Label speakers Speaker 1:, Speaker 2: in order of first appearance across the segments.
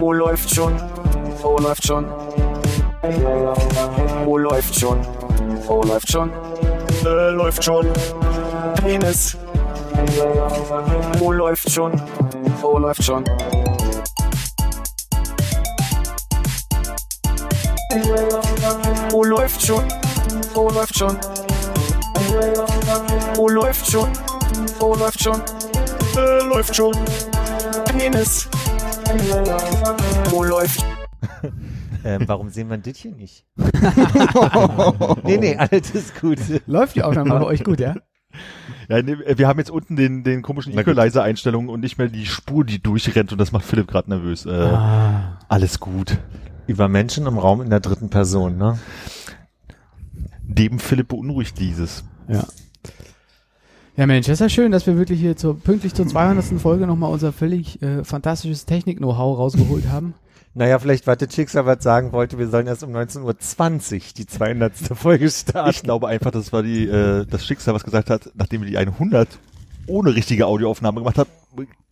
Speaker 1: Oh, läuft schon. Oh, läuft schon. Oh, läuft schon. Oh, läuft schon. Äh, läuft schon. Penis. Oh, läuft schon. Oh, läuft schon. Oh, läuft schon. Oh, läuft schon. Oh, läuft schon. Oh, läuft schon. Äh, läuft schon. Penis. Oh, läuft.
Speaker 2: Ähm, warum sehen wir das hier nicht? nee, nee, alles ist gut.
Speaker 3: Läuft die Aufnahme bei euch gut, ja?
Speaker 4: Ja, nee, äh, wir haben jetzt unten den, den komischen
Speaker 2: Na gut.
Speaker 4: Equalizer-Einstellungen und nicht mehr die Spur, die durchrennt und das macht Philipp gerade nervös. Äh,
Speaker 2: Ah.
Speaker 4: Alles gut.
Speaker 2: Über Menschen im Raum in der dritten Person, ne?
Speaker 4: Dem Philipp beunruhigt dieses.
Speaker 3: Ja. Ja, Mensch, das ist ja schön, dass wir wirklich hier zur, pünktlich zur 200. Folge nochmal unser völlig äh, fantastisches Technik-Know-how rausgeholt haben.
Speaker 2: Naja, vielleicht war das Schicksal was sagen wollte, wir sollen erst um 19.20 Uhr die 200. Folge starten.
Speaker 4: Ich glaube einfach, das war die, äh, das Schicksal, was gesagt hat, nachdem wir die 100 ohne richtige Audioaufnahme gemacht haben,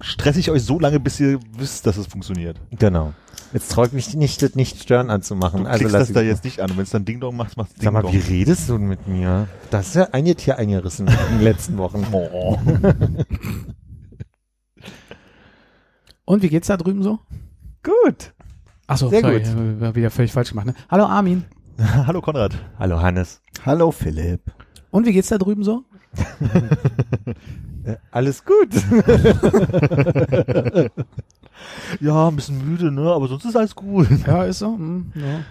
Speaker 4: stresse ich euch so lange, bis ihr wisst, dass es funktioniert.
Speaker 2: Genau. Jetzt traut mich nicht, das nicht stören anzumachen.
Speaker 4: Du
Speaker 2: also
Speaker 4: klickst
Speaker 2: lass
Speaker 4: das
Speaker 2: ich-
Speaker 4: da jetzt nicht an. Und wenn es dann Ding-Dong macht, macht
Speaker 2: Sag mal,
Speaker 4: Ding-Dong.
Speaker 2: wie redest du denn mit mir? Das ist ja ein Tier eingerissen in den letzten Wochen.
Speaker 4: Oh.
Speaker 3: Und wie geht's da drüben so?
Speaker 2: Gut.
Speaker 3: Achso,
Speaker 2: Sehr
Speaker 3: sorry,
Speaker 2: gut.
Speaker 3: äh, war wieder völlig falsch gemacht. Ne? Hallo Armin.
Speaker 4: Hallo Konrad.
Speaker 2: Hallo Hannes.
Speaker 5: Hallo Philipp.
Speaker 3: Und wie geht's da drüben so?
Speaker 2: Äh, alles gut.
Speaker 4: Ja, ein bisschen müde, ne? Aber sonst ist alles gut.
Speaker 3: Ja, ist so. Hm, ja.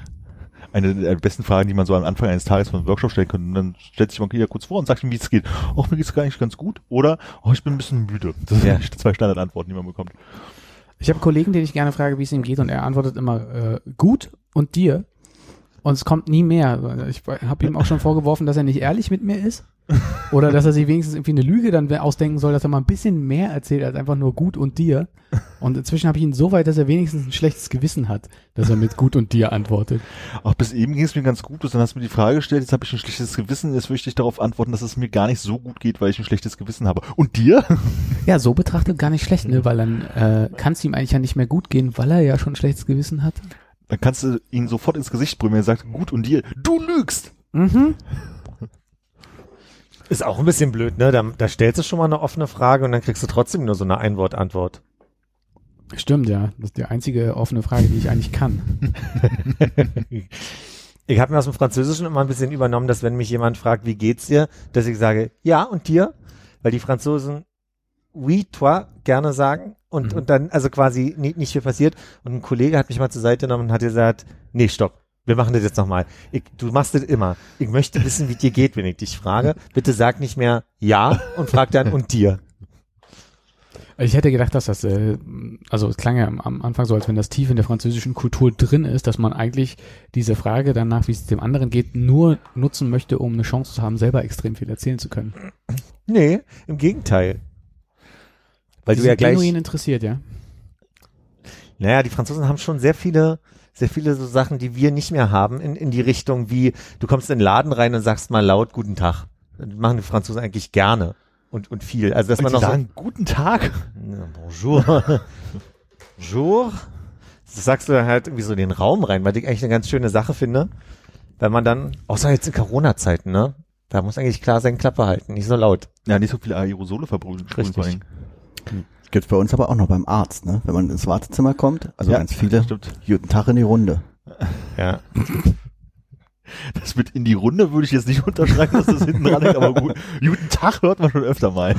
Speaker 4: Eine der besten Fragen, die man so am Anfang eines Tages von einem Workshop stellen könnte. Und dann stellt sich man wieder kurz vor und sagt ihm, wie es geht. Och, mir geht's gar nicht ganz gut. Oder, oh, ich bin ein bisschen müde. Das sind
Speaker 2: Ja.
Speaker 4: eigentlich die zwei Standardantworten, die man bekommt.
Speaker 3: Ich habe einen Kollegen, den ich gerne frage, wie es ihm geht, und er antwortet immer äh, gut und dir. Und es kommt nie mehr. Ich habe ihm auch schon vorgeworfen, dass er nicht ehrlich mit mir ist. Oder dass er sich wenigstens irgendwie eine Lüge dann ausdenken soll, dass er mal ein bisschen mehr erzählt als einfach nur gut und dir. Und inzwischen habe ich ihn so weit, dass er wenigstens ein schlechtes Gewissen hat, dass er mit gut und dir antwortet.
Speaker 4: Ach, bis eben ging's mir ganz gut. Und dann hast du mir die Frage gestellt, jetzt habe ich ein schlechtes Gewissen. Jetzt möchte ich darauf antworten, dass es mir gar nicht so gut geht, weil ich ein schlechtes Gewissen habe. Und dir?
Speaker 3: Ja, so betrachtet gar nicht schlecht, ne? Weil dann äh, kann es ihm eigentlich ja nicht mehr gut gehen, weil er ja schon ein schlechtes Gewissen hat.
Speaker 4: Dann kannst du ihn sofort ins Gesicht brüllen, wenn er sagt, gut und dir. Du lügst!
Speaker 3: Mhm.
Speaker 2: Ist auch ein bisschen blöd, ne? Da, da stellst du schon mal eine offene Frage und dann kriegst du trotzdem nur so eine Einwortantwort.
Speaker 3: Stimmt, ja. Das ist die einzige offene Frage, die ich eigentlich kann.
Speaker 2: Ich habe mir aus dem Französischen immer ein bisschen übernommen, dass wenn mich jemand fragt, wie geht's dir, dass ich sage, ja und dir, weil die Franzosen oui, toi gerne sagen und,
Speaker 3: Mhm.
Speaker 2: und dann, also quasi nicht, nicht viel passiert. Und ein Kollege hat mich mal zur Seite genommen und hat gesagt, nee, stopp, wir machen das jetzt nochmal. Ich- Du machst das immer. Ich möchte wissen, wie dir geht, wenn ich dich frage. Bitte sag nicht mehr ja und frag dann und dir.
Speaker 3: Ich hätte gedacht, dass das, äh, also es klang ja am, am Anfang so, als wenn das tief in der französischen Kultur drin ist, dass man eigentlich diese Frage danach, wie es dem anderen geht, nur nutzen möchte, um eine Chance zu haben, selber extrem viel erzählen zu können.
Speaker 2: Nee, im Gegenteil. Weil
Speaker 3: Die
Speaker 2: du ja
Speaker 3: sind
Speaker 2: gleich.
Speaker 3: genuin interessiert, ja.
Speaker 2: Naja, die Franzosen haben schon sehr viele, sehr viele so Sachen, die wir nicht mehr haben, in, in die Richtung wie, du kommst in den Laden rein und sagst mal laut Guten Tag. Das machen die Franzosen eigentlich gerne und, und viel. Also, dass
Speaker 4: Und
Speaker 2: man
Speaker 4: die
Speaker 2: noch
Speaker 4: sagen, guten Tag.
Speaker 2: so, Ja, Bonjour. Bonjour. Das sagst du dann halt irgendwie so in den Raum rein, weil ich eigentlich eine ganz schöne Sache finde. Wenn man dann, außer jetzt in Corona-Zeiten, ne? Da muss eigentlich klar sein, Klappe halten, nicht so laut.
Speaker 4: Ja, nicht so viele Aerosole verbrühen.
Speaker 2: Richtig.
Speaker 4: vor allen Dingen.
Speaker 5: Gibt's bei uns aber auch noch beim Arzt, ne? Wenn man ins Wartezimmer kommt, also
Speaker 4: Ja,
Speaker 5: ganz viele,
Speaker 4: Stimmt.
Speaker 5: guten Tag in die Runde.
Speaker 2: Ja.
Speaker 4: Das mit in die Runde würde ich jetzt nicht unterschreiben, dass das hinten dran hängt, aber gut. Guten Tag hört man schon öfter mal.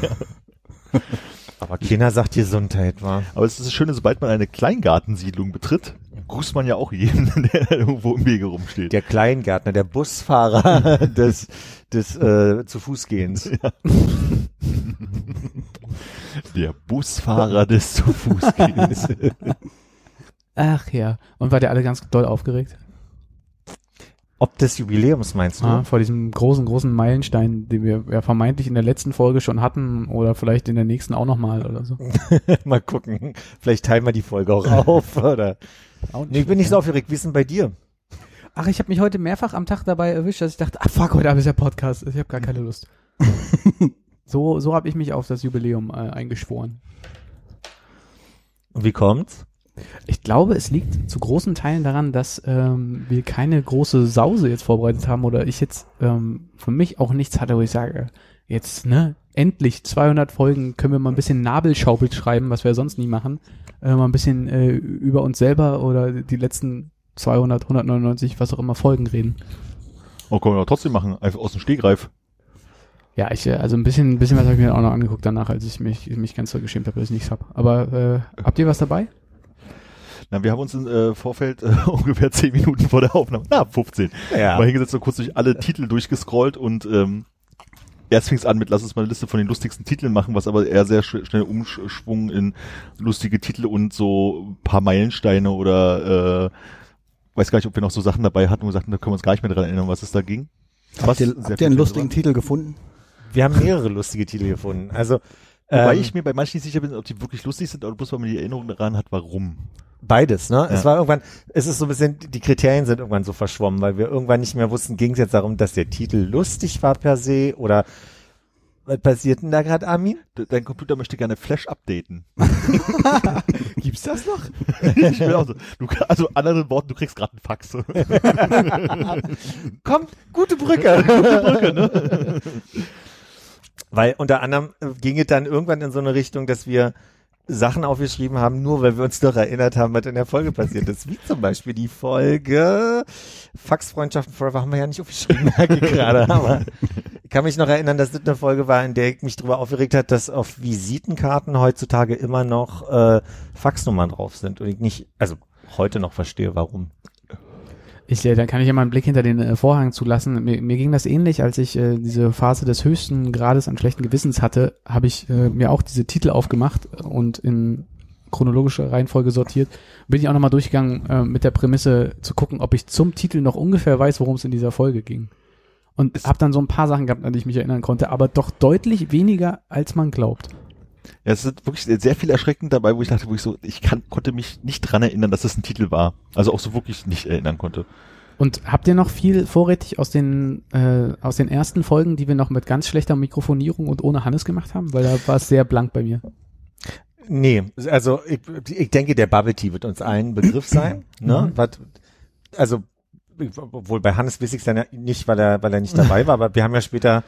Speaker 2: Aber keiner sagt Gesundheit, war.
Speaker 4: Aber es ist das Schöne, sobald man eine Kleingartensiedlung betritt, grüßt man ja auch jeden, der irgendwo im Wege rumsteht.
Speaker 2: Der Kleingärtner, der Busfahrer des, des äh, zu Fußgehens.
Speaker 4: Der Busfahrer des zu Fuß gehens.
Speaker 3: Ach ja. Und war der alle ganz doll aufgeregt?
Speaker 2: Ob des Jubiläums meinst du?
Speaker 3: Ah, vor diesem großen, großen Meilenstein, den wir ja vermeintlich in der letzten Folge schon hatten oder vielleicht in der nächsten auch nochmal oder so.
Speaker 2: Mal gucken. Vielleicht teilen wir die Folge auch auf. Oder? Nee, ich bin nicht so aufgeregt. Wie ist denn bei dir?
Speaker 3: Ach, ich habe mich heute mehrfach am Tag dabei erwischt, dass ich dachte, ah fuck, heute Abend ist ja Podcast, ich habe gar keine Lust. so so habe ich mich auf das Jubiläum äh, eingeschworen.
Speaker 2: Und wie kommt's?
Speaker 3: Ich glaube, es liegt zu großen Teilen daran, dass ähm, wir keine große Sause jetzt vorbereitet haben oder ich jetzt ähm, für mich auch nichts hatte, wo ich sage, jetzt, ne, endlich 200 Folgen können wir mal ein bisschen Nabelschaubild schreiben, was wir sonst nie machen. Äh, mal ein bisschen äh, über uns selber oder die letzten 200, 199, was auch immer Folgen reden.
Speaker 4: Oh, können wir doch trotzdem machen. Einfach aus dem Stegreif.
Speaker 3: Ja, ich, äh, also ein bisschen, ein bisschen was habe ich mir auch noch angeguckt danach, als ich mich, mich ganz so geschämt habe, dass ich nichts hab. Aber äh, habt ihr was dabei?
Speaker 4: Na, wir haben uns im äh, Vorfeld äh, ungefähr 10 Minuten vor der Aufnahme, na, 15,
Speaker 2: Ja.
Speaker 4: mal hingesetzt und kurz durch alle Titel durchgescrollt und ähm, erst fing es an mit, lass uns mal eine Liste von den lustigsten Titeln machen, was aber eher sehr sch schnell umschwung in lustige Titel und so ein paar Meilensteine oder äh, weiß gar nicht, ob wir noch so Sachen dabei hatten, wo wir sagten, da können wir uns gar nicht mehr dran erinnern, was es da ging.
Speaker 5: Habt ihr,
Speaker 4: sehr viel
Speaker 5: habt ihr einen
Speaker 4: Titel
Speaker 5: lustigen
Speaker 4: war.
Speaker 5: Titel gefunden?
Speaker 2: Wir haben mehrere lustige Titel gefunden. Also
Speaker 4: Wobei
Speaker 2: ähm,
Speaker 4: ich mir bei manchen nicht sicher bin, ob die wirklich lustig sind oder bloß weil man die Erinnerung daran hat, warum.
Speaker 2: Beides, ne? Es
Speaker 4: Ja.
Speaker 2: war irgendwann, es ist so ein bisschen, die Kriterien sind irgendwann so verschwommen, weil wir irgendwann nicht mehr wussten, ging es jetzt darum, dass der Titel lustig war per se oder was passiert denn da gerade, Armin?
Speaker 4: De- Dein Computer möchte gerne Flash updaten.
Speaker 3: Gibt's das noch?
Speaker 4: ich bin auch so, du, also anderen Worten, du kriegst gerade einen Fax.
Speaker 2: Kommt, gute Brücke. gute Brücke, ne? Weil unter anderem äh, ging es dann irgendwann in so eine Richtung, dass wir Sachen aufgeschrieben haben, nur weil wir uns noch erinnert haben, was in der Folge passiert ist. Wie zum Beispiel die Folge Faxfreundschaften Forever haben wir ja nicht aufgeschrieben, merke ich gerade. Aber ich kann mich noch erinnern, dass das eine Folge war, in der ich mich darüber aufgeregt hat, dass auf Visitenkarten heutzutage immer noch äh, Faxnummern drauf sind und ich nicht, also heute noch verstehe, warum.
Speaker 3: Ich, äh, dann kann ich ja mal einen Blick hinter den äh, Vorhang zulassen. Mir, mir ging das ähnlich, als ich äh, diese Phase des höchsten Grades an schlechten Gewissens hatte, habe ich äh, mir auch diese Titel aufgemacht und in chronologische Reihenfolge sortiert. Bin ich auch nochmal durchgegangen äh, mit der Prämisse zu gucken, ob ich zum Titel noch ungefähr weiß, worum es in dieser Folge ging. Und habe dann so ein paar Sachen gehabt, an die ich mich erinnern konnte, aber doch deutlich weniger, als man glaubt.
Speaker 4: Ja, es sind wirklich sehr viel erschreckend dabei, wo ich dachte, wo ich so, ich kann, konnte mich nicht dran erinnern, dass das ein Titel war. Also auch so wirklich nicht erinnern konnte.
Speaker 3: Und habt ihr noch viel vorrätig aus den, äh, aus den ersten Folgen, die wir noch mit ganz schlechter Mikrofonierung und ohne Hannes gemacht haben? Weil da war es sehr blank bei mir.
Speaker 2: Nee, also ich, ich denke, der Bubble Tea wird uns allen Begriff sein. ne? Was, also, obwohl bei Hannes weiß ich dann ja nicht, weil er, weil er nicht dabei war, aber wir haben ja später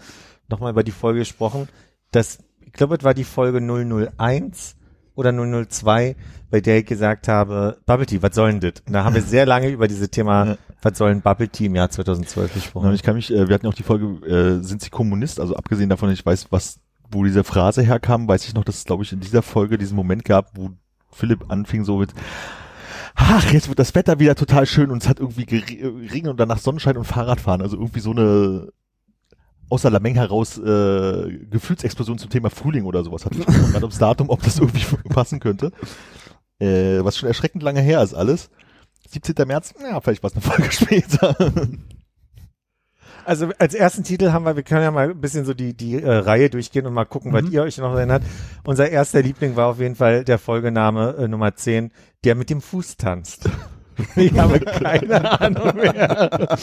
Speaker 2: nochmal über die Folge gesprochen. Das, ich glaube, es war die Folge 001 oder 002, bei der ich gesagt habe, Bubble Tea, was soll denn das? Und Da haben wir sehr lange über dieses Thema,
Speaker 4: Ja.
Speaker 2: was soll denn Bubble Tea im Jahr 2012 gesprochen.
Speaker 4: Und ich kann mich, äh, wir hatten ja auch die Folge, äh, sind Sie Kommunist? Also abgesehen davon, dass ich weiß, was, wo diese Phrase herkam, weiß ich noch, dass es, glaube ich, in dieser Folge diesen Moment gab, wo Philipp anfing so mit, ach, jetzt wird das Wetter wieder total schön und es hat irgendwie gere- Regen und danach Sonnenschein und Fahrradfahren. Also irgendwie so eine außer der Menge heraus äh, Gefühlsexplosion zum Thema Frühling oder sowas. Hatte ich gerade ums Datum, ob das irgendwie passen könnte. Äh, was schon erschreckend lange her ist alles. 17. März, ja, vielleicht war es eine Folge später.
Speaker 2: Also als ersten Titel haben wir, wir können ja mal ein bisschen so die, die äh, Reihe durchgehen und mal gucken, was ihr euch noch erinnert. Unser erster Liebling war auf jeden Fall der Folgename äh, Nummer 10, der mit dem Fuß tanzt. Ich habe keine Ahnung mehr.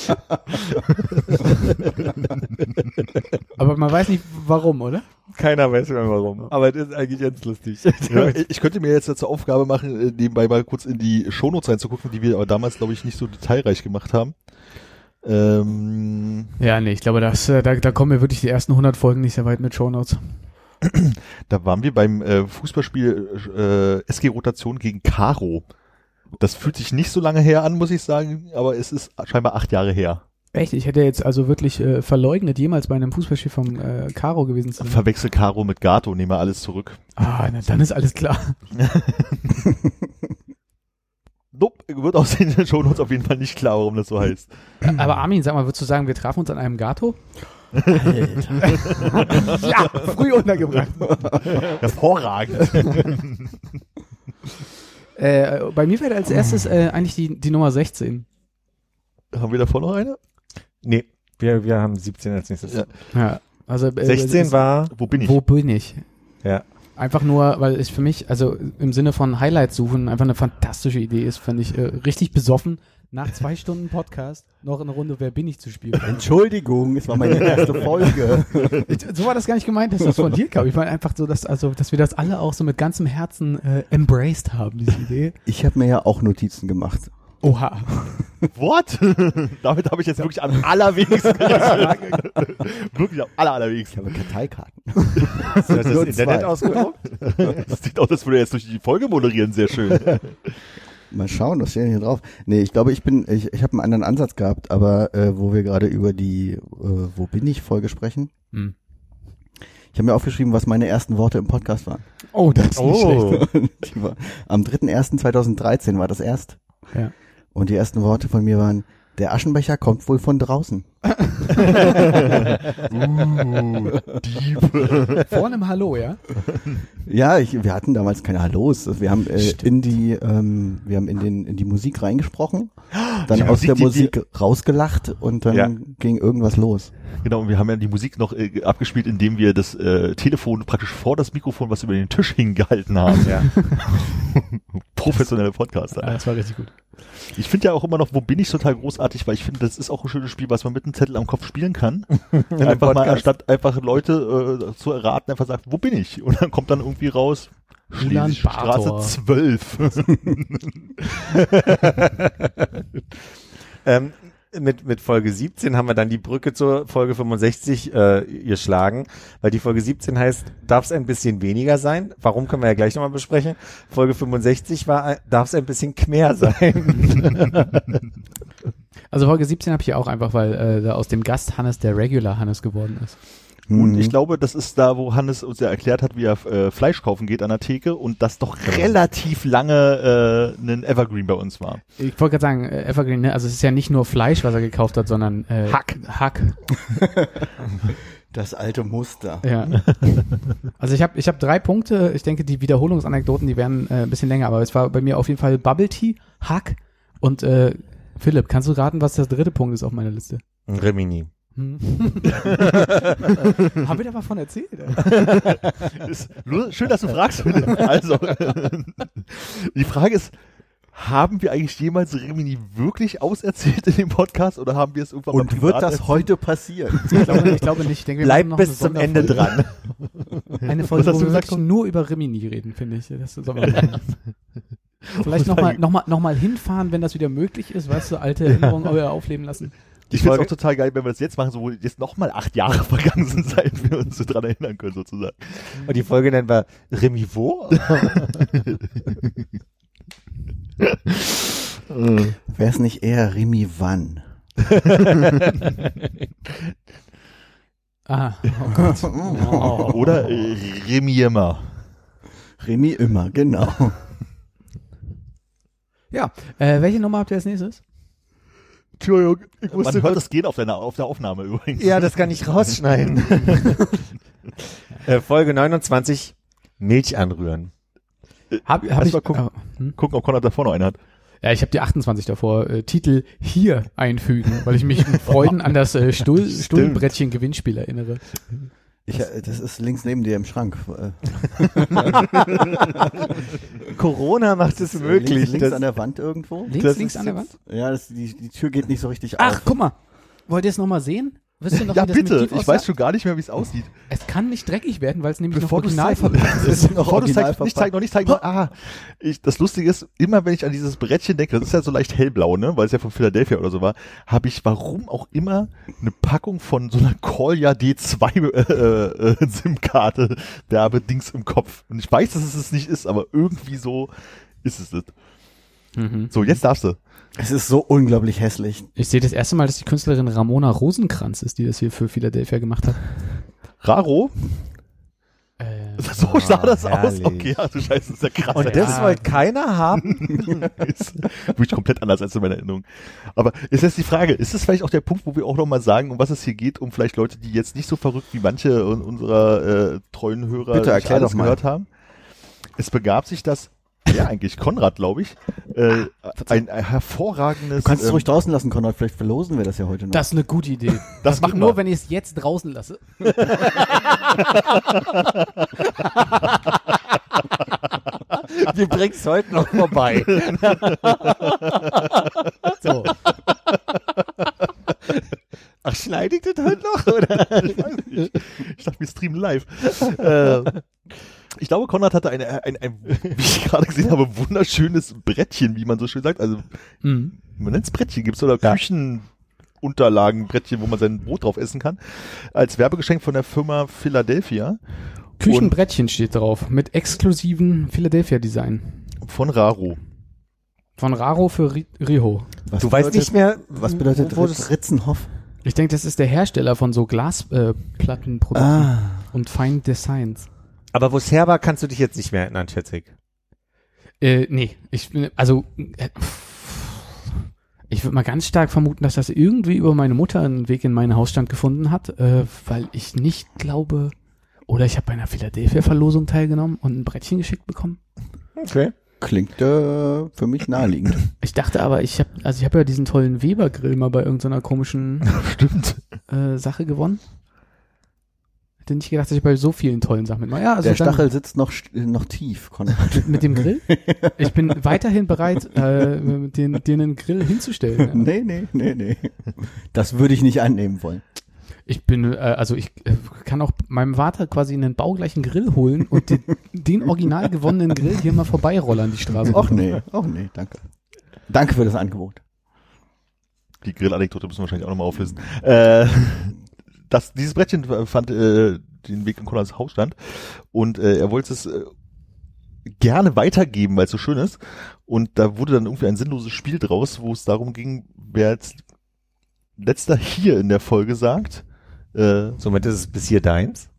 Speaker 3: Aber man weiß nicht warum, oder?
Speaker 2: Keiner weiß mehr warum. Aber das ist eigentlich ganz lustig.
Speaker 4: Ja, ich könnte mir jetzt zur Aufgabe machen, äh, nebenbei mal kurz in die Shownotes reinzugucken, die wir aber damals, glaube ich, nicht so detailreich gemacht haben. Ähm,
Speaker 3: Ja, nee, ich glaube, das, äh, da, da kommen wir wirklich die ersten 100 Folgen nicht sehr weit mit Shownotes.
Speaker 4: da waren wir beim äh, Fußballspiel äh, SG Rotation gegen Karo. Das fühlt sich nicht so lange her an, muss ich sagen, aber es ist scheinbar acht Jahre her.
Speaker 3: Echt? Ich hätte jetzt also wirklich äh, verleugnet, jemals bei einem Fußballspiel vom äh, Caro gewesen zu sein.
Speaker 4: Verwechsel Karo mit Gato, nehme alles zurück.
Speaker 3: Ah, na, dann ist alles klar.
Speaker 4: Nope, wird aus den Shownotes auf jeden Fall nicht klar, warum das so heißt.
Speaker 3: Aber Armin, sag mal, würdest du sagen, wir trafen uns an einem Gato? ja, früh untergebracht.
Speaker 4: Hervorragend.
Speaker 3: Äh, bei mir wäre als erstes äh, eigentlich die, die Nummer 16.
Speaker 4: haben wir davor noch eine?
Speaker 2: Nee, wir, wir haben 17 als nächstes.
Speaker 4: Ja.
Speaker 3: Ja, also, äh, es
Speaker 2: 16
Speaker 3: ist-
Speaker 2: war,
Speaker 4: Wo bin ich?
Speaker 3: Wo bin ich?
Speaker 2: ja.
Speaker 3: Einfach nur, weil es für mich, also im Sinne von Highlights suchen, einfach eine fantastische Idee ist, finde ich äh, richtig besoffen, nach zwei Stunden Podcast noch eine Runde Wer bin ich zu spielen.
Speaker 5: Entschuldigung, es war meine erste Folge.
Speaker 3: Ich, so war das gar nicht gemeint, dass das von dir kam. Ich meine einfach so, dass, also, dass wir das alle auch so mit ganzem Herzen äh, embraced haben, diese Idee.
Speaker 5: Ich habe mir ja auch Notizen gemacht.
Speaker 3: Oha.
Speaker 4: What? Damit habe ich jetzt wirklich am allerwenigsten gerechnet. Wirklich am aller,
Speaker 5: Ich
Speaker 4: allerwenigsten.
Speaker 5: habe Karteikarten.
Speaker 2: Hast du das
Speaker 5: Nur
Speaker 2: Internet
Speaker 5: zwei.
Speaker 2: ausgedruckt?
Speaker 4: Das sieht aus, als würde er jetzt durch die Folge moderieren, sehr schön.
Speaker 5: Mal schauen, was steht denn hier drauf? Nee, ich glaube, ich bin, ich, ich habe einen anderen Ansatz gehabt, aber äh, wo wir gerade über die äh, Wo bin ich Folge sprechen.
Speaker 3: Hm.
Speaker 5: Ich habe mir aufgeschrieben, was meine ersten Worte im Podcast waren.
Speaker 3: Oh, das ist nicht schlecht.
Speaker 2: Oh.
Speaker 5: Die war, am 3.1.2013 war das erst.
Speaker 3: Ja.
Speaker 5: Und die ersten Worte von mir waren, der Aschenbecher kommt wohl von draußen.
Speaker 3: Vor einem Hallo, ja?
Speaker 5: Ja, ich, wir hatten damals keine Hallos. Wir haben äh, in die, ähm, wir haben in den in die Musik reingesprochen, dann
Speaker 4: Die
Speaker 5: aus
Speaker 4: Musik,
Speaker 5: der
Speaker 4: die-
Speaker 5: Musik rausgelacht und dann
Speaker 4: Ja.
Speaker 5: ging irgendwas los.
Speaker 4: Genau, und wir haben ja die Musik noch äh, abgespielt, indem wir das äh, Telefon praktisch vor das Mikrofon, was über den Tisch hingehalten haben.
Speaker 2: Ja.
Speaker 4: Professionelle Podcaster.
Speaker 3: Ah, das war richtig gut.
Speaker 4: Ich finde ja auch immer noch, wo bin ich total großartig, weil ich finde, das ist auch ein schönes Spiel, was man mit einem Zettel am Kopf spielen kann. einfach mal,
Speaker 2: Podcast.
Speaker 4: anstatt einfach Leute äh, zu erraten, einfach sagt, wo bin ich? Und dann kommt dann irgendwie raus,
Speaker 3: Ulan
Speaker 4: Straße
Speaker 3: Bator.
Speaker 4: 12.
Speaker 2: Ähm, mit, mit Folge 17 haben wir dann die Brücke zur Folge 65 äh, geschlagen, weil die Folge 17 heißt, darf es ein bisschen weniger sein? Warum können wir ja gleich nochmal besprechen? Folge 65 war, darf es ein bisschen quer sein?
Speaker 3: Also Folge 17 habe ich ja auch einfach, weil äh, da aus dem Gast Hannes der Regular Hannes geworden ist.
Speaker 4: Und ich glaube, das ist da, wo Hannes uns ja erklärt hat, wie er äh, Fleisch kaufen geht an der Theke und das doch relativ lange äh, ein Evergreen bei uns war.
Speaker 3: Ich wollte gerade sagen, äh, Evergreen, ne? also es ist ja nicht nur Fleisch, was er gekauft hat, sondern äh, Hack. Hack,
Speaker 5: Das alte Muster.
Speaker 3: ja. also ich habe ich hab drei Punkte. Ich denke, die Wiederholungsanekdoten, die werden äh, ein bisschen länger, aber es war bei mir auf jeden Fall Bubble Tea, Hack und äh, Philipp, kannst du raten, was der dritte Punkt ist auf meiner Liste?
Speaker 2: Rimini.
Speaker 3: Hm. Haben wir da mal von erzählt? ey?
Speaker 4: Ist lu- schön, dass du fragst. Philipp. Also, die Frage ist, haben wir eigentlich jemals Rimini wirklich auserzählt in dem Podcast oder haben wir es irgendwann mal
Speaker 5: Und wird
Speaker 4: privat
Speaker 5: das
Speaker 4: erzählt?
Speaker 5: heute passieren?
Speaker 3: Ich glaube, ich glaube nicht. Ich denke, wir machen
Speaker 2: Bleibt
Speaker 3: noch
Speaker 2: bis zum
Speaker 3: eine
Speaker 2: Ende
Speaker 3: Sonderfolge.
Speaker 2: dran.
Speaker 3: Eine Folge,
Speaker 4: Was hast
Speaker 3: wo
Speaker 4: du
Speaker 3: wir
Speaker 4: gesagt,
Speaker 3: wirklich nur über Rimini reden, finde ich. Das soll man machen. Vielleicht nochmal noch mal, noch mal hinfahren, wenn das wieder möglich ist. Weißt du, alte Erinnerungen wieder aufleben lassen.
Speaker 4: Ich finde es auch total geil, wenn wir das jetzt machen, so wo jetzt nochmal acht Jahre vergangen sind, seit wir uns so dran erinnern können, sozusagen.
Speaker 2: Und die Folge nennen wir Remivo.
Speaker 5: Wäre es nicht eher Remi Van?
Speaker 3: Ah, oh Gott. Oh.
Speaker 4: Oder äh, Remiema.
Speaker 5: Remi immer, genau.
Speaker 3: Ja, äh, welche Nummer habt ihr als nächstes?
Speaker 2: Entschuldigung, ich
Speaker 4: Man hört das gehen auf, deiner, auf der Aufnahme übrigens.
Speaker 2: Ja, das kann ich rausschneiden. äh, Folge 29, Milch anrühren.
Speaker 3: Hab, hab
Speaker 4: Lass
Speaker 3: ich,
Speaker 4: mal gucken.
Speaker 3: äh, hm?
Speaker 4: Gucken, ob Konrad davor noch einen hat.
Speaker 3: Ja, ich habe die 28 davor. Äh, Titel hier einfügen, weil ich mich mit Freuden an das äh, Stuhl, Stuhlbrettchen Gewinnspiel erinnere.
Speaker 5: Ich, äh, das ist links neben dir im Schrank. Äh,
Speaker 2: Corona macht es möglich.
Speaker 5: Links, links an
Speaker 2: dass-
Speaker 5: der Wand irgendwo?
Speaker 3: Links,
Speaker 2: Das
Speaker 3: links
Speaker 2: ist
Speaker 3: an der Wand?
Speaker 2: jetzt-
Speaker 5: Ja, das, die, die Tür geht nicht so richtig
Speaker 3: Ach,
Speaker 5: auf.
Speaker 3: guck mal. Wollt ihr es nochmal sehen? Wisst ihr noch,
Speaker 4: Ja,
Speaker 3: wie das
Speaker 4: bitte.
Speaker 3: Motiv
Speaker 4: Ich
Speaker 3: aussah?
Speaker 4: weiß schon gar nicht mehr, wie es aussieht.
Speaker 3: Es kann nicht dreckig werden, weil es nämlich
Speaker 4: Bevor
Speaker 3: noch
Speaker 4: du's
Speaker 3: original
Speaker 4: zeigst.
Speaker 3: verpackt ist.
Speaker 5: ist noch
Speaker 4: Bevor du
Speaker 5: original
Speaker 4: zeigst, nicht zeigen, noch nicht zeigen. noch- Ah, ich, das Lustige ist, immer wenn ich an dieses Brettchen denke, das ist ja so leicht hellblau, ne, weil es ja von Philadelphia oder so war, habe ich warum auch immer eine Packung von so einer Kolja D2 äh, äh, SIM-Karte Werbedings im Kopf. Und ich weiß, dass es es nicht ist, aber irgendwie so ist es das.
Speaker 3: Mhm.
Speaker 4: So, jetzt darfst du.
Speaker 5: Es ist so unglaublich hässlich.
Speaker 3: Ich sehe das erste Mal, dass die Künstlerin Ramona Rosenkranz ist, die das hier für Philadelphia gemacht hat.
Speaker 4: Raro?
Speaker 3: Ähm,
Speaker 4: So sah das
Speaker 2: herrlich.
Speaker 4: aus. Okay, ja, du Scheiße, das ist ja krass.
Speaker 2: Und
Speaker 4: ey.
Speaker 2: das wollte keiner haben.
Speaker 4: ist wirklich komplett anders als in meiner Erinnerung. Aber ist jetzt die Frage, ist das vielleicht auch der Punkt, wo wir auch nochmal sagen, um was es hier geht, um vielleicht Leute, die jetzt nicht so verrückt wie manche un- unserer äh, treuen Hörer
Speaker 5: Bitte,
Speaker 4: nicht
Speaker 5: erklär
Speaker 4: alles
Speaker 5: doch mal.
Speaker 4: gehört haben? Es begab sich, dass ja eigentlich Konrad, glaube ich, äh, ein, ein hervorragendes.
Speaker 5: Ah, Du kannst es
Speaker 4: ähm,
Speaker 5: ruhig draußen lassen, Konrad. Vielleicht verlosen wir das ja heute noch.
Speaker 3: Das ist eine gute Idee.
Speaker 4: das
Speaker 3: Mach
Speaker 4: machen
Speaker 3: nur,
Speaker 4: wir.
Speaker 3: wenn ich es jetzt draußen lasse.
Speaker 2: Wir bringen's heute noch vorbei.
Speaker 3: So.
Speaker 2: Ach, schneide ich das heute noch? Oder?
Speaker 4: Ich weiß nicht. Ich dachte, wir streamen live. Äh, ich glaube, Konrad hatte eine, ein, ein, wie ich gerade gesehen habe, wunderschönes Brettchen, wie man so schön sagt. Also,
Speaker 3: Mhm.
Speaker 4: man nennt's Brettchen. Gibt's oder Küchenunterlagen, Brettchen, wo man sein Brot drauf essen kann. Als Werbegeschenk von der Firma Philadelphia
Speaker 3: Küchenbrettchen steht drauf mit exklusiven Philadelphia-Design.
Speaker 4: von Raro.
Speaker 3: Von Raro für Ri Riho.
Speaker 5: Was
Speaker 2: Du weißt
Speaker 5: bedeutet-
Speaker 2: nicht mehr,
Speaker 5: Was bedeutet
Speaker 2: wo
Speaker 5: Ritz,
Speaker 2: das-
Speaker 5: Ritzenhoff?
Speaker 3: Ich denke, das ist der Hersteller von so Glasplattenprodukten äh,
Speaker 4: Ah.
Speaker 3: Plattenprodukten
Speaker 2: Ah.
Speaker 3: und feinen Designs.
Speaker 2: aber wo es her war, kannst du dich jetzt nicht mehr erinnern, schätze ich.
Speaker 3: Äh, nee, ich bin, also, äh, ich würde mal ganz stark vermuten, dass das irgendwie über meine Mutter einen Weg in meinen Hausstand gefunden hat, äh, weil ich nicht glaube, oder ich habe bei einer Philadelphia-Verlosung teilgenommen und ein Brettchen geschickt bekommen.
Speaker 2: Okay.
Speaker 5: Klingt äh, für mich naheliegend.
Speaker 3: Ich dachte aber, ich habe, also ich habe ja diesen tollen Weber-Grill mal bei irgendeiner komischen
Speaker 4: Stimmt.
Speaker 3: äh, Sache gewonnen. Hätte nicht gedacht, dass ich bei so vielen tollen Sachen mitmache. Ja, also
Speaker 5: Der
Speaker 3: dann
Speaker 5: Stachel sitzt noch, st- äh, noch tief, Konrad.
Speaker 3: mit dem Grill. Ich bin weiterhin bereit, äh, den, dir einen Grill hinzustellen.
Speaker 5: nee, nee, nee, nee. Das würde ich nicht annehmen wollen.
Speaker 3: Ich bin, äh, also ich äh, kann auch meinem Vater quasi einen baugleichen Grill holen und den, den original gewonnenen Grill hier mal vorbeirollen an die
Speaker 2: Also
Speaker 3: Straße.
Speaker 5: Och nee, och nee, danke. Danke für das Angebot.
Speaker 4: Die Grillanekdote müssen wir wahrscheinlich auch nochmal auflösen. Äh, das, dieses Brettchen fand äh, den Weg in Konrads Hausstand und äh, er wollte es äh, gerne weitergeben, weil es so schön ist. Und da wurde dann irgendwie ein sinnloses Spiel draus, wo es darum ging, wer als letzter hier in der Folge sagt, äh,
Speaker 2: Somit ist es bis hier deins.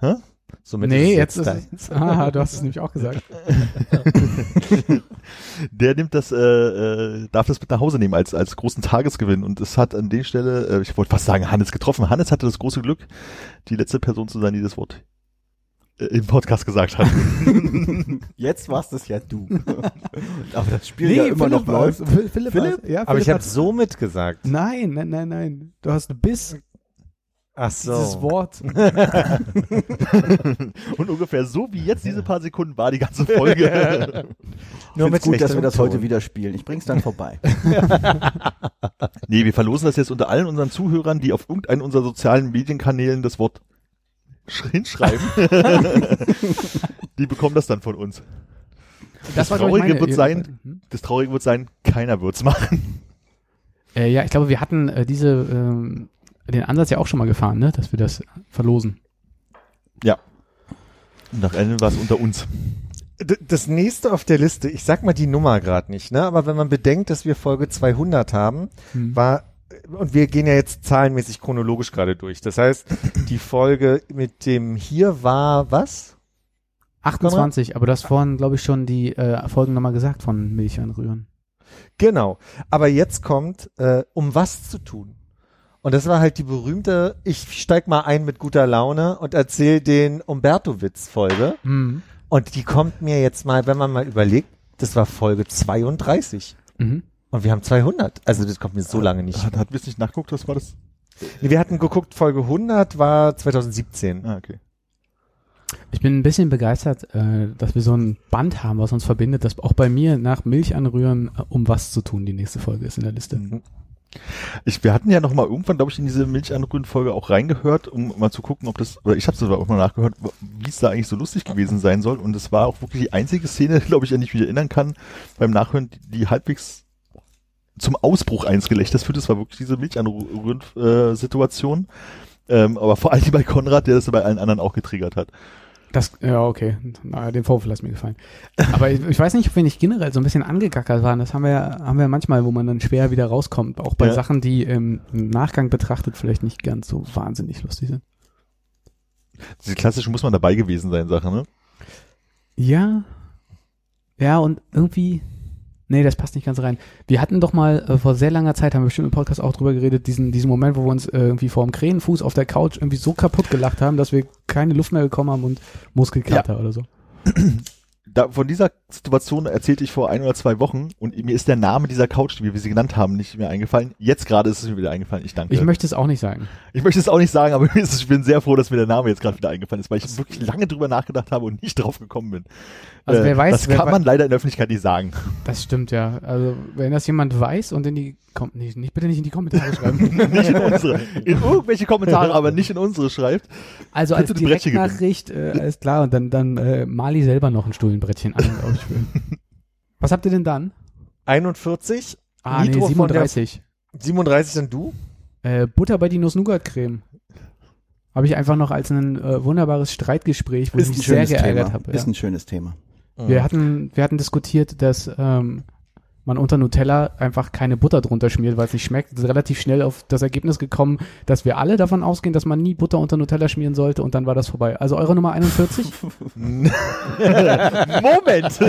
Speaker 4: Hä?
Speaker 2: Somit
Speaker 3: Nee,
Speaker 2: ist
Speaker 3: jetzt
Speaker 2: es
Speaker 3: ist es. Ah, du hast es nämlich auch gesagt.
Speaker 4: der nimmt das, äh, äh, darf das mit nach Hause nehmen als, als großen Tagesgewinn. Und es hat an der Stelle, äh, ich wollte fast sagen, Hannes getroffen. Hannes hatte das große Glück, die letzte Person zu sein, die das Wort äh, im Podcast gesagt hat.
Speaker 5: Jetzt warst es ja du. Aber das Spiel
Speaker 3: Nee,
Speaker 5: ja immer noch läuft.
Speaker 3: war's. Phil- Philipp,
Speaker 5: Philipp?
Speaker 3: war's. Ja,
Speaker 2: Aber ich
Speaker 3: Philipp
Speaker 2: habe so mitgesagt.
Speaker 3: war's. Nein, nein, nein, nein. Du hast bis
Speaker 2: Ach so.
Speaker 3: dieses Wort.
Speaker 4: Und ungefähr so wie jetzt diese paar Sekunden war die ganze Folge.
Speaker 5: Nur
Speaker 2: mit
Speaker 5: gut, dass wir
Speaker 2: schlechterem
Speaker 5: das heute
Speaker 2: Ton.
Speaker 5: wieder spielen. Ich bring's dann vorbei.
Speaker 4: nee, wir verlosen das jetzt unter allen unseren Zuhörern, die auf irgendeinen unserer sozialen Medienkanälen das Wort sch- hinschreiben. die bekommen das dann von uns.
Speaker 3: Das war, glaub ich,
Speaker 4: Traurige
Speaker 3: meine-
Speaker 4: wird sein-
Speaker 3: Mhm.
Speaker 4: Das Traurige wird sein, keiner wird's machen.
Speaker 3: Äh, ja, ich glaube, wir hatten äh, diese, ähm, den Ansatz ja auch schon mal gefahren, ne? dass wir das verlosen.
Speaker 4: Und nach Ende war es unter uns.
Speaker 2: D- Das nächste auf der Liste, ich sag mal die Nummer gerade nicht, ne? aber wenn man bedenkt, dass wir Folge 200 haben,
Speaker 3: Hm.
Speaker 2: war, und wir gehen ja jetzt zahlenmäßig chronologisch gerade durch. Das heißt, die Folge mit dem hier war was?
Speaker 3: 28, aber du hast vorhin, glaube ich, schon die äh, Folgen nochmal gesagt von Milch anrühren.
Speaker 2: Genau. Aber jetzt kommt, äh, um was zu tun. Und das war halt die berühmte, ich steig mal ein mit guter Laune und erzähl den Umberto-Witz-Folge.
Speaker 3: Mhm.
Speaker 2: Und die kommt mir jetzt mal, wenn man mal überlegt, das war Folge 32.
Speaker 3: Mhm.
Speaker 2: Und wir haben 200. Also das kommt mir so lange nicht.
Speaker 4: Hat, hat wir es nicht nachgeguckt, das war das?
Speaker 2: Nee, Wir hatten geguckt, Folge 100 war 2017.
Speaker 4: Ah, okay.
Speaker 3: Ich bin ein bisschen begeistert, äh, dass wir so ein Band haben, was uns verbindet, dass auch bei mir nach Milch anrühren, äh, um was zu tun, die nächste Folge ist in der Liste.
Speaker 4: Ich, wir hatten ja noch mal irgendwann, glaube ich, in diese Milchanrühren-Folge auch reingehört, um mal zu gucken, ob das, oder ich habe sogar auch mal nachgehört, wie es da eigentlich so lustig gewesen sein soll. Und es war auch wirklich die einzige Szene, glaube ich, an die ich mich erinnern kann, beim Nachhören, die, die halbwegs zum Ausbruch eines Gelächters führt. Das war wirklich diese Milchanrühren-Situation. äh, Ähm, aber vor allem bei Konrad, der das bei allen anderen auch getriggert hat.
Speaker 3: Das, ja, okay. Na, den Vorwurf lass mir gefallen. Aber ich, ich weiß nicht, ob wir nicht generell so ein bisschen angegackert waren. Das haben wir ja, haben wir manchmal, wo man dann schwer wieder rauskommt. Auch bei
Speaker 4: Ja.
Speaker 3: Sachen, die ähm, im Nachgang betrachtet vielleicht nicht ganz so wahnsinnig lustig sind.
Speaker 4: Diese klassische muss man dabei gewesen sein, Sache, ne?
Speaker 3: Ja. Ja, und irgendwie. Nee, das passt nicht ganz rein. Wir hatten doch mal äh, vor sehr langer Zeit, haben wir bestimmt im Podcast auch drüber geredet, diesen, diesen Moment, wo wir uns äh, irgendwie vor dem Krähenfuß auf der Couch irgendwie so kaputt gelacht haben, dass wir keine Luft mehr bekommen haben und Muskelkater oder so.
Speaker 4: da, von dieser Situation erzählte ich vor ein oder zwei Wochen und mir ist der Name dieser Couch, wie wir sie genannt haben, nicht mehr eingefallen. Jetzt gerade ist es mir wieder eingefallen. Ich danke.
Speaker 3: Ich möchte es auch nicht sagen.
Speaker 4: Ich möchte es auch nicht sagen, aber mir ist es- ich bin sehr froh, dass mir der Name jetzt gerade wieder eingefallen ist, weil ich wirklich lange drüber nachgedacht habe und nicht drauf gekommen bin. Äh,
Speaker 3: Also wer weiß,
Speaker 4: das
Speaker 3: wer
Speaker 4: kann
Speaker 3: wei-
Speaker 4: man leider in der Öffentlichkeit nicht sagen.
Speaker 3: Das stimmt ja. Also wenn das jemand weiß und in die kom nicht, nicht bitte nicht in die Kommentare schreiben.
Speaker 4: Nicht in unsere. In irgendwelche Kommentare, aber nicht in unsere schreibt.
Speaker 3: Also als
Speaker 4: Bitte die Brettchen gewinnen.
Speaker 3: Direktnachricht äh, alles klar und dann dann äh, Mali selber noch ein Stuhlenbrettchen an. glaub ich. Was habt ihr denn dann?
Speaker 2: 41,
Speaker 3: Ah
Speaker 2: Nitro
Speaker 3: nee,
Speaker 2: von der-
Speaker 3: 37.
Speaker 2: 37 dann du?
Speaker 3: Äh, Butter bei die Nuss-Nougat-Creme. Habe ich einfach noch als ein äh, wunderbares Streitgespräch, wo ich mich sehr geärgert
Speaker 5: Thema.
Speaker 3: habe. Ja.
Speaker 5: Ist ein schönes Thema.
Speaker 3: Wir, hatten, wir hatten diskutiert, dass ähm, man unter Nutella einfach keine Butter drunter schmiert, weil es nicht schmeckt. Es ist relativ schnell auf das Ergebnis gekommen, dass wir alle davon ausgehen, dass man nie Butter unter Nutella schmieren sollte und dann war das vorbei. Also eure Nummer 41?
Speaker 4: Moment!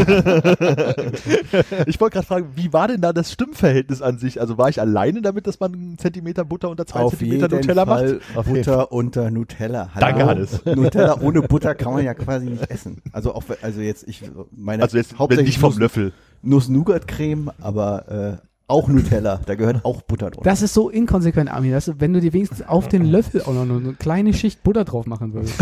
Speaker 4: ich wollte gerade fragen, wie war denn da das Stimmverhältnis an sich? Also war ich alleine damit, dass man einen Zentimeter Butter unter zwei
Speaker 5: Auf
Speaker 4: Zentimeter
Speaker 5: jeden
Speaker 4: Nutella macht?
Speaker 5: Fall Butter unter Nutella. Hallo.
Speaker 4: Danke, Hannes.
Speaker 5: Nutella ohne Butter kann man ja quasi nicht essen. Also auch we- also jetzt ich meine
Speaker 4: Also jetzt
Speaker 5: hauptsächlich
Speaker 4: nicht vom
Speaker 5: Nuss-
Speaker 4: Löffel.
Speaker 5: Nuss-Nougat-Creme, aber äh, auch Nutella. Da gehört auch Butter drunter.
Speaker 3: Das ist so inkonsequent, Armin. Das, ist, wenn du dir wenigstens auf den Löffel auch noch eine kleine Schicht Butter drauf machen würdest.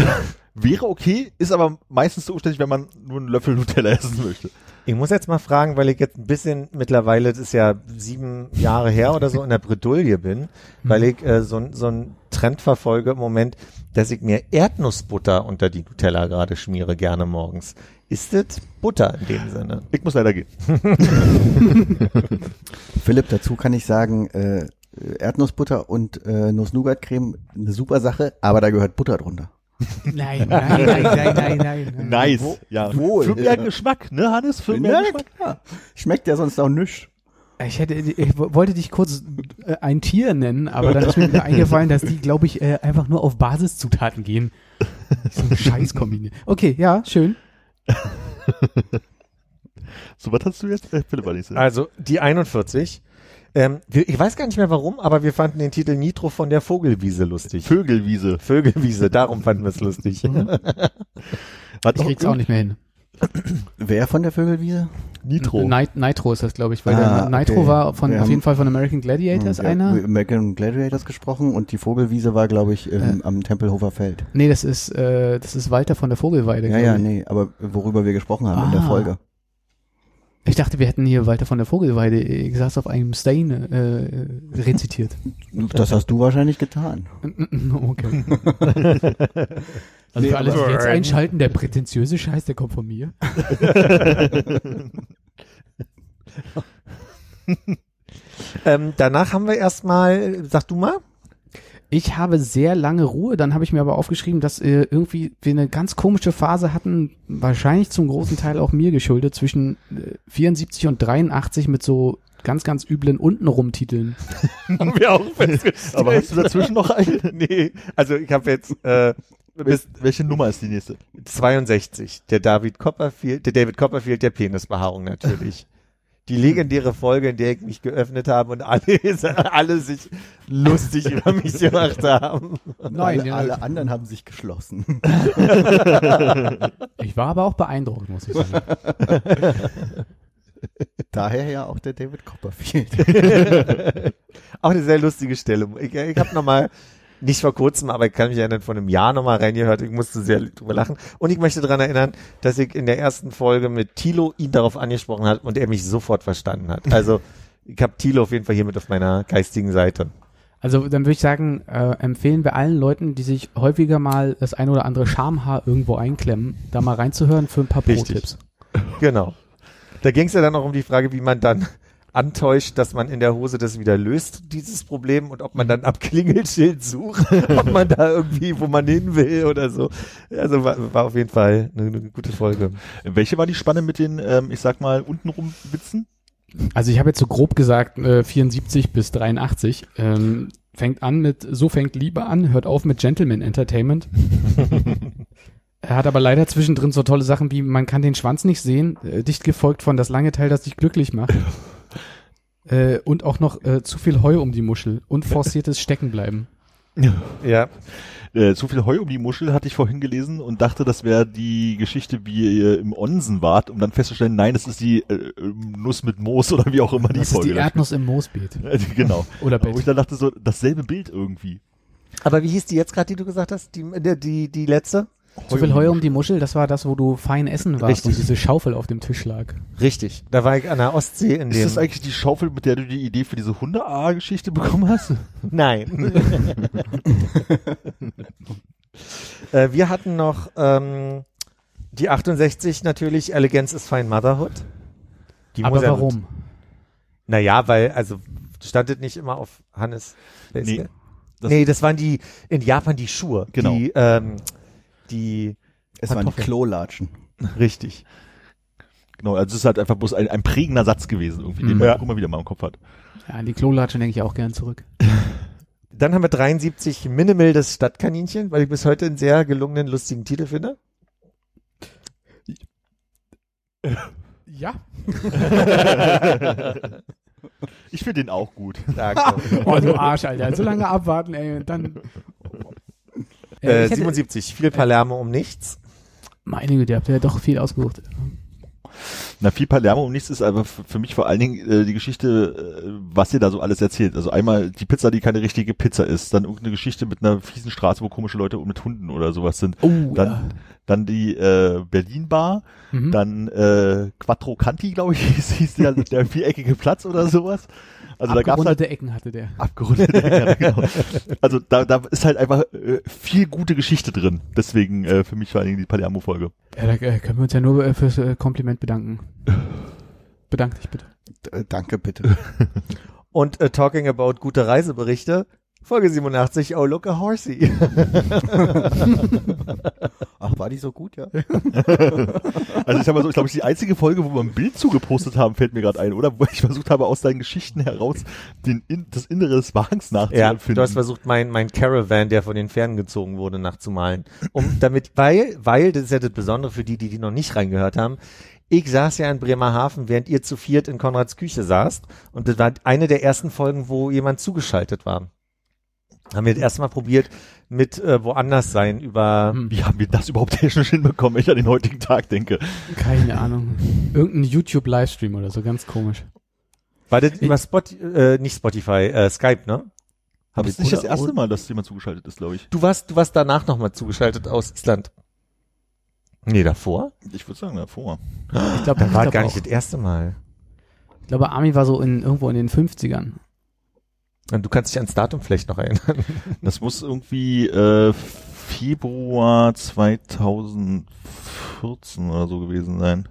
Speaker 4: Wäre okay, ist aber meistens so umständlich, wenn man nur einen Löffel Nutella essen möchte.
Speaker 2: Ich muss jetzt mal fragen, weil ich jetzt ein bisschen mittlerweile, das ist ja sieben Jahre her oder so, in der Bredouille bin, weil ich äh, so, ein- so einen Trend verfolge im Moment, dass ich mir Erdnussbutter unter die Nutella gerade schmiere, gerne morgens. Ist das Butter in dem Sinne?
Speaker 4: Ich muss leider gehen.
Speaker 5: Philipp, dazu kann ich sagen, äh, Erdnussbutter und äh, Nuss-Nougat-Creme, eine super Sache, aber da gehört Butter drunter.
Speaker 3: Nein, nein, nein, nein, nein, nein.
Speaker 4: Nice. ja.
Speaker 5: wohl.
Speaker 4: Für mehr Geschmack, ne, Hannes? Für mehr Geschmack.
Speaker 5: klar. Schmeckt ja sonst auch nisch.
Speaker 3: Ich, hätte, ich wo- wollte dich kurz äh, ein Tier nennen, aber dann ist mir wieder eingefallen, dass die, glaube ich, äh, einfach nur auf Basiszutaten gehen. So ein Scheiß kombiniert. Okay, ja, schön.
Speaker 4: So, was hast du jetzt? Äh, Philipp war nicht so.
Speaker 2: Also die 41. Ähm, wir, ich weiß gar nicht mehr warum, aber wir fanden den Titel Nitro von der Vogelwiese lustig.
Speaker 4: Vögelwiese.
Speaker 2: Vögelwiese, Mhm. darum fanden wir es lustig.
Speaker 4: Hat
Speaker 3: Ich krieg's auch nicht mehr hin.
Speaker 5: Wer von der Vögelwiese?
Speaker 4: Nitro.
Speaker 3: Nit Nitro ist das, glaube ich, weil
Speaker 5: Ah,
Speaker 3: der Nitro
Speaker 5: okay.
Speaker 3: war von,
Speaker 5: Wir
Speaker 3: auf
Speaker 5: haben-
Speaker 3: jeden Fall von American Gladiators
Speaker 5: Hm, Ja,
Speaker 3: einer.
Speaker 5: über American Gladiators gesprochen und die Vogelwiese war, glaube ich, im, am Tempelhofer Feld.
Speaker 3: Nee, das ist, äh, das ist Walter von der Vogelweide.
Speaker 5: Ja,
Speaker 3: glaub
Speaker 5: ja,
Speaker 3: ich.
Speaker 5: nee, aber worüber wir gesprochen haben in der
Speaker 3: Ah.
Speaker 5: Folge.
Speaker 3: Ich dachte, wir hätten hier Walter von der Vogelweide, ich saß auf einem Stain, äh, rezitiert.
Speaker 5: Das hast du wahrscheinlich getan.
Speaker 3: Okay. Also für alle, die jetzt einschalten, der prätentiöse Scheiß, der kommt von mir.
Speaker 2: ähm, danach haben wir erstmal, sag du mal,
Speaker 3: Ich habe sehr lange Ruhe, dann habe ich mir aber aufgeschrieben, dass äh, irgendwie wir eine ganz komische Phase hatten, wahrscheinlich zum großen Teil auch mir geschuldet, zwischen äh, 74 und 83 mit so ganz, ganz üblen untenrum Titeln.
Speaker 2: haben wir auch festgestellt.
Speaker 4: Aber hast du dazwischen noch eine?
Speaker 2: nee, also ich habe jetzt äh, bis
Speaker 4: Welche Nummer ist die nächste?
Speaker 2: 62, der David Copperfield, der David Copperfield der Penisbehaarung natürlich. Die legendäre Folge, in der ich mich geöffnet habe und alle, alle sich lustig über mich gemacht haben.
Speaker 5: alle, alle anderen haben sich geschlossen.
Speaker 3: ich war aber auch beeindruckt, muss ich sagen.
Speaker 5: Daher ja auch der David Copperfield.
Speaker 2: Auch eine sehr lustige Stelle. Ich, ich habe nochmal, nicht vor kurzem, aber ich kann mich erinnern, von einem Jahr nochmal reingehört. Ich musste sehr drüber lachen. Und ich möchte daran erinnern, dass ich in der ersten Folge mit Tilo ihn darauf angesprochen hat und er mich sofort verstanden hat. Also ich habe Tilo auf jeden Fall hier mit auf meiner geistigen Seite.
Speaker 3: Also dann würde ich sagen, äh, empfehlen wir allen Leuten, die sich häufiger mal das ein oder andere Schamhaar irgendwo einklemmen, da mal reinzuhören für ein paar
Speaker 4: Richtig.
Speaker 3: Pro-Tipps.
Speaker 2: Genau. Da ging es ja dann auch um die Frage, wie man dann antäuscht, dass man in der Hose das wieder löst, dieses Problem, und ob man dann ab Klingelschild sucht, ob man da irgendwie, wo man hin will oder so. Also war, war auf jeden Fall eine, eine gute Folge.
Speaker 4: Welche war die Spanne mit den, ähm, ich sag mal, untenrum Witzen?
Speaker 3: Also ich habe jetzt so grob gesagt äh, 74 bis 83. Ähm, fängt an mit So fängt Liebe an, hört auf mit Gentleman Entertainment. er hat aber leider zwischendrin so tolle Sachen wie Man kann den Schwanz nicht sehen, äh, dicht gefolgt von Das lange Teil, das dich glücklich macht. Äh, und auch noch äh, zu viel Heu um die Muschel und forciertes Steckenbleiben.
Speaker 2: Ja.
Speaker 4: Äh, zu viel Heu um die Muschel hatte ich vorhin gelesen und dachte, das wäre die Geschichte, wie ihr im Onsen wart, um dann festzustellen, nein, das ist die äh, Nuss mit Moos oder wie auch immer die
Speaker 3: Das ist
Speaker 4: Folge.
Speaker 3: die Erdnuss im Moosbeet.
Speaker 4: Äh, genau.
Speaker 3: Oder
Speaker 4: Wo ich
Speaker 3: Bett.
Speaker 4: dann dachte, so dasselbe Bild irgendwie.
Speaker 2: Aber wie hieß die jetzt gerade, die du gesagt hast? Die, die, die, die letzte?
Speaker 3: Zu viel Heu um die Muschel, das war das, wo du fein essen warst
Speaker 2: Richtig.
Speaker 3: und diese Schaufel auf dem Tisch lag.
Speaker 2: Richtig. Da war ich an der Ostsee in
Speaker 4: Ist
Speaker 2: dem.
Speaker 4: das eigentlich die Schaufel, mit der du die Idee für diese Hunde-A-Geschichte bekommen hast?
Speaker 2: Nein. äh, wir hatten noch ähm, die 68 natürlich, Elegance is Fine Motherhood. Die
Speaker 3: Aber
Speaker 2: muss ja mit.
Speaker 3: warum?
Speaker 2: Naja, weil, also standet nicht immer auf Hannes. Nee,
Speaker 4: das-
Speaker 2: das, nee, das waren die in Japan die Schuhe.
Speaker 4: Genau.
Speaker 2: Die, ähm, die
Speaker 5: Es waren die
Speaker 3: Kartoffeln.
Speaker 5: Klolatschen.
Speaker 2: richtig.
Speaker 4: Genau, also es ist halt einfach bloß ein, ein prägender Satz gewesen, irgendwie, den
Speaker 3: Mhm.
Speaker 4: man
Speaker 2: Ja.
Speaker 4: auch immer wieder mal im Kopf hat.
Speaker 3: Ja, an die Klolatschen denke ich auch gern zurück.
Speaker 2: Dann haben wir 73 Minimal das Stadtkaninchen, weil ich bis heute einen sehr gelungenen, lustigen Titel finde.
Speaker 3: Ja.
Speaker 4: Ich finde den auch gut.
Speaker 2: Danke.
Speaker 3: Oh, du Arsch, Alter. So lange abwarten, ey, und dann. Äh,
Speaker 2: äh,
Speaker 3: ich hätte,
Speaker 2: 77, viel Palermo um nichts.
Speaker 3: meine Güte, ihr habt ja doch viel ausgesucht.
Speaker 4: Na, viel Palermo und nichts ist aber f- für mich vor allen Dingen äh, die Geschichte, äh, was ihr da so alles erzählt. Also einmal die Pizza, die keine richtige Pizza ist, dann irgendeine Geschichte mit einer fiesen Straße, wo komische Leute mit Hunden oder sowas sind.
Speaker 3: Oh,
Speaker 4: Dann, dann die äh, Berlin-Bar,
Speaker 3: ja. Mhm.
Speaker 4: dann äh, Quattro Canti, glaube ich, hieß der, der viereckige Platz oder sowas. Also da gab es halt
Speaker 3: Abgerundete Ecken hatte der.
Speaker 4: abgerundete Ecken, genau. Also da, da ist halt einfach äh, viel gute Geschichte drin. Deswegen äh, für mich vor allen Dingen die Palermo-Folge.
Speaker 3: Ja, da äh, können wir uns ja nur äh, fürs äh, Kompliment bedanken. Bedank dich bitte.
Speaker 5: D- äh, Danke bitte.
Speaker 2: Und äh, talking about gute Reiseberichte, Folge 87, Oh Look a Horsey.
Speaker 5: Ach, war die so gut, ja?
Speaker 4: Also ich sag mal so, ich glaube, es ist die einzige Folge, wo wir ein Bild zugepostet haben, fällt mir gerade ein, oder? Wo ich versucht habe, aus deinen Geschichten heraus den, in, das Innere des Wagens
Speaker 2: ja,
Speaker 4: nachzuempfinden.
Speaker 2: du hast versucht, mein, mein Caravan, der von den Pferden gezogen wurde, nachzumalen. Um damit, weil, weil, das ist ja das Besondere für die, die, die noch nicht reingehört haben, ich saß ja in Bremerhaven, während ihr zu viert in Konrads Küche saßt. Und das war eine der ersten Folgen, wo jemand zugeschaltet war. Haben wir das erste Mal probiert mit äh, woanders sein über
Speaker 3: Hm.
Speaker 4: Wie haben wir das überhaupt technisch hinbekommen, wenn ich an den heutigen Tag denke?
Speaker 3: Keine Ahnung. Irgendein YouTube-Livestream oder so, ganz komisch.
Speaker 2: war das über Spot äh, nicht Spotify äh, Skype ne
Speaker 4: Aber
Speaker 2: ich-
Speaker 4: es ist nicht das
Speaker 2: oder-
Speaker 4: erste Mal, dass jemand zugeschaltet ist, glaube ich.
Speaker 2: du warst du warst danach nochmal zugeschaltet aus Island nee davor
Speaker 4: Ich würde sagen, davor.
Speaker 3: Ich glaube,
Speaker 2: da
Speaker 3: ich
Speaker 2: war
Speaker 3: glaub
Speaker 2: gar nicht
Speaker 3: auch.
Speaker 2: das erste Mal
Speaker 3: Ich glaube, Armin war so in, irgendwo in den 50ern.
Speaker 2: Und du kannst dich ans Datum vielleicht noch erinnern.
Speaker 4: Das muss irgendwie äh, Februar 2014 oder so gewesen sein.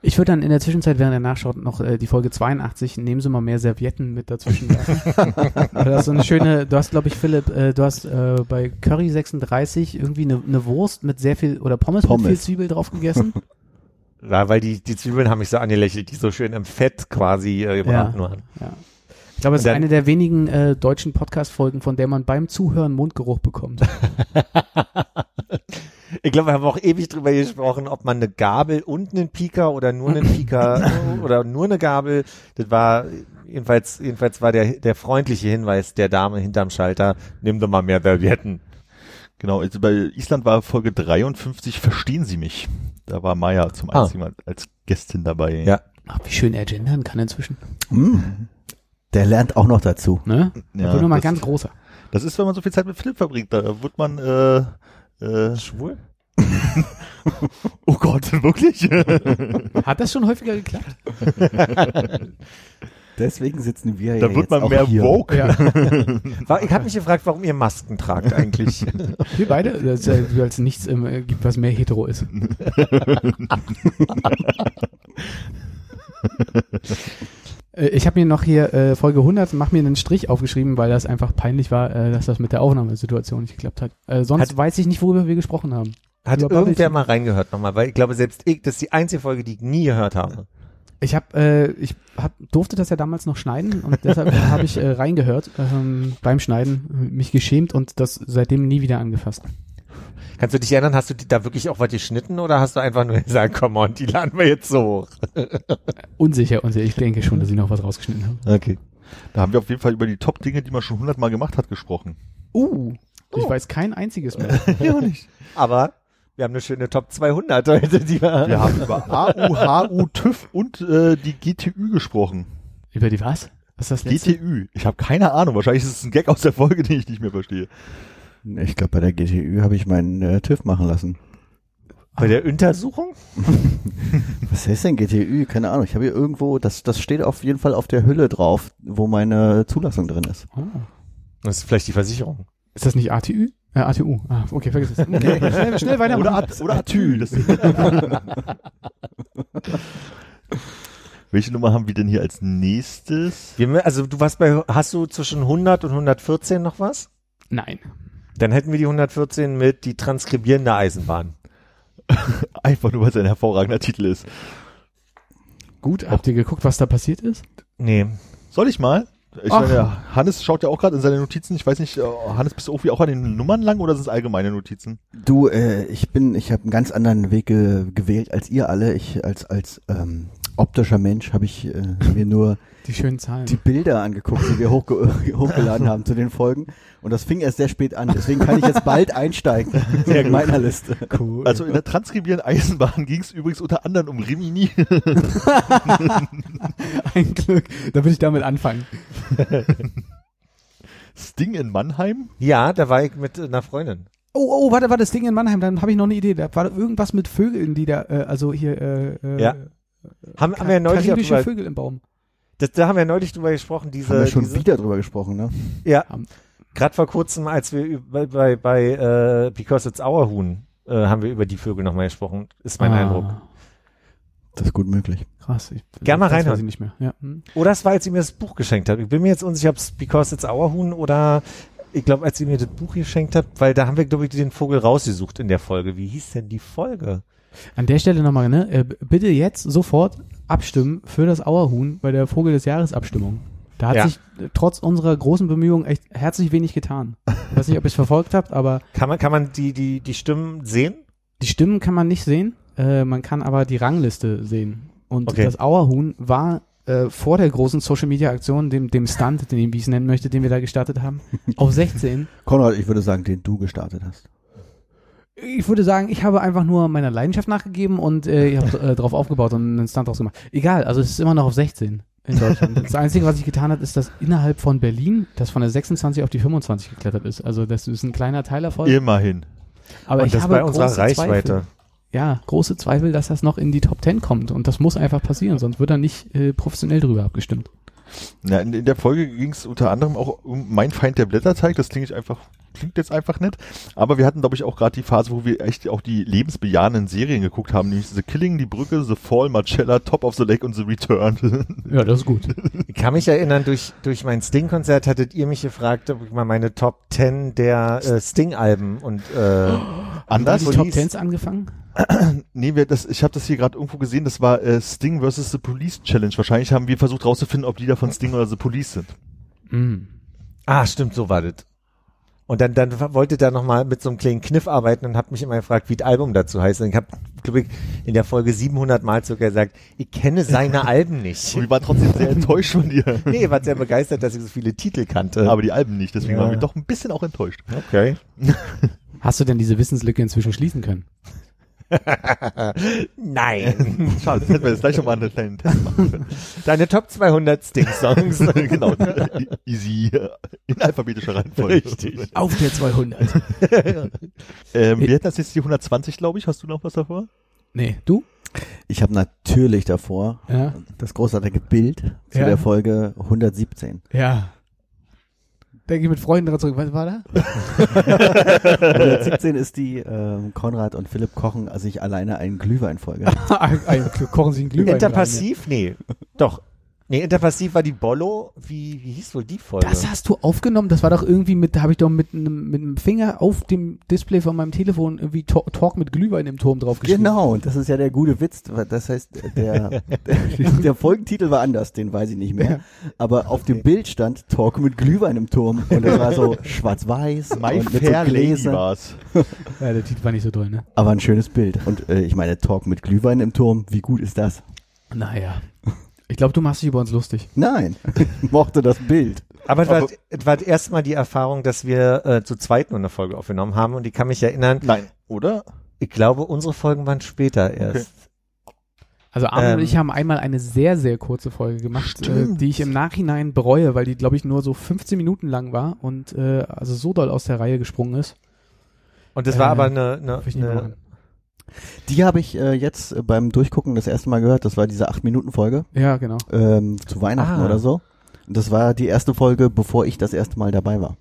Speaker 3: Ich würde dann in der Zwischenzeit, während er nachschaut, noch äh, die Folge 82, nehmen Sie mal mehr Servietten mit dazwischen. Oder das ist so eine schöne, du hast, glaube ich, Philipp, äh, du hast äh, bei Curry 36 irgendwie eine, eine Wurst mit sehr viel, oder Pommes, mit
Speaker 5: Pommes.
Speaker 3: viel Zwiebel drauf gegessen.
Speaker 2: Ja, weil die, die Zwiebeln haben mich so angelächelt, die so schön im Fett quasi äh, gebraten waren.
Speaker 3: Ja. Ich glaube, es ist
Speaker 2: Dann-
Speaker 3: eine der wenigen äh, deutschen Podcast-Folgen, von der man beim Zuhören Mundgeruch bekommt.
Speaker 2: Ich glaube, wir haben auch ewig drüber gesprochen, ob man eine Gabel und einen Pieker oder nur einen Pieker oder nur eine Gabel. Das war jedenfalls, jedenfalls war der, der freundliche Hinweis der Dame hinterm Schalter, nimm doch mal mehr Servietten.
Speaker 4: Genau, also bei Island war Folge 53, verstehen Sie mich? Da war Maya zum
Speaker 2: Ah.
Speaker 4: einzigen Mal als Gästin dabei.
Speaker 2: Ja.
Speaker 3: Ach, wie schön er gendern kann inzwischen.
Speaker 5: Hm. Der lernt auch noch dazu.
Speaker 3: Ne?
Speaker 4: Ja,
Speaker 3: Ja, Wird nochmal
Speaker 4: das-
Speaker 3: ganz großer.
Speaker 4: Das ist, wenn man so viel Zeit mit Philipp verbringt, da wird man, äh, äh,
Speaker 2: Schwul?
Speaker 4: oh Gott, wirklich?
Speaker 3: Hat das schon häufiger geklappt?
Speaker 5: Deswegen sitzen wir
Speaker 4: da
Speaker 5: ja
Speaker 4: wird
Speaker 5: jetzt
Speaker 4: man
Speaker 5: auch
Speaker 4: mehr
Speaker 5: hier.
Speaker 4: woke.
Speaker 3: Ja.
Speaker 2: War, ich habe mich gefragt, warum ihr Masken tragt eigentlich.
Speaker 3: Wir beide, das ist ja, als nichts ähm, äh, gibt, was mehr hetero ist. Äh, Ich habe mir noch hier äh, Folge 100, mach mir einen Strich aufgeschrieben, weil das einfach peinlich war, äh, dass das mit der Aufnahmesituation nicht geklappt hat. Äh, sonst
Speaker 2: Hat-
Speaker 3: weiß ich nicht, worüber wir gesprochen haben.
Speaker 2: Hat
Speaker 3: Über
Speaker 2: irgendwer
Speaker 3: Bubble-
Speaker 2: mal reingehört nochmal, weil ich glaube, selbst ich, das ist die einzige Folge, die ich nie gehört habe.
Speaker 3: Ich hab, äh, ich hab, durfte das ja damals noch schneiden und deshalb habe ich äh, reingehört ähm, beim Schneiden, mich geschämt und das seitdem nie wieder angefasst.
Speaker 2: Kannst du dich erinnern, hast du die- da wirklich auch was geschnitten oder hast du einfach nur gesagt, komm on, die laden wir jetzt so hoch?
Speaker 3: Unsicher, unsicher. Ich denke schon, dass ich noch was rausgeschnitten habe.
Speaker 2: Okay.
Speaker 4: Da haben wir auf jeden Fall über die Top-Dinge, die man schon hundertmal gemacht hat, gesprochen.
Speaker 3: Uh, ich weiß kein einziges mehr.
Speaker 2: Ja, nicht. Aber wir haben eine schöne Top 200 heute, die wir
Speaker 4: Wir haben über AU, HU, TÜV und äh, die GTÜ gesprochen.
Speaker 3: Über die was? Was ist das letzte?
Speaker 4: GTÜ. Ich habe keine Ahnung. Wahrscheinlich ist es ein Gag aus der Folge, den ich nicht mehr verstehe.
Speaker 5: Ich glaube, bei der GTÜ habe ich meinen äh, TÜV machen lassen.
Speaker 2: bei der Untersuchung.
Speaker 5: Was heißt denn GTÜ? Keine Ahnung. Ich habe hier irgendwo, das, das steht auf jeden Fall auf der Hülle drauf, wo meine Zulassung drin ist.
Speaker 3: Oh.
Speaker 2: Das ist vielleicht die Versicherung.
Speaker 3: Ist das nicht ATÜ? Äh, ATU. Ah, okay, vergiss es. Okay, schnell, schnell weitermachen.
Speaker 4: Oder, At oder Atü. Das Welche Nummer haben wir denn hier als nächstes?
Speaker 2: Wir, mü- also du warst bei, hast du zwischen 100 und 114 noch was?
Speaker 3: Nein.
Speaker 2: Dann hätten wir die 114 mit die transkribierende Eisenbahn.
Speaker 4: Einfach nur, weil es ein hervorragender Titel ist.
Speaker 3: Gut, habt ihr geguckt, was da passiert ist?
Speaker 2: Nee.
Speaker 4: Soll ich mal? Ich
Speaker 3: Ach.
Speaker 4: meine, ja, Hannes schaut ja auch gerade in seine Notizen. Ich weiß nicht, äh, Hannes, bist du irgendwie auch an den Nummern lang oder sind es allgemeine Notizen?
Speaker 5: Du, äh, ich bin, ich habe einen ganz anderen Weg ge gewählt als ihr alle. Ich als als ähm, optischer Mensch habe ich äh, mir nur
Speaker 3: Die schönen Zahlen.
Speaker 5: die Bilder angeguckt, die wir hochge hochgeladen haben zu den Folgen. Und das fing erst sehr spät an. Deswegen kann ich jetzt bald einsteigen in meiner Liste.
Speaker 3: cool.
Speaker 4: Also in der transkribierenden Eisenbahn ging es übrigens unter anderem um Rimini.
Speaker 3: ein Glück. Da will ich damit anfangen.
Speaker 4: Sting in Mannheim.
Speaker 2: Ja, da war ich mit einer Freundin.
Speaker 3: Oh, oh, warte, warte, das Ding in Mannheim, dann habe ich noch eine Idee. Da war doch irgendwas mit Vögeln, die da, äh, also hier, äh, äh,
Speaker 2: Ja. Haben, haben wir ja neulich auch
Speaker 3: karibische
Speaker 2: drüber,
Speaker 3: Vögel im Baum.
Speaker 2: das, da haben wir ja neulich drüber gesprochen, diese,
Speaker 5: Haben wir schon
Speaker 2: diese
Speaker 5: wieder drüber gesprochen, ne?
Speaker 2: ja,
Speaker 3: Haben-
Speaker 2: gerade vor kurzem, als wir über- bei, bei, bei äh, Because It's Our Huhn äh, haben wir über die Vögel nochmal gesprochen, ist mein
Speaker 3: Ah,
Speaker 2: Eindruck.
Speaker 5: Das ist gut möglich.
Speaker 3: Krass. Ich,
Speaker 2: Gerne mal
Speaker 3: das
Speaker 2: reinhören.
Speaker 3: Weiß ich nicht mehr. Ja. hm.
Speaker 2: Oder es war, als sie mir das Buch geschenkt hat. Ich bin mir jetzt unsicher, ob es Because It's Our Huhn oder ich glaube, als sie mir das Buch geschenkt hat, weil da haben wir, glaube ich, den Vogel rausgesucht in der Folge. Wie hieß denn die Folge?
Speaker 3: An der Stelle nochmal, ne? Äh, b- bitte jetzt sofort abstimmen für das Auerhuhn bei der Vogel des Jahres Abstimmung. Da hat
Speaker 2: Ja.
Speaker 3: sich äh, trotz unserer großen Bemühungen echt herzlich wenig getan. Ich weiß nicht, ob ihr es verfolgt habt, aber
Speaker 2: Kann man, kann man die, die, die Stimmen sehen?
Speaker 3: die Stimmen kann man nicht sehen. Äh, man kann aber die Rangliste sehen. Und
Speaker 2: Okay.
Speaker 3: das Auerhuhn war äh, vor der großen Social Media Aktion, dem, dem Stunt, den ich es nennen möchte, den wir da gestartet haben, auf 16.
Speaker 5: Konrad, ich würde sagen, den du gestartet hast.
Speaker 3: Ich würde sagen, ich habe einfach nur meiner Leidenschaft nachgegeben und äh, ich habe äh, drauf aufgebaut und einen Stunt draus gemacht. Egal, also es ist immer noch auf 16 in Deutschland. Das Einzige, was ich getan habe, ist, dass innerhalb von Berlin das von der 26 auf die 25 geklettert ist. Also das ist ein kleiner Teilerfolg.
Speaker 4: Immerhin.
Speaker 3: Aber
Speaker 2: Und
Speaker 3: ich
Speaker 2: das
Speaker 3: habe
Speaker 2: bei unserer
Speaker 3: große Zweifel,
Speaker 2: Reichweite.
Speaker 3: ja, große Zweifel, dass das noch in die Top 10 kommt. Und das muss einfach passieren, sonst wird da nicht äh, professionell drüber abgestimmt.
Speaker 4: Ja, in, in der Folge ging es unter anderem auch um Mein Feind der Blätterteig. Das klingt einfach, klingt jetzt einfach nett. Aber wir hatten, glaube ich, auch gerade die Phase, wo wir echt auch die lebensbejahenden Serien geguckt haben, nämlich The Killing, Die Brücke, The Fall, Marcella, Top of the Lake und The Return.
Speaker 3: Ja, das ist gut.
Speaker 2: Ich kann mich erinnern, durch, durch mein Sting-Konzert hattet ihr mich gefragt, ob ich mal meine Top 10 der äh, Sting-Alben und äh,
Speaker 3: Hat
Speaker 4: Anders?
Speaker 3: die Top 10 angefangen?
Speaker 4: Nee, wir, das, ich habe das hier gerade irgendwo gesehen. Das war äh, Sting vs. The Police Challenge. Wahrscheinlich haben wir versucht rauszufinden, ob Lieder von Sting oder The Police sind.
Speaker 3: Mm.
Speaker 2: Ah, stimmt, so war das. Und dann, dann wollte da nochmal mit so einem kleinen Kniff arbeiten und hat mich immer gefragt, wie das Album dazu heißt. Und ich habe, glaube ich, in der Folge 700 Mal circa gesagt, ich kenne seine Alben nicht.
Speaker 4: Und wir waren trotzdem sehr enttäuscht von dir.
Speaker 2: nee, ich war sehr begeistert, dass ich so viele Titel kannte.
Speaker 4: Aber die Alben nicht, deswegen
Speaker 2: Ja.
Speaker 4: waren wir doch ein bisschen auch enttäuscht.
Speaker 2: okay.
Speaker 3: Hast du denn diese Wissenslücke inzwischen schließen können?
Speaker 2: Nein.
Speaker 4: Schade, das hätten wir jetzt gleich nochmal einen kleinen Test machen können.
Speaker 2: Deine Top 200 Sting-Songs.
Speaker 4: genau. Easy. In alphabetischer Reihenfolge.
Speaker 2: Richtig.
Speaker 3: Auf der 200.
Speaker 4: Ähm, wir hätten das jetzt die 120, glaube ich. Hast du noch was davor?
Speaker 3: Nee, du?
Speaker 5: Ich habe natürlich davor
Speaker 3: Ja.
Speaker 5: das großartige Bild zu
Speaker 3: Ja.
Speaker 5: der Folge 117.
Speaker 3: Ja. Denke ich mit Freunden dran zurück. Was war da?
Speaker 5: 117 ist die ähm, Konrad und Philipp kochen sich alleine einen Glühwein-Folge.
Speaker 3: ein, ein, kochen Sie einen Glühwein.
Speaker 2: Interpassiv? Nee. Doch. Nee, Interpassiv war die Bollo. Wie, wie hieß wohl die Folge?
Speaker 3: Das hast du aufgenommen. Das war doch irgendwie mit, da habe ich doch mit einem mit einem Finger auf dem Display von meinem Telefon irgendwie To- Talk mit Glühwein im Turm draufgeschrieben.
Speaker 5: Genau, und das ist ja der gute Witz. Das heißt, der, der Folgentitel war anders, den weiß ich nicht mehr. Aber auf dem Bild stand Talk mit Glühwein im Turm. Und das war so schwarz-weiß
Speaker 4: My
Speaker 5: und mit so
Speaker 4: Fair Lady
Speaker 5: Gläsern.
Speaker 4: war's.
Speaker 3: Ja, der Titel war nicht so doll, ne?
Speaker 5: Aber ein schönes Bild. Und äh, ich meine, Talk mit Glühwein im Turm, wie gut ist das?
Speaker 3: Naja. Ich glaube, du machst dich über uns lustig.
Speaker 5: Nein, ich mochte das Bild.
Speaker 2: Aber es war, es war erstmal die Erfahrung, dass wir äh, zu zweit nur eine Folge aufgenommen haben und ich kann mich erinnern,
Speaker 4: Nein, oder?
Speaker 2: ich glaube, unsere Folgen waren später erst.
Speaker 3: Also Armin und
Speaker 2: Ähm.
Speaker 3: ich haben einmal eine sehr, sehr kurze Folge gemacht, äh, die ich im Nachhinein bereue, weil die, glaube ich, nur so 15 Minuten lang war und äh, also so doll aus der Reihe gesprungen ist.
Speaker 2: Und das war
Speaker 3: Äh,
Speaker 2: aber eine, eine,
Speaker 3: Darf ich nicht
Speaker 2: eine
Speaker 3: machen.
Speaker 5: Die habe ich äh, jetzt äh, beim Durchgucken das erste Mal gehört. Das war diese 8-Minuten-Folge
Speaker 3: Ja, genau.
Speaker 5: ähm, zu Weihnachten
Speaker 2: Ah.
Speaker 5: oder so. Und Das war die erste Folge, bevor ich das erste Mal dabei war.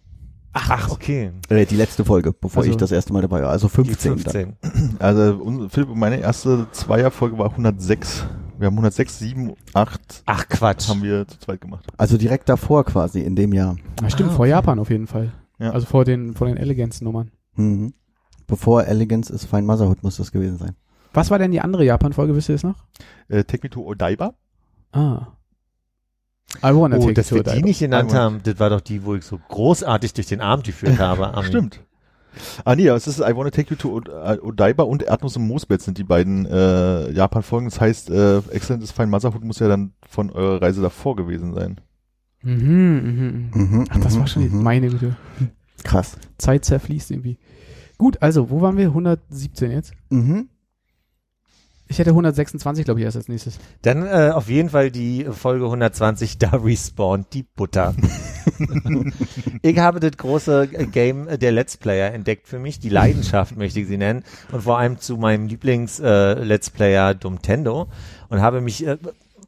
Speaker 2: Ach, okay.
Speaker 5: Äh, die letzte Folge, bevor
Speaker 3: Also-
Speaker 5: ich das erste Mal dabei war. Also
Speaker 2: Die
Speaker 5: 15. 15.
Speaker 2: 15.
Speaker 4: Also unsere, Philipp und meine erste Zweierfolge war 106. Wir haben 106, 7, 8
Speaker 2: Ach, Quatsch.
Speaker 4: haben wir zu zweit gemacht.
Speaker 5: Also direkt davor quasi, in dem Jahr.
Speaker 3: Ah, stimmt,
Speaker 2: Ah,
Speaker 3: vor Japan auf jeden Fall.
Speaker 4: Ja.
Speaker 3: Also vor den, vor den Elegance-Nummern.
Speaker 5: Mhm. Bevor Elegance is Fine Motherhood muss das gewesen sein.
Speaker 3: Was war denn die andere Japan-Folge, wisst ihr es noch?
Speaker 4: Äh, Take me to Odaiba.
Speaker 3: Ah. I wanna
Speaker 2: Oh,
Speaker 3: take
Speaker 2: dass
Speaker 3: you
Speaker 2: wir
Speaker 3: to
Speaker 2: die nicht genannt
Speaker 4: Einmal.
Speaker 2: haben, das war doch die, wo ich so großartig durch den Abend geführt habe. am-
Speaker 4: Stimmt. Ah nee, aber es ist I Wanna Take You to Od äh, Odaiba und Erdnuss im Moosbett sind die beiden äh, Japan-Folgen. Das heißt, äh, Excellent is Fine Motherhood muss ja dann von eurer Reise davor gewesen sein.
Speaker 3: Mhm, mhm, mhm.
Speaker 5: Mhm,
Speaker 3: Ach, das
Speaker 5: mhm,
Speaker 3: war schon die,
Speaker 5: mhm.
Speaker 3: meine Güte.
Speaker 5: Krass.
Speaker 3: Zeit zerfließt irgendwie. Gut, also, wo waren wir? 117 jetzt?
Speaker 5: Mhm.
Speaker 3: Ich hätte 126, glaube ich, erst als nächstes.
Speaker 2: Dann äh, auf jeden Fall die Folge 120, da respawnt die Butter. ich habe das große äh, Game der Let's Player entdeckt für mich, die Leidenschaft möchte ich sie nennen und vor allem zu meinem Lieblings-Let's Player Dumtendo und habe mich äh,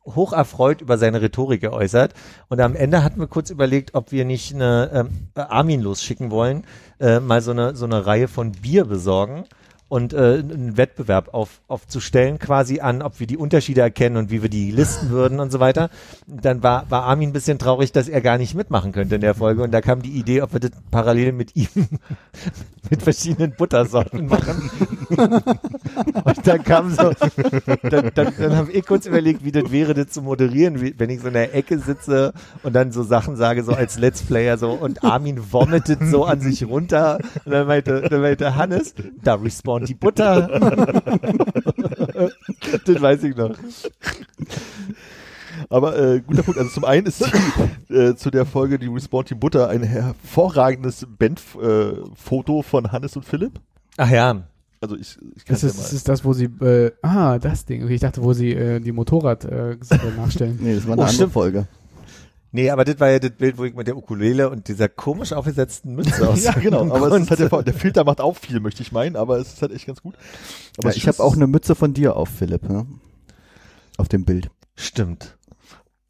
Speaker 2: hoch erfreut über seine Rhetorik geäußert und am Ende hatten wir kurz überlegt, ob wir nicht eine ähm, Armin losschicken wollen, äh, mal so eine, so eine Reihe von Bier besorgen und äh, einen Wettbewerb auf, aufzustellen, quasi an, ob wir die Unterschiede erkennen und wie wir die listen würden und so weiter. Dann war, war Armin ein bisschen traurig, dass er gar nicht mitmachen könnte in der Folge. Und da kam die Idee, ob wir das parallel mit ihm mit verschiedenen Buttersorten machen. und dann kam so, dann, dann, dann habe ich kurz überlegt, wie das wäre, das zu moderieren, wie, wenn ich so in der Ecke sitze und dann so Sachen sage, so als Let's Player so und Armin vomitet so an sich runter. Und dann meinte, dann meinte Hannes, da respawnt die Butter. das weiß ich noch.
Speaker 4: Aber äh, guter Punkt. Also zum einen ist die, äh, zu der Folge die Respawn Team Butter ein hervorragendes Bandfoto von Hannes und Philipp.
Speaker 2: Ach ja.
Speaker 4: Also ich, ich kann
Speaker 3: Das
Speaker 4: es ja
Speaker 3: ist,
Speaker 4: mal.
Speaker 3: das ist das, wo sie. Äh, ah, das Ding. Okay, ich dachte, wo sie äh, die Motorrad äh, Sache nachstellen.
Speaker 5: Nee, das war eine
Speaker 2: Oh,
Speaker 5: andere
Speaker 2: stimmt.
Speaker 5: Folge.
Speaker 2: Nee, aber das war ja das Bild, wo ich mit der Ukulele und dieser komisch aufgesetzten Mütze aus.
Speaker 4: ja, genau. Aber es
Speaker 2: Grund-
Speaker 4: ist halt der, Vor- der Filter macht auch viel, möchte ich meinen, aber es ist halt echt ganz gut. Aber
Speaker 5: Ja,
Speaker 4: es
Speaker 5: ich habe
Speaker 4: ist-
Speaker 5: auch eine Mütze von dir auf, Philipp. Ne? Auf dem Bild.
Speaker 2: Stimmt.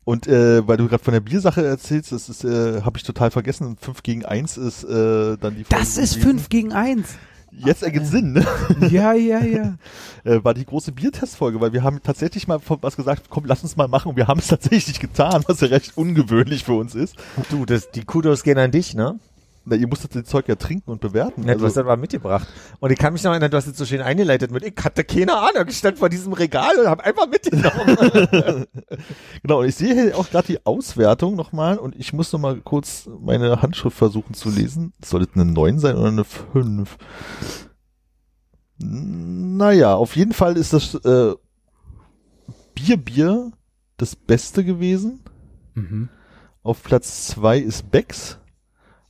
Speaker 4: Und äh, weil du gerade von der Biersache erzählst, das ist, äh, habe ich total vergessen. 5 gegen 1 ist äh, dann die
Speaker 3: Das
Speaker 4: Folge
Speaker 3: ist
Speaker 4: gewesen.
Speaker 3: 5 gegen 1.
Speaker 4: Jetzt ergibt Sinn, ne?
Speaker 3: Ja, ja, ja.
Speaker 4: Äh, war die große Biertestfolge, weil wir haben tatsächlich mal von was gesagt, komm, lass uns mal machen und wir haben es tatsächlich getan, was ja recht ungewöhnlich für uns ist.
Speaker 2: Du, das, die Kudos gehen an dich, ne?
Speaker 4: Na, ihr musstet das Zeug ja trinken und bewerten.
Speaker 2: Ja, du hast
Speaker 4: also,
Speaker 2: das mal mitgebracht. Und ich kann mich noch erinnern, du hast es so schön eingeleitet mit, ich hatte keine Ahnung, ich stand vor diesem Regal und habe einfach mitgenommen.
Speaker 4: genau, und ich sehe hier auch gerade die Auswertung nochmal und ich muss nochmal kurz meine Handschrift versuchen zu lesen. Soll das eine 9 sein oder eine 5? Naja, auf jeden Fall ist das äh, Bier, Bier das Beste gewesen.
Speaker 3: Mhm.
Speaker 4: Auf Platz zwei ist Becks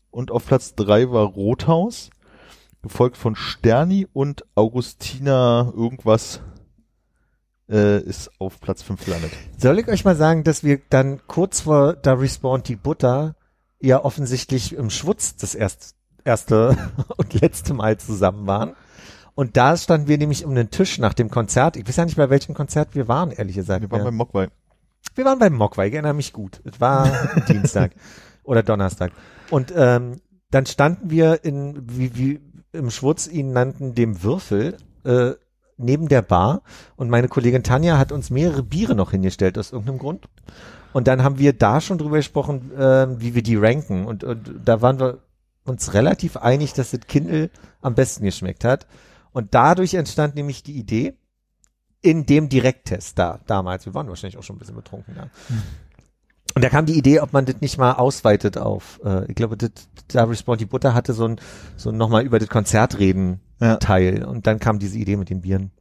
Speaker 4: und auf Platz drei war Rothaus, gefolgt von Sterni und Augustina irgendwas äh, ist auf Platz fünf gelandet.
Speaker 2: Soll ich euch mal sagen, dass wir dann kurz vor da respawnt die Butter ja offensichtlich im Schwutz das erst, erste und letzte Mal zusammen waren. Und da standen wir nämlich um den Tisch nach dem Konzert. Ich weiß ja nicht, bei welchem Konzert wir waren, ehrlich gesagt.
Speaker 4: Wir waren
Speaker 2: mehr.
Speaker 4: beim Mogwai.
Speaker 2: Wir waren beim Mogwai, ich erinnere mich gut. Es war Dienstag oder Donnerstag. Und ähm, dann standen wir in, wie, wie im Schwurz ihn nannten, dem Würfel, äh, neben der Bar. Und meine Kollegin Tanja hat uns mehrere Biere noch hingestellt, aus irgendeinem Grund. Und dann haben wir da schon drüber gesprochen, ähm, wie wir die ranken. Und, und da waren wir uns relativ einig, dass das Kindle am besten geschmeckt hat. Und dadurch entstand nämlich die Idee, in dem Direkttest da damals, wir waren wahrscheinlich auch schon ein bisschen betrunken da. Und da kam die Idee, ob man das nicht mal ausweitet auf, äh, ich glaube, das, da Respond die Butter hatte so ein, so ein nochmal über das Konzert reden
Speaker 4: Ja.
Speaker 2: Teil. Und dann kam diese Idee mit den Bieren.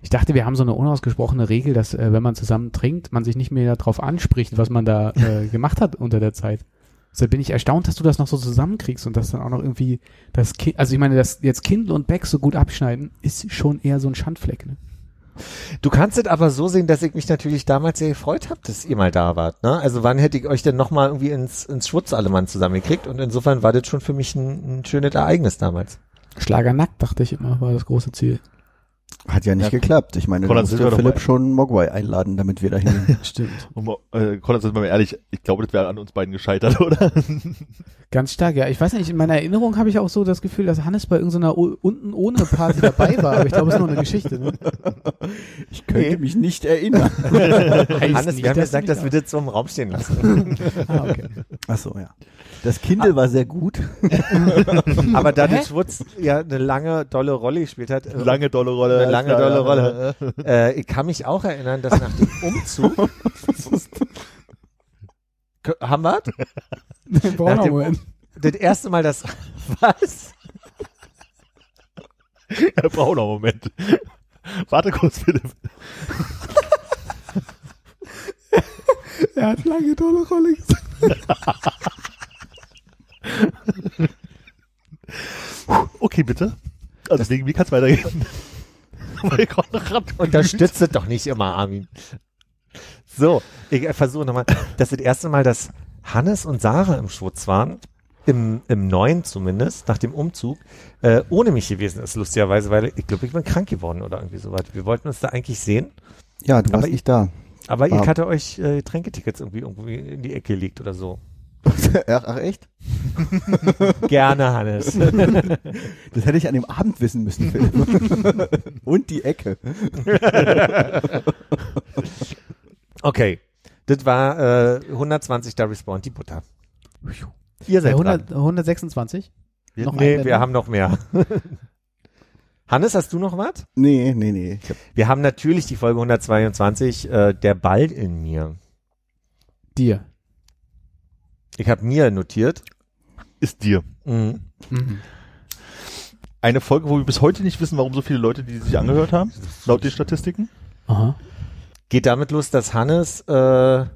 Speaker 3: Ich dachte, wir haben so eine unausgesprochene Regel, dass äh, wenn man zusammen trinkt, man sich nicht mehr darauf anspricht, was man da äh, gemacht hat unter der Zeit. Deshalb bin ich erstaunt, dass du das noch so zusammenkriegst und dass dann auch noch irgendwie das Kind, also ich meine, dass jetzt Kindle und Beck so gut abschneiden, ist schon eher so ein Schandfleck, ne?
Speaker 2: Du kannst es aber so sehen, dass ich mich natürlich damals sehr gefreut habe, dass ihr mal da wart. Ne? Also wann hätte ich euch denn nochmal irgendwie ins, ins Schwutzallemann zusammengekriegt? Und insofern war das schon für mich ein, ein schönes Ereignis damals.
Speaker 3: Schlagernackt, dachte ich immer, war das große Ziel.
Speaker 5: Hat ja nicht
Speaker 4: Ja.
Speaker 5: geklappt. Ich meine, da
Speaker 4: Konrad,
Speaker 5: musste
Speaker 4: sind wir doch
Speaker 5: Philipp
Speaker 4: mal-
Speaker 5: schon Mogwai einladen, damit wir da hingehen.
Speaker 3: Stimmt.
Speaker 4: Und, mal- äh, Konrad, sind wir mal ehrlich, ich glaube, das wäre an uns beiden gescheitert, oder?
Speaker 3: Ganz stark, ja. Ich weiß nicht, in meiner Erinnerung habe ich auch so das Gefühl, dass Hannes bei irgendeiner O- unten ohne Party dabei war, aber ich glaube, es ist nur eine Geschichte, ne?
Speaker 5: Ich könnte mich nicht erinnern.
Speaker 2: Hannes,
Speaker 3: nicht,
Speaker 2: wir haben
Speaker 3: dass
Speaker 2: gesagt,
Speaker 3: du
Speaker 2: dass
Speaker 3: nicht
Speaker 2: wir das so im Raum stehen lassen.
Speaker 3: Ah, okay.
Speaker 5: Ach so, ja. Ah. Das Kindle war sehr gut.
Speaker 2: Aber da
Speaker 3: Hä?
Speaker 2: der Schwutz ja eine lange, dolle Rolle gespielt hat, äh,
Speaker 4: Lange dolle Rolle.
Speaker 2: Eine lange,
Speaker 4: Ja,
Speaker 2: dolle
Speaker 4: ja,
Speaker 2: Rolle.
Speaker 4: ja.
Speaker 2: äh, ich kann mich auch erinnern, dass nach dem Umzug K- haben wir das?
Speaker 3: Wir brauchen
Speaker 2: Nach
Speaker 3: noch
Speaker 2: dem-
Speaker 3: Moment.
Speaker 2: das erste Mal das was?
Speaker 4: Er braucht noch einen Moment. Warte kurz, Philipp.
Speaker 3: Er hat lange tolle Rolle gesagt.
Speaker 4: Okay, bitte. Also deswegen, wie kann es weitergehen? Weil Konrad
Speaker 2: Unterstützt es doch nicht immer, Armin. So, ich äh, versuche nochmal. Das ist das erste Mal, dass Hannes und Sarah im Schwutz waren, im, im neuen zumindest, nach dem Umzug, äh, ohne mich gewesen ist, lustigerweise, weil ich glaube, ich bin krank geworden oder irgendwie sowas. Wir wollten uns da eigentlich sehen,
Speaker 5: Ja, du warst
Speaker 2: Aber-
Speaker 5: nicht da.
Speaker 2: aber ihr
Speaker 5: Ah.
Speaker 2: hatte euch äh, Tränketickets irgendwie irgendwie in die Ecke gelegt oder so.
Speaker 5: Ach, ach echt?
Speaker 2: Gerne, Hannes.
Speaker 5: Das hätte ich an dem Abend wissen müssen, Philipp. Und die Ecke.
Speaker 2: Okay. Das war äh, 120 da respawn die Butter. Ihr
Speaker 3: Bei
Speaker 2: seid dran.
Speaker 3: 100, 126?
Speaker 4: Wir-
Speaker 3: noch ne?
Speaker 2: Nee,
Speaker 3: ein
Speaker 2: wir
Speaker 3: Bett,
Speaker 2: haben noch mehr. Hannes, hast du noch was?
Speaker 5: Nee, nee, nee. Ich hab,
Speaker 2: Wir haben natürlich die Folge 122, äh, der Ball in mir.
Speaker 3: ne? dir.
Speaker 2: Ich habe mir notiert.
Speaker 4: ist dir.
Speaker 2: Mhm.
Speaker 3: Mhm.
Speaker 4: Eine Folge, wo wir bis heute nicht wissen, warum so viele Leute die sich angehört haben, laut den Statistiken.
Speaker 3: Aha.
Speaker 2: Geht damit los, dass Hannes äh,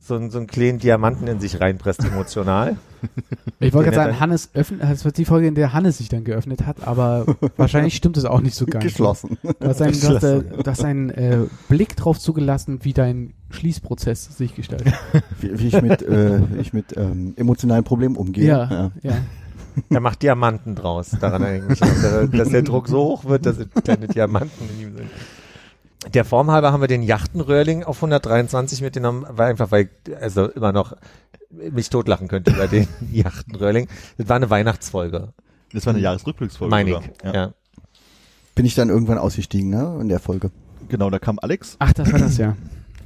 Speaker 2: so, einen- so einen kleinen Diamanten in sich reinpresst, emotional.
Speaker 3: Ich wollte
Speaker 2: Den
Speaker 3: gerade sagen,
Speaker 2: hat
Speaker 3: Hannes öffnet, das wird die Folge, in der Hannes sich dann geöffnet hat, aber wahrscheinlich stimmt es auch nicht so ganz.
Speaker 5: geschlossen.
Speaker 3: Du hast einen, du hast, äh, du hast einen äh, Blick drauf zugelassen, wie dein Schließprozess sich gestaltet.
Speaker 5: Wie, wie ich mit, äh, wie ich mit ähm, emotionalen Problemen umgehe.
Speaker 3: ja.
Speaker 2: Er macht Diamanten draus. Daran erinnere ich mich, dass er- dass der Druck so hoch wird, dass es kleine Diamanten in ihm sind. Der Form halber haben wir den Yachtenröhrling auf 123 mitgenommen, weil einfach, weil ich also immer noch mich totlachen könnte über den Yachtenröhrling. Das war eine Weihnachtsfolge,
Speaker 4: Das war eine Jahresrückblicksfolge.
Speaker 2: meine
Speaker 4: sogar.
Speaker 2: ich.
Speaker 4: Ja.
Speaker 2: Ja.
Speaker 5: Bin ich dann irgendwann ausgestiegen, ne? In der Folge.
Speaker 4: Genau, da kam Alex
Speaker 3: Ach, das war das ja.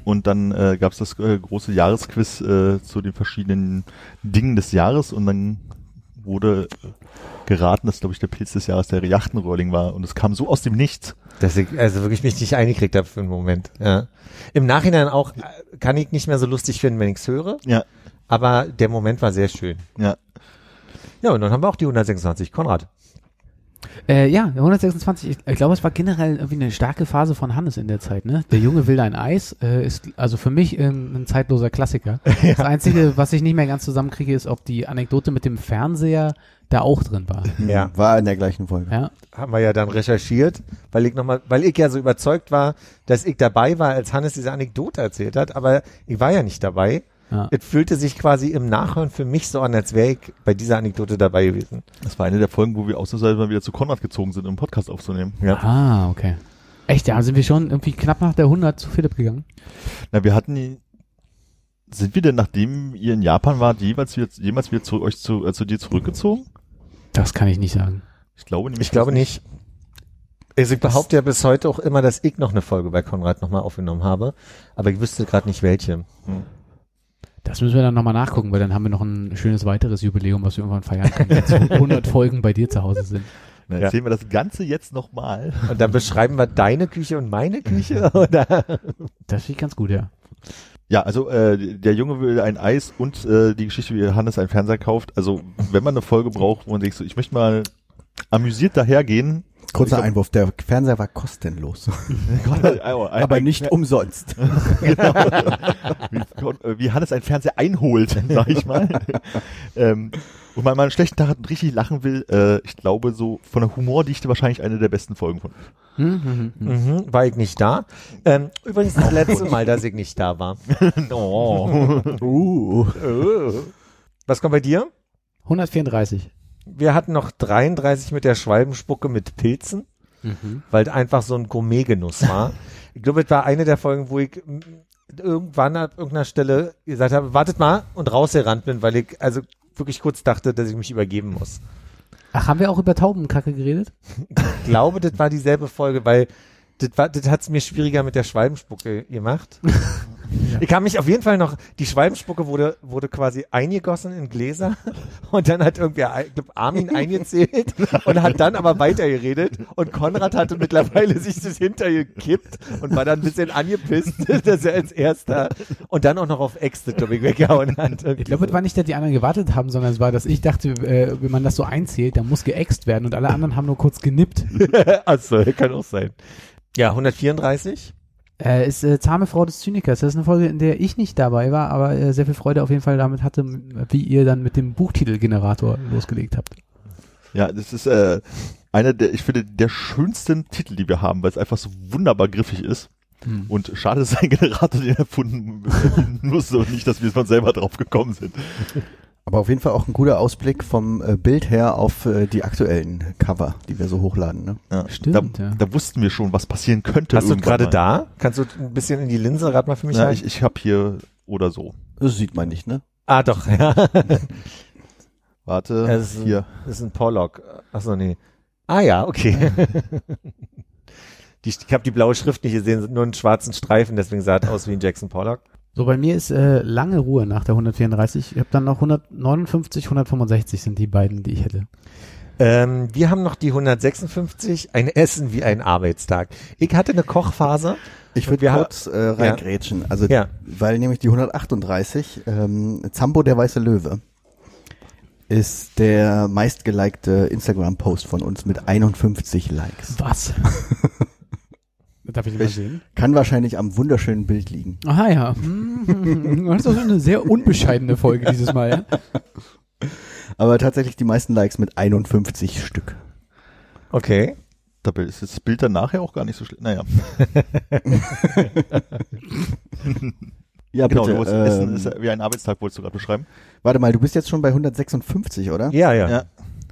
Speaker 4: und dann äh, gab es das äh, große Jahresquiz äh, zu den verschiedenen Dingen des Jahres und dann wurde äh, geraten, dass, glaube ich, der Pilz des Jahres der Jachtenrolling war und es kam so aus dem Nichts.
Speaker 2: Dass ich also wirklich mich nicht eingekriegt habe für einen Moment. Ja. Im Nachhinein auch äh, kann ich nicht mehr so lustig finden, wenn ich's höre,
Speaker 4: Ja,
Speaker 2: aber der Moment war sehr schön.
Speaker 4: ja.
Speaker 2: Ja, und dann haben wir auch die 126, Konrad.
Speaker 3: Äh, ja, 126. Ich, ich glaube, es war generell irgendwie eine starke Phase von Hannes in der Zeit. Ne? Der Junge will ein Eis äh, ist also für mich ähm, ein zeitloser Klassiker. Das Einzige, was ich nicht mehr ganz zusammenkriege, ist, ob die Anekdote mit dem Fernseher da auch drin war.
Speaker 2: Ja.
Speaker 5: Hm. War in der gleichen Folge.
Speaker 3: Ja,
Speaker 2: haben wir ja dann recherchiert, weil ich noch mal, weil ich ja so überzeugt war, dass ich dabei war, als Hannes diese Anekdote erzählt hat, aber ich war ja nicht dabei.
Speaker 3: Ja.
Speaker 2: Es fühlte sich quasi im Nachhören für mich so an, als wäre ich bei dieser Anekdote dabei gewesen.
Speaker 4: Das war eine der Folgen, wo wir ausnahmsweise mal wieder zu Konrad gezogen sind, um einen Podcast aufzunehmen.
Speaker 2: Ja.
Speaker 3: Ah, okay. Echt, da sind wir schon irgendwie knapp nach der 100 zu Philipp gegangen.
Speaker 4: Na, wir hatten die- sind wir denn, nachdem ihr in Japan wart, jeweils wieder, jemals wieder zu euch zu, äh, zu dir zurückgezogen?
Speaker 3: Das kann ich nicht sagen.
Speaker 4: Ich glaube nämlich.
Speaker 2: Ich glaube nicht. Also ich behaupte ja bis heute auch immer, dass ich noch eine Folge bei Konrad nochmal aufgenommen habe, aber ich wüsste gerade nicht welche.
Speaker 3: Das müssen wir dann nochmal nachgucken, weil dann haben wir noch ein schönes weiteres Jubiläum, was wir irgendwann feiern können, wenn es 100 Folgen bei dir zu Hause sind.
Speaker 4: Na,
Speaker 2: Ja.
Speaker 4: erzählen wir das Ganze jetzt nochmal.
Speaker 2: Und dann beschreiben wir deine Küche und meine Küche, oder?
Speaker 3: Das finde ich ganz gut, ja.
Speaker 4: Ja, also äh, der Junge will ein Eis und äh, die Geschichte, wie Hannes einen Fernseher kauft. Also wenn man eine Folge braucht, wo man sich so, ich möchte mal amüsiert dahergehen,
Speaker 5: Kurzer Einwurf, der Fernseher war kostenlos,
Speaker 4: Genau.
Speaker 5: aber
Speaker 4: Aber
Speaker 5: nicht umsonst.
Speaker 4: genau. wie, kon- äh, wie Hannes einen Fernseher einholt, sag ich mal. ähm, und wenn man einen schlechten Tag hat und richtig lachen will, äh, ich glaube so von der Humordichte wahrscheinlich eine der besten Folgen von.
Speaker 3: Hm,
Speaker 2: Mhm, war ich nicht da. Ähm, übrigens das letzte Mal, dass ich nicht da war.
Speaker 4: Oh.
Speaker 5: Uh.
Speaker 2: Was kommt bei dir?
Speaker 3: 134.
Speaker 2: Wir hatten noch 33 mit der Schwalbenspucke mit Pilzen,
Speaker 3: Mhm.
Speaker 2: weil einfach so ein Gourmetgenuss war. Ich glaube, es war eine der Folgen, wo ich mm, irgendwann an irgendeiner Stelle gesagt habe, wartet mal und rausgerannt bin, weil ich also wirklich kurz dachte, dass ich mich übergeben muss.
Speaker 3: Ach, haben wir auch über Taubenkacke geredet?
Speaker 2: Ich glaube, das war dieselbe Folge, weil das, war- das hat es mir schwieriger mit der Schwalbenspucke gemacht. Ich kann mich auf jeden Fall noch, die Schwalbenspucke wurde, wurde quasi eingegossen in Gläser und dann hat irgendwer, ich glaub, Armin eingezählt und hat dann aber weitergeredet und Konrad hatte mittlerweile sich das hintergekippt und war dann ein bisschen angepisst, dass er als erster und dann auch noch auf Exit, glaube ich, weggehauen hat.
Speaker 3: Ich glaube, es war nicht, dass die anderen gewartet haben, sondern es war, dass ich dachte, äh, wenn man das so einzählt, dann muss geäxt werden und alle anderen haben nur kurz genippt.
Speaker 2: Achso, kann auch sein. Ja, 134.
Speaker 3: Äh, ist äh, Zahme Frau des Zynikers. Das ist eine Folge, in der ich nicht dabei war, aber äh, sehr viel Freude auf jeden Fall damit hatte, m- wie ihr dann mit dem Buchtitelgenerator losgelegt habt.
Speaker 4: Ja, das ist äh, einer der, ich finde, der schönsten Titel, die wir haben, weil es einfach so wunderbar griffig ist.
Speaker 3: Hm.
Speaker 4: Und schade, dass ein Generator den erfunden musste und nicht, dass wir von selber drauf gekommen sind.
Speaker 5: Aber auf jeden Fall auch ein guter Ausblick vom äh, Bild her auf äh, die aktuellen Cover, die wir so hochladen. Ne?
Speaker 4: Ja,
Speaker 3: Stimmt,
Speaker 4: da,
Speaker 3: ja.
Speaker 4: da wussten wir schon, was passieren könnte.
Speaker 2: Hast du
Speaker 4: irgendwann
Speaker 2: gerade
Speaker 4: mal.
Speaker 2: da? Kannst du ein bisschen in die Linse gerade mal für mich
Speaker 4: Ja,
Speaker 2: halten?
Speaker 4: ich, ich habe hier oder so.
Speaker 5: Das sieht man nicht, ne?
Speaker 2: Ah, doch, ja.
Speaker 4: Warte,
Speaker 2: Das ist-
Speaker 4: hier.
Speaker 2: Das ist ein Pollock. Achso, nee. Ah ja, okay. Die, ich habe die blaue Schrift nicht gesehen, nur einen schwarzen Streifen, deswegen sah es aus wie ein Jackson Pollock.
Speaker 3: So, bei mir ist äh, lange Ruhe nach der 134. Ich habe dann noch 159, 165 sind die beiden, die ich hätte.
Speaker 2: Ähm, wir haben noch die 156, ein Essen wie ein Arbeitstag. Ich hatte eine Kochphase.
Speaker 5: Ich
Speaker 2: Und
Speaker 5: würde
Speaker 2: wir
Speaker 5: kurz äh, reingrätschen. Also,
Speaker 2: Ja.
Speaker 5: weil nämlich die 138, ähm, Zambo der weiße Löwe, ist der meistgelikte Instagram-Post von uns mit 51 Likes.
Speaker 3: Was? Darf ich den mal sehen?
Speaker 5: Kann wahrscheinlich am wunderschönen Bild liegen.
Speaker 3: Aha, Ah, ja. Hm, Das ist auch eine sehr unbescheidene Folge dieses Mal, ja?
Speaker 5: Aber tatsächlich die meisten Likes mit 51 Stück.
Speaker 2: Okay.
Speaker 4: Dabei ist das Bild dann nachher auch gar nicht so schlecht. Naja,
Speaker 5: Ja,
Speaker 4: genau.
Speaker 5: bitte.
Speaker 4: du wolltest
Speaker 5: ähm,
Speaker 4: Essen ist ja wie ein Arbeitstag, wolltest du gerade beschreiben.
Speaker 5: warte mal, du bist jetzt schon bei 156, oder?
Speaker 2: Ja, ja.
Speaker 4: Ja.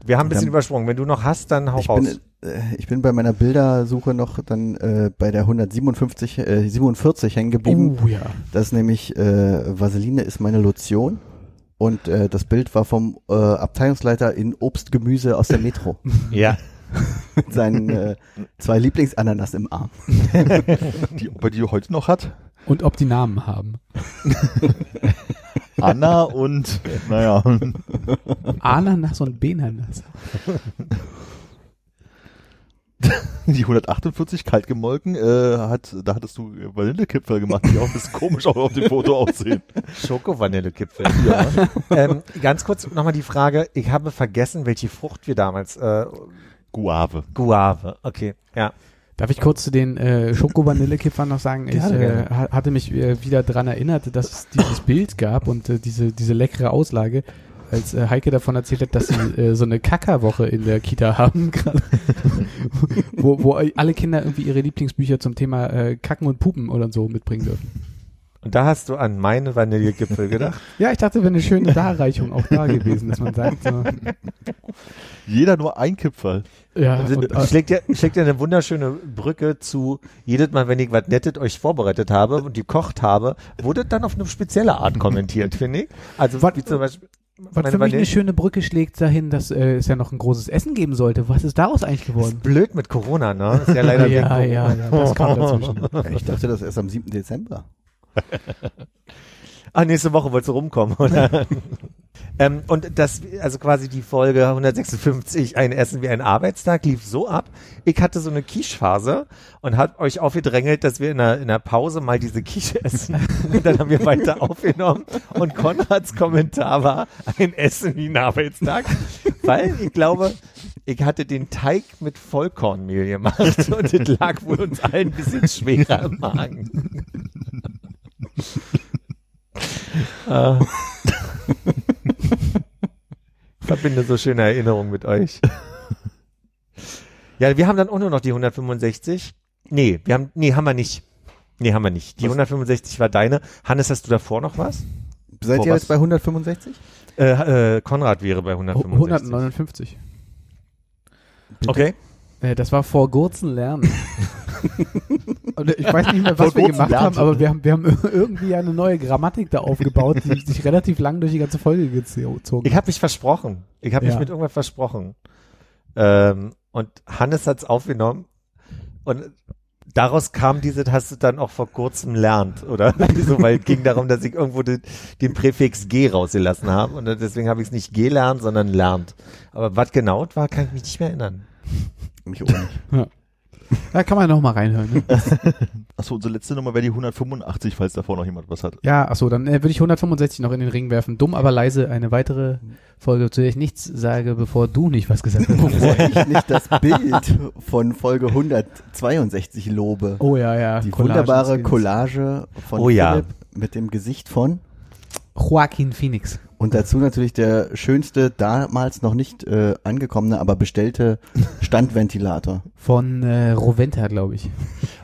Speaker 2: Wir haben ein bisschen
Speaker 5: Dann-
Speaker 2: übersprungen. Wenn du noch hast, dann hau
Speaker 5: ich
Speaker 2: raus.
Speaker 5: bin, äh, ich bin bei meiner Bildersuche noch dann äh, bei der 157, äh, 47 hängen geblieben.
Speaker 3: Oh ja.
Speaker 5: Das ist nämlich äh, Vaseline ist meine Lotion. Und äh, das Bild war vom äh, Abteilungsleiter in Obst, Gemüse aus der Metro.
Speaker 2: ja.
Speaker 5: Mit seinen äh, zwei Lieblingsananas im Arm.
Speaker 4: Die, ob er die heute noch hat?
Speaker 3: Und ob die Namen haben.
Speaker 4: Anna und, naja,
Speaker 3: Ananas und Benanas.
Speaker 4: die 148 kalt gemolken, äh, hat, da hattest du Vanillekipferl gemacht, die auch ein bisschen komisch auch auf dem Foto aussehen.
Speaker 2: Schoko-Vanille-Kipfel. ähm, ganz kurz nochmal die Frage. Ich habe vergessen, welche Frucht wir damals. Äh,
Speaker 4: Guave.
Speaker 2: Guave. Okay. Ja.
Speaker 3: Darf ich kurz zu den äh, Schoko-Vanille-Kiffern noch sagen? Ich
Speaker 2: Gerne,
Speaker 3: äh,
Speaker 2: gerne.
Speaker 3: ha- hatte mich äh, wieder dran erinnert, dass es dieses Bild gab und äh, diese, diese leckere Auslage, als äh, Heike davon erzählt hat, dass sie äh, so eine Kackerwoche in der Kita haben gerade. wo, wo alle Kinder irgendwie ihre Lieblingsbücher zum Thema äh, Kacken und Pupen oder so mitbringen dürfen.
Speaker 2: Und da hast du an meine Vanillekipfel gedacht.
Speaker 3: Ja, ich dachte, wäre eine schöne Darreichung auch da gewesen, dass man sagt, so,
Speaker 4: Jeder nur ein Kipferl.
Speaker 3: ja,
Speaker 2: Also,
Speaker 3: und, äh,
Speaker 2: schlägt, ja, schlägt ja eine wunderschöne Brücke zu, jedes Mal, wenn ich was Nettes euch vorbereitet habe und gekocht habe, wurde dann auf eine spezielle Art kommentiert, finde ich. Also wie zum Beispiel
Speaker 3: was für mich eine schöne Brücke schlägt dahin, dass äh, es ja noch ein großes Essen geben sollte. Was ist daraus eigentlich geworden?
Speaker 2: ist blöd mit Corona, ne? Ist ja leider Oh. wegen Corona.
Speaker 3: ja, ja, ja, das kam dazwischen.
Speaker 5: Ich dachte, das ist erst am 7. Dezember.
Speaker 2: Ah, nächste Woche wolltest du rumkommen, oder? ähm, und das, also quasi die Folge 156, ein Essen wie ein Arbeitstag, lief so ab. Ich hatte so eine Quiche-Phase und hat euch aufgedrängelt, dass wir in einer, in einer Pause mal diese Quiche essen. und dann haben wir weiter aufgenommen. Und Konrads Kommentar war, ein Essen wie ein Arbeitstag. Weil ich glaube, ich hatte den Teig mit Vollkornmehl gemacht und es lag wohl uns allen ein bisschen schwerer im Magen. Ah. Ich verbinde so schöne Erinnerungen mit euch. Ja, wir haben dann auch nur noch die 165. Nee, wir haben, nee, haben wir nicht. Nee, haben wir nicht. Die 165 war deine. Hannes, hast du davor noch was?
Speaker 5: Seid
Speaker 2: Boah,
Speaker 5: ihr
Speaker 2: was-
Speaker 5: jetzt bei 165?
Speaker 2: Äh, äh, Konrad wäre bei 165.
Speaker 3: 159.
Speaker 2: Okay.
Speaker 3: Äh, Das war vor kurzen Lernen. Und ich weiß nicht mehr, was
Speaker 5: Vor
Speaker 3: wir
Speaker 5: kurzen
Speaker 3: gemacht
Speaker 5: Lernen.
Speaker 3: haben, aber wir haben, wir haben irgendwie eine neue Grammatik da aufgebaut, die sich relativ lang durch die ganze Folge gezogen
Speaker 2: Ich habe mich versprochen. Ich habe mich
Speaker 3: Ja.
Speaker 2: mit irgendwas versprochen. Ähm, und Hannes hat's aufgenommen. Und daraus kam diese, hast du dann auch vor kurzem lernt, oder? so, weil es ging darum, dass ich irgendwo den, den Präfix G rausgelassen habe. Und deswegen habe ich es nicht gelernt, sondern lernt. Aber was genau es war, kann ich mich nicht mehr erinnern.
Speaker 5: Mich auch nicht.
Speaker 3: Da kann man noch mal reinhören. Ne?
Speaker 4: Achso, unsere letzte Nummer wäre die 185, falls davor noch jemand was hat.
Speaker 3: Ja, ach so, dann äh, würde ich 165 noch in den Ring werfen. Dumm, aber leise. Eine weitere Folge, zu der ich nichts sage, bevor du nicht was gesagt hast.
Speaker 5: Bevor ich nicht das Bild von Folge 162 lobe.
Speaker 3: oh ja, ja.
Speaker 5: die
Speaker 3: Collagen
Speaker 5: wunderbare
Speaker 3: Skills.
Speaker 5: Collage von
Speaker 2: Oh ja.
Speaker 5: Philipp mit dem Gesicht von
Speaker 3: Joaquin Phoenix.
Speaker 5: und dazu natürlich der schönste, damals noch nicht äh, angekommene, aber bestellte Standventilator.
Speaker 3: Von äh, Roventa, glaube ich.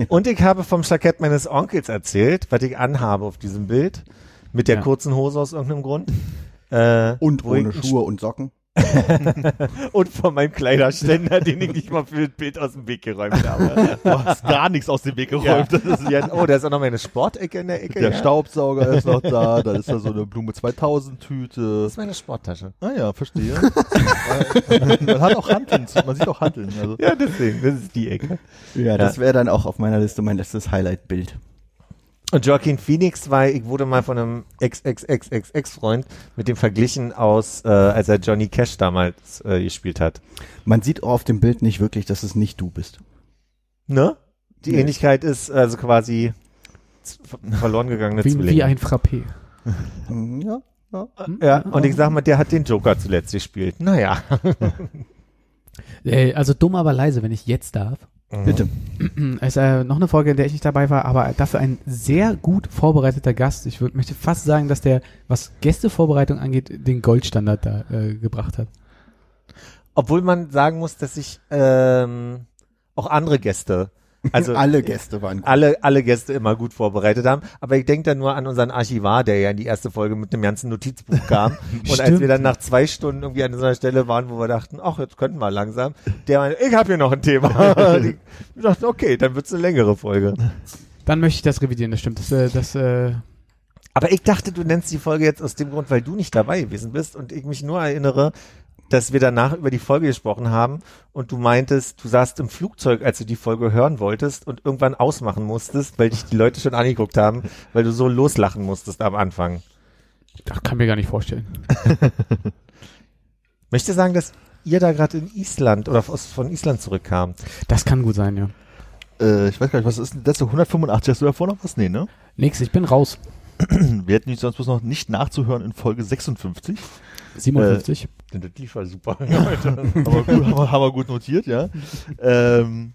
Speaker 2: Und ich habe vom Jackett meines Onkels erzählt, was ich anhabe auf diesem Bild. Mit der
Speaker 3: Ja.
Speaker 2: kurzen Hose aus irgendeinem Grund. Äh,
Speaker 5: Und
Speaker 2: wo
Speaker 5: ohne
Speaker 2: ich-
Speaker 5: Schuhe und Socken.
Speaker 2: Und von meinem Kleiderständer, den ich nicht mal für das Bild aus dem Weg geräumt habe.
Speaker 4: Du hast gar nichts aus dem Weg
Speaker 2: Ja. Genau.
Speaker 4: geräumt.
Speaker 2: Das ist ja, oh, da ist auch noch meine Sportecke in der Ecke.
Speaker 4: Der
Speaker 2: ja.
Speaker 4: Staubsauger ist noch da, da ist da so eine Blume 2000 Tüte.
Speaker 2: Das ist meine Sporttasche.
Speaker 4: Ah ja, verstehe. man hat auch Hanteln, man sieht auch Hanteln. Also.
Speaker 2: Ja, deswegen, das ist die Ecke.
Speaker 5: Ja, das wäre dann auch auf meiner Liste mein letztes Highlight-Bild.
Speaker 2: Und Joaquin Phoenix war, ich wurde mal von einem Ex-Ex-Ex-Ex-Ex-Freund mit dem verglichen aus, äh, als er Johnny Cash damals äh, gespielt hat.
Speaker 5: Man sieht auch auf dem Bild nicht wirklich, dass es nicht du bist.
Speaker 2: Ne? Die
Speaker 5: Nee.
Speaker 2: Ähnlichkeit ist also quasi z- ver- verloren gegangene
Speaker 3: Wie,
Speaker 2: Zwillinge.
Speaker 3: wie ein Frappé.
Speaker 5: Hm, Ja.
Speaker 2: ja,
Speaker 3: Ah.
Speaker 2: und ich sag mal, der hat den Joker zuletzt gespielt. Naja.
Speaker 3: Äh, also dumm, aber leise, wenn ich jetzt darf.
Speaker 5: Bitte.
Speaker 3: Es ist äh, noch eine Folge, in der ich nicht dabei war, aber dafür ein sehr gut vorbereiteter Gast. Ich würd, möchte fast sagen, dass der, was Gästevorbereitung angeht, den Goldstandard da äh, gebracht hat.
Speaker 2: Obwohl man sagen muss, dass ich ähm, auch andere Gäste, also
Speaker 5: Alle Gäste waren gut.
Speaker 2: alle, alle Gäste immer gut vorbereitet haben. Aber ich denke da nur an unseren Archivar, der ja in die erste Folge mit einem ganzen Notizbuch kam. und als
Speaker 3: Stimmt.
Speaker 2: wir dann nach zwei Stunden irgendwie an so einer Stelle waren, wo wir dachten, ach, jetzt könnten wir langsam, der meinte, ich habe hier noch ein Thema. Und ich dachte, okay, dann wird's eine längere Folge.
Speaker 3: Dann möchte ich das revidieren, das stimmt. Das, äh, das, äh,
Speaker 2: Aber ich dachte, du nennst die Folge jetzt aus dem Grund, weil du nicht dabei gewesen bist und ich mich nur erinnere, dass wir danach über die Folge gesprochen haben und du meintest, du saßt im Flugzeug, als du die Folge hören wolltest und irgendwann ausmachen musstest, weil dich die Leute schon angeguckt haben, weil du so loslachen musstest am Anfang.
Speaker 3: das kann mir gar nicht vorstellen.
Speaker 2: Möchte sagen, dass ihr da gerade in Island oder aus, von Island zurückkamt.
Speaker 3: Das kann gut sein, ja.
Speaker 4: Äh, ich weiß gar nicht, was ist denn das? So 185, hast du davor noch was? Nee, ne?
Speaker 3: Nix, ich bin raus.
Speaker 4: Wir hätten jetzt sonst bloß noch nicht nachzuhören in Folge 56.
Speaker 3: 57.
Speaker 2: Die war halt super.
Speaker 4: Aber gut, haben, wir, haben wir gut notiert, ja. Ähm,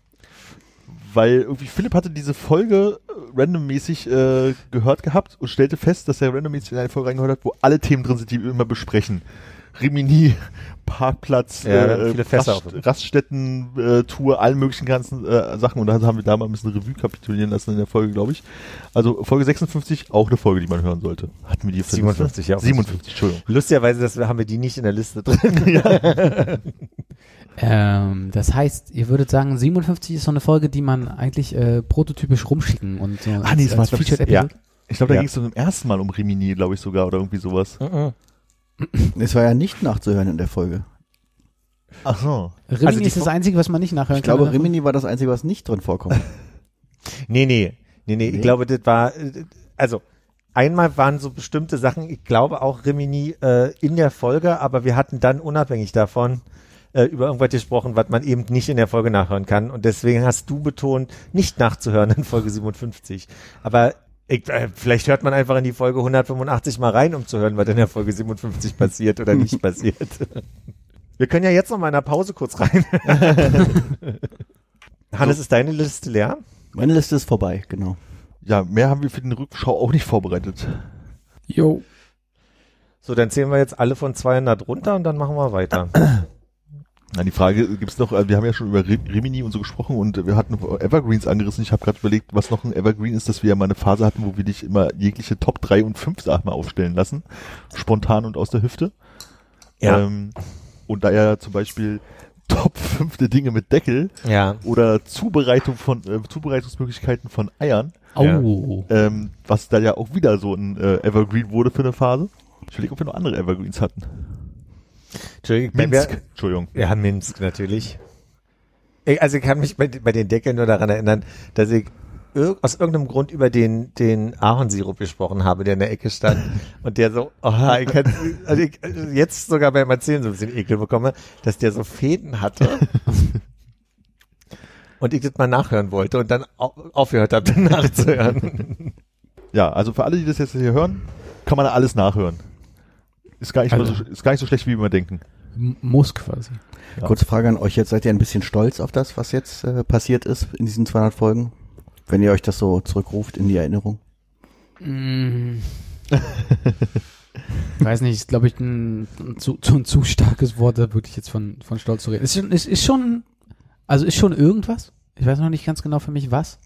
Speaker 4: weil irgendwie Philipp hatte diese Folge randommäßig äh, gehört gehabt und stellte fest, dass er randommäßig in eine Folge reingehört hat, wo alle Themen drin sind, die wir immer besprechen. Rimini, Parkplatz, äh,
Speaker 2: Ja, wir haben viele Fässer
Speaker 4: Rast,
Speaker 2: offen.
Speaker 4: Raststätten, äh, Tour, allen möglichen ganzen äh, Sachen. Und da haben wir da mal ein bisschen Revue kapitulieren lassen in der Folge, glaube ich. Also Folge 56, auch eine Folge, die man hören sollte. Hatten wir die auf der Liste?
Speaker 2: 57, ja.
Speaker 4: 57, Entschuldigung.
Speaker 2: Lustigerweise dass wir, haben wir die nicht in der Liste drin.
Speaker 3: Ähm, das heißt, ihr würdet sagen, 57 ist so eine Folge, die man eigentlich äh, prototypisch rumschicken und so.
Speaker 4: Ah, nee, es war, glaub ich,
Speaker 3: Featured-Episode.
Speaker 4: Ich glaube, da
Speaker 2: Ja.
Speaker 4: ging es zum ersten Mal um Rimini, glaube ich sogar, oder irgendwie sowas.
Speaker 5: Es war ja nicht nachzuhören in der Folge.
Speaker 4: Ach so.
Speaker 3: Rimini
Speaker 2: Also die
Speaker 3: ist das Einzige, was man nicht nachhören
Speaker 5: Ich glaube,
Speaker 3: kann.
Speaker 5: Rimini war das Einzige, was nicht drin vorkommt.
Speaker 2: Nee, nee, nee, nee, ich
Speaker 5: Nee?
Speaker 2: glaube, das war, äh, also einmal waren so bestimmte Sachen, ich glaube auch Rimini äh, in der Folge, aber wir hatten dann unabhängig davon äh, über irgendwas gesprochen, was man eben nicht in der Folge nachhören kann und deswegen hast du betont, nicht nachzuhören in Folge 57, aber ich, äh, vielleicht hört man einfach in die Folge 185 mal rein, um zu hören, was in der Folge 57 passiert oder nicht passiert. Wir können ja jetzt noch mal in der Pause kurz rein. Hannes, ist deine Liste leer?
Speaker 5: Meine Liste ist vorbei, genau.
Speaker 4: Ja, mehr haben wir für den Rückschau auch nicht vorbereitet.
Speaker 3: Jo.
Speaker 2: So, dann zählen wir jetzt alle von 200 runter und dann machen wir weiter.
Speaker 4: Na, die Frage gibt's noch, äh, wir haben ja schon über Ri- Rimini und so gesprochen und wir hatten Evergreens angerissen. Ich habe gerade überlegt, was noch ein Evergreen ist, dass wir ja mal eine Phase hatten, wo wir dich immer jegliche Top 3 und 5 Sachen mal aufstellen lassen. Spontan und aus der Hüfte.
Speaker 2: Ja.
Speaker 4: Ähm, und da ja zum Beispiel Top 5 der Dinge mit Deckel
Speaker 2: Ja.
Speaker 4: oder Zubereitung von, äh, Zubereitungsmöglichkeiten von Eiern,
Speaker 3: Au.
Speaker 2: Ja.
Speaker 4: ähm, was da ja auch wieder so ein äh, Evergreen wurde für eine Phase. Ich überlege, ob wir noch andere Evergreens hatten.
Speaker 2: Entschuldigung, bei mir-
Speaker 4: Minsk, Entschuldigung.
Speaker 2: Ja, Minsk natürlich. Ich, also ich kann mich bei, bei den Deckeln nur daran erinnern, dass ich ir aus irgendeinem Grund über den, den Ahornsirup gesprochen habe, der in der Ecke stand und der so, oh, ich kann, also ich, also jetzt sogar beim Erzählen so ein bisschen Ekel bekomme, dass der so Fäden hatte. Und ich das mal nachhören wollte und dann au- aufgehört habe, dann nachzuhören.
Speaker 4: Ja, also für alle, die das jetzt hier hören, kann man da alles nachhören. Ist gar nicht,
Speaker 3: Also-
Speaker 4: mal so, ist gar nicht so schlecht, wie wir denken.
Speaker 3: M- Muss quasi.
Speaker 4: Ja.
Speaker 5: Kurze Frage an euch jetzt. Seid ihr ein bisschen stolz auf das, was jetzt äh, passiert ist in diesen 200 Folgen? Wenn ihr euch das so zurückruft in die Erinnerung?
Speaker 3: Mm. Weiß nicht, ist glaube ich ein, ein, zu, zu, ein zu starkes Wort, da wirklich jetzt von, von Stolz zu reden. Ist schon, ist, ist schon, also ist schon irgendwas. Ich weiß noch nicht ganz genau für mich was.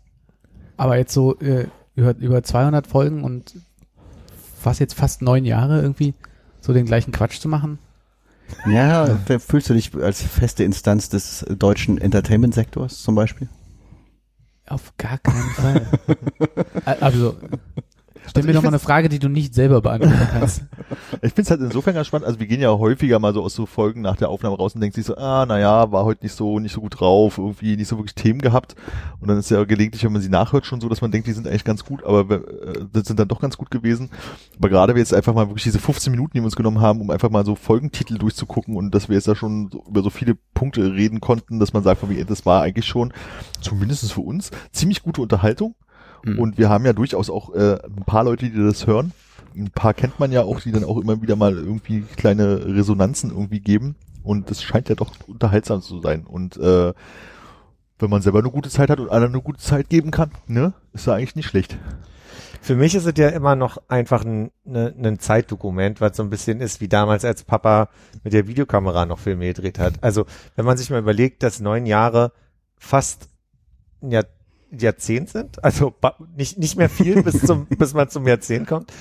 Speaker 3: Aber jetzt so äh, über, über 200 Folgen und was jetzt fast neun Jahre irgendwie so den gleichen Quatsch zu machen.
Speaker 5: Ja, Äh, f- fühlst du dich als feste Instanz des deutschen Entertainment-Sektors zum Beispiel?
Speaker 3: Auf gar keinen Fall. Ä- also, stell mir doch mal eine Frage, die du nicht selber beantworten kannst.
Speaker 4: Ich find's halt insofern ganz spannend. Also wir gehen ja häufiger mal so aus so Folgen nach der Aufnahme raus und denken sich so, ah, naja, war heute nicht so, nicht so gut drauf, irgendwie nicht so wirklich Themen gehabt. Und dann ist ja gelegentlich, wenn man sie nachhört, schon so, dass man denkt, die sind eigentlich ganz gut, aber äh, das sind dann doch ganz gut gewesen. Aber gerade wir jetzt einfach mal wirklich diese 15 Minuten, die wir uns genommen haben, um einfach mal so Folgentitel durchzugucken und dass wir jetzt da schon so, über so viele Punkte reden konnten, dass man sagt, von wie, das war eigentlich schon, zumindestens für uns, ziemlich gute Unterhaltung. Und wir haben ja durchaus auch äh, ein paar Leute, die das hören. Ein paar kennt man ja auch, die dann auch immer wieder mal irgendwie kleine Resonanzen irgendwie geben. Und das scheint ja doch unterhaltsam zu sein. Und äh, wenn man selber eine gute Zeit hat und anderen eine gute Zeit geben kann, ne, ist ja eigentlich nicht schlecht.
Speaker 2: Für mich ist es ja immer noch einfach ein, ne, ein Zeitdokument, was so ein bisschen ist wie damals, als Papa mit der Videokamera noch Filme gedreht hat. Also wenn man sich mal überlegt, dass neun Jahre fast ein Jahr, Jahrzehnt sind, also ba- nicht, nicht mehr viel, bis, zum, bis man zum Jahrzehnt kommt.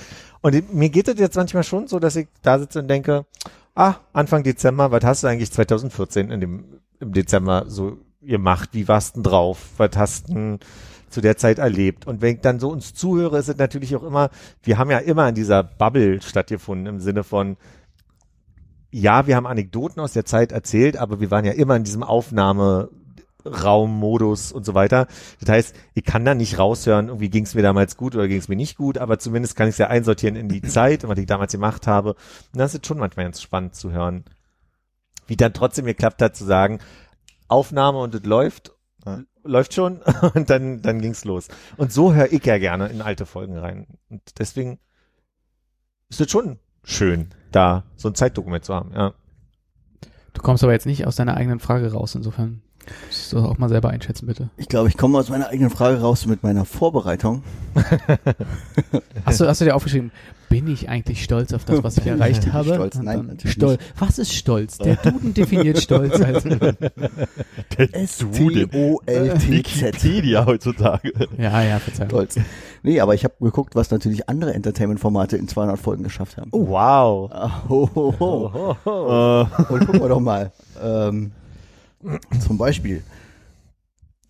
Speaker 2: Und ich- mir geht es jetzt manchmal schon so, dass ich da sitze und denke, ah, Anfang Dezember, was hast du eigentlich 2014 in dem, im Dezember so gemacht? Wie warst denn drauf? Was hast denn zu der Zeit erlebt. Und wenn ich dann so uns zuhöre, ist es natürlich auch immer, wir haben ja immer in dieser Bubble stattgefunden im Sinne von, ja, wir haben Anekdoten aus der Zeit erzählt, aber wir waren ja immer in diesem Aufnahmeraummodus und so weiter. Das heißt, ich kann da nicht raushören, irgendwie ging es mir damals gut oder ging es mir nicht gut, aber zumindest kann ich es ja einsortieren in die Zeit, und was ich damals gemacht habe. Und das ist schon manchmal ganz spannend zu hören, wie dann trotzdem geklappt hat zu sagen, Aufnahme und es läuft,
Speaker 4: Ja.
Speaker 2: läuft schon und dann, dann ging's los. Und so höre ich ja gerne in alte Folgen rein. Und deswegen ist es schon schön, da so ein Zeitdokument zu haben, ja.
Speaker 3: Du kommst aber jetzt nicht aus deiner eigenen Frage raus, insofern. musst du auch mal selber einschätzen, bitte.
Speaker 5: Ich glaube, ich komme aus meiner eigenen Frage raus mit meiner Vorbereitung.
Speaker 3: Hast du, hast du dir aufgeschrieben, bin ich eigentlich stolz auf das, was ich erreicht
Speaker 5: Bin ich
Speaker 3: habe?
Speaker 5: stolz?
Speaker 3: Und
Speaker 5: Nein,
Speaker 3: dann-
Speaker 5: natürlich
Speaker 3: Stolz. Was ist stolz? Der Duden definiert stolz als,
Speaker 5: S-T-O-L-T-Z.
Speaker 4: Wikipedia heutzutage.
Speaker 3: ja, ja, Verzeihung.
Speaker 5: Stolz. Nee, aber ich habe geguckt, was natürlich andere Entertainment-Formate in 200 Folgen geschafft haben.
Speaker 2: Wow.
Speaker 5: Ah, ho, ho, ho.
Speaker 4: Äh,
Speaker 5: Und gucken wir doch mal. Ähm, zum Beispiel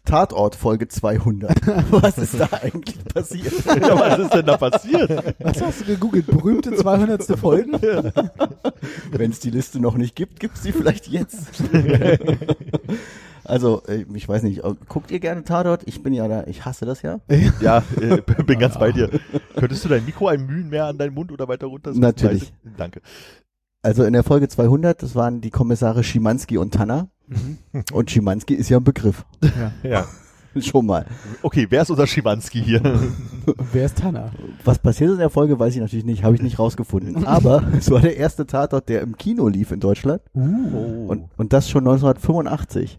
Speaker 5: Tatort Folge 200. Was ist da eigentlich passiert?
Speaker 4: ja, was ist denn da passiert?
Speaker 3: Was hast du gegoogelt? Berühmte 200. Folgen?
Speaker 5: Wenn es die Liste noch nicht gibt, gibt's die vielleicht jetzt. Also, äh, ich weiß nicht, äh, guckt ihr gerne Tatort? Ich bin ja da, ich hasse das ja.
Speaker 4: Ja, äh, bin ganz bei dir. Könntest du dein Mikro ein Mühen mehr an deinen Mund oder weiter runter? Das ist
Speaker 5: Natürlich.
Speaker 4: leise. Danke.
Speaker 5: Also in der Folge 200, das waren die Kommissare Schimanski und Tanner. Und Schimanski ist ja ein Begriff.
Speaker 2: Ja.
Speaker 3: Ja.
Speaker 5: Schon mal.
Speaker 4: Okay, wer ist unser Schiwanski hier?
Speaker 3: Wer ist Tanner?
Speaker 5: Was passiert ist in der Folge, weiß ich natürlich nicht, habe ich nicht rausgefunden. Aber es war der erste Tatort, der im Kino lief in Deutschland. Und, und das schon 1985.